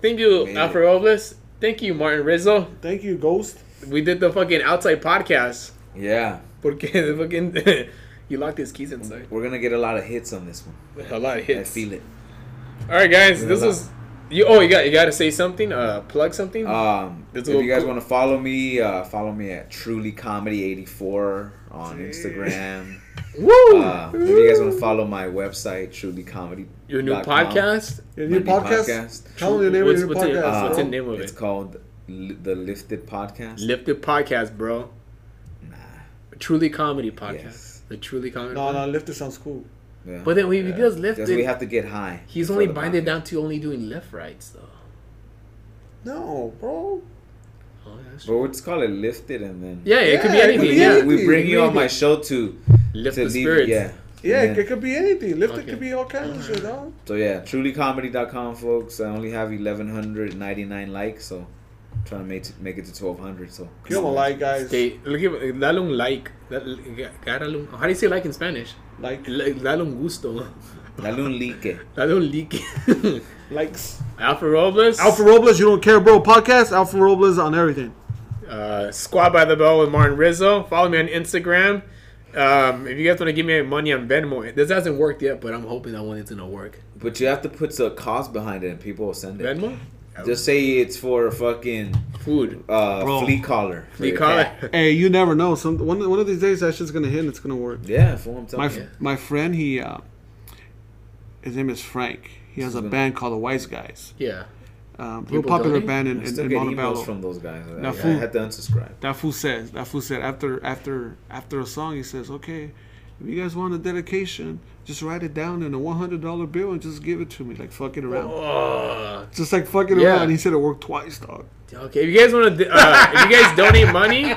[SPEAKER 1] Thank you,
[SPEAKER 3] Man.
[SPEAKER 1] Alfred Robles. Thank you, Martin Rizzo.
[SPEAKER 4] Thank you, Ghost.
[SPEAKER 1] We did the fucking outside podcast.
[SPEAKER 3] Yeah,
[SPEAKER 1] Porque <laughs> the fucking you locked his keys inside.
[SPEAKER 3] we're gonna get a lot of hits on this one.
[SPEAKER 1] A lot of
[SPEAKER 3] I
[SPEAKER 1] hits.
[SPEAKER 3] feel it.
[SPEAKER 1] All right, guys,
[SPEAKER 3] Yeah,
[SPEAKER 1] this
[SPEAKER 3] a lot.
[SPEAKER 1] is you. Oh, you got you got to say something. Uh, plug something.
[SPEAKER 3] Um,
[SPEAKER 1] That's
[SPEAKER 3] if
[SPEAKER 1] all
[SPEAKER 3] you guys
[SPEAKER 1] cool.
[SPEAKER 3] want to follow me, uh, follow me at Truly Comedy eighty four on Instagram.
[SPEAKER 1] Woo!
[SPEAKER 3] Uh, if you guys want to follow my website, Truly Comedy.
[SPEAKER 1] Your new podcast.
[SPEAKER 4] Your new podcast? Tell me the name
[SPEAKER 1] What's,
[SPEAKER 4] of your
[SPEAKER 1] what's, it,
[SPEAKER 4] podcast.
[SPEAKER 1] what's
[SPEAKER 4] bro.
[SPEAKER 1] the name of
[SPEAKER 3] Um, It's
[SPEAKER 1] it?
[SPEAKER 3] called Li- the Lifted Podcast.
[SPEAKER 1] Lifted Podcast, bro.
[SPEAKER 3] nah,
[SPEAKER 1] Truly Comedy Podcast.
[SPEAKER 3] Yes.
[SPEAKER 1] The Truly Comedy.
[SPEAKER 4] No,
[SPEAKER 1] podcast.
[SPEAKER 4] no, Lifter sounds cool.
[SPEAKER 3] yeah,
[SPEAKER 1] But then we- we just lifted-
[SPEAKER 3] Just we have to get high.
[SPEAKER 1] He's
[SPEAKER 3] for
[SPEAKER 1] only
[SPEAKER 3] the
[SPEAKER 1] binded
[SPEAKER 3] podcast.
[SPEAKER 1] down to only doing left rights though.
[SPEAKER 4] No, bro.
[SPEAKER 1] Oh, that's true.
[SPEAKER 3] But let's call it Lifted, and then
[SPEAKER 1] Yeah, it could be
[SPEAKER 4] Yeah, it could
[SPEAKER 1] anything.
[SPEAKER 4] be
[SPEAKER 1] yeah.
[SPEAKER 4] anything.
[SPEAKER 3] we bring you on
[SPEAKER 4] Maybe.
[SPEAKER 3] my show to
[SPEAKER 1] Lift
[SPEAKER 3] to
[SPEAKER 1] the
[SPEAKER 3] leave-
[SPEAKER 1] spirits.
[SPEAKER 3] Yeah,
[SPEAKER 4] Yeah,
[SPEAKER 3] And
[SPEAKER 4] it could be anything. Lifter
[SPEAKER 1] Okay.
[SPEAKER 4] could be all kinds of shit, dog.
[SPEAKER 3] So yeah, trulycomedy.com, folks. I only have 1199 likes, so I'm trying to make it, make it to 1200. So
[SPEAKER 4] Give him a like, guys.
[SPEAKER 1] They, look at dale un eh, like. Dale- Dale un, how do you say like in Spanish?
[SPEAKER 4] Like,
[SPEAKER 1] Like, Dale un gusto. <laughs>
[SPEAKER 3] Dale un like.
[SPEAKER 1] Dale un like.
[SPEAKER 4] likes.
[SPEAKER 1] Alpha Robles.
[SPEAKER 2] Alpha Robles, you don't care, bro. Podcast, Alpha Robles on everything.
[SPEAKER 1] uh, Squad by the Bell with Martin Rizzo. Follow me on Instagram. Um, if you guys want to give me money on Venmo, this hasn't worked yet, but I'm hoping that one is gonna work.
[SPEAKER 3] But you have to put a cost behind it, and people will send it.
[SPEAKER 1] Venmo,
[SPEAKER 3] Just say it's for fucking
[SPEAKER 1] food,
[SPEAKER 3] uh,
[SPEAKER 2] Bro.
[SPEAKER 3] flea collar. for
[SPEAKER 1] we
[SPEAKER 3] your
[SPEAKER 1] call it. <laughs>
[SPEAKER 3] cat.
[SPEAKER 2] Hey, you never know. Some one, one of these days that shit's gonna hit and it's gonna work.
[SPEAKER 3] Yeah, for him.
[SPEAKER 2] My
[SPEAKER 3] telling you.
[SPEAKER 2] my friend, he uh, his name is Frank. He has a
[SPEAKER 3] This is
[SPEAKER 2] band called the Wise Guys.
[SPEAKER 1] Yeah,
[SPEAKER 2] Um, real
[SPEAKER 1] People
[SPEAKER 2] popular
[SPEAKER 1] donate?
[SPEAKER 2] band in,
[SPEAKER 3] I
[SPEAKER 2] in,
[SPEAKER 3] still
[SPEAKER 2] in
[SPEAKER 3] get
[SPEAKER 2] Montebello.
[SPEAKER 3] emails from those guys. I,
[SPEAKER 2] Now,
[SPEAKER 3] I
[SPEAKER 2] fool.
[SPEAKER 3] had to unsubscribe.
[SPEAKER 2] That fool says. That fool said after after after a song, he says, "Okay, if you guys want a dedication, just write it down in a one hundred dollar bill and just give it to me, like fucking around,
[SPEAKER 1] Oh,
[SPEAKER 2] just like fucking
[SPEAKER 1] Yeah.
[SPEAKER 2] around." He said it worked twice, dog.
[SPEAKER 1] okay. If you guys want to, uh, if you guys donate money,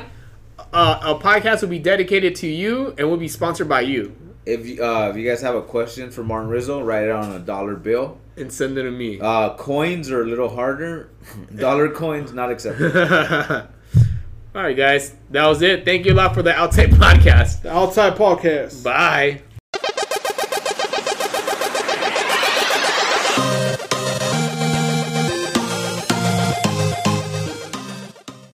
[SPEAKER 1] uh, a podcast will be dedicated to you and will be sponsored by you
[SPEAKER 3] If you, uh, if you guys have a question for Martin Rizzo, write it on a dollar bill.
[SPEAKER 1] and send it to me.
[SPEAKER 3] Uh, coins are a little harder. <laughs> dollar coins not accepted.
[SPEAKER 1] <laughs> All right, guys, that was it. Thank you a lot for the outside <laughs> podcast.
[SPEAKER 4] The Outside Podcast.
[SPEAKER 1] Bye.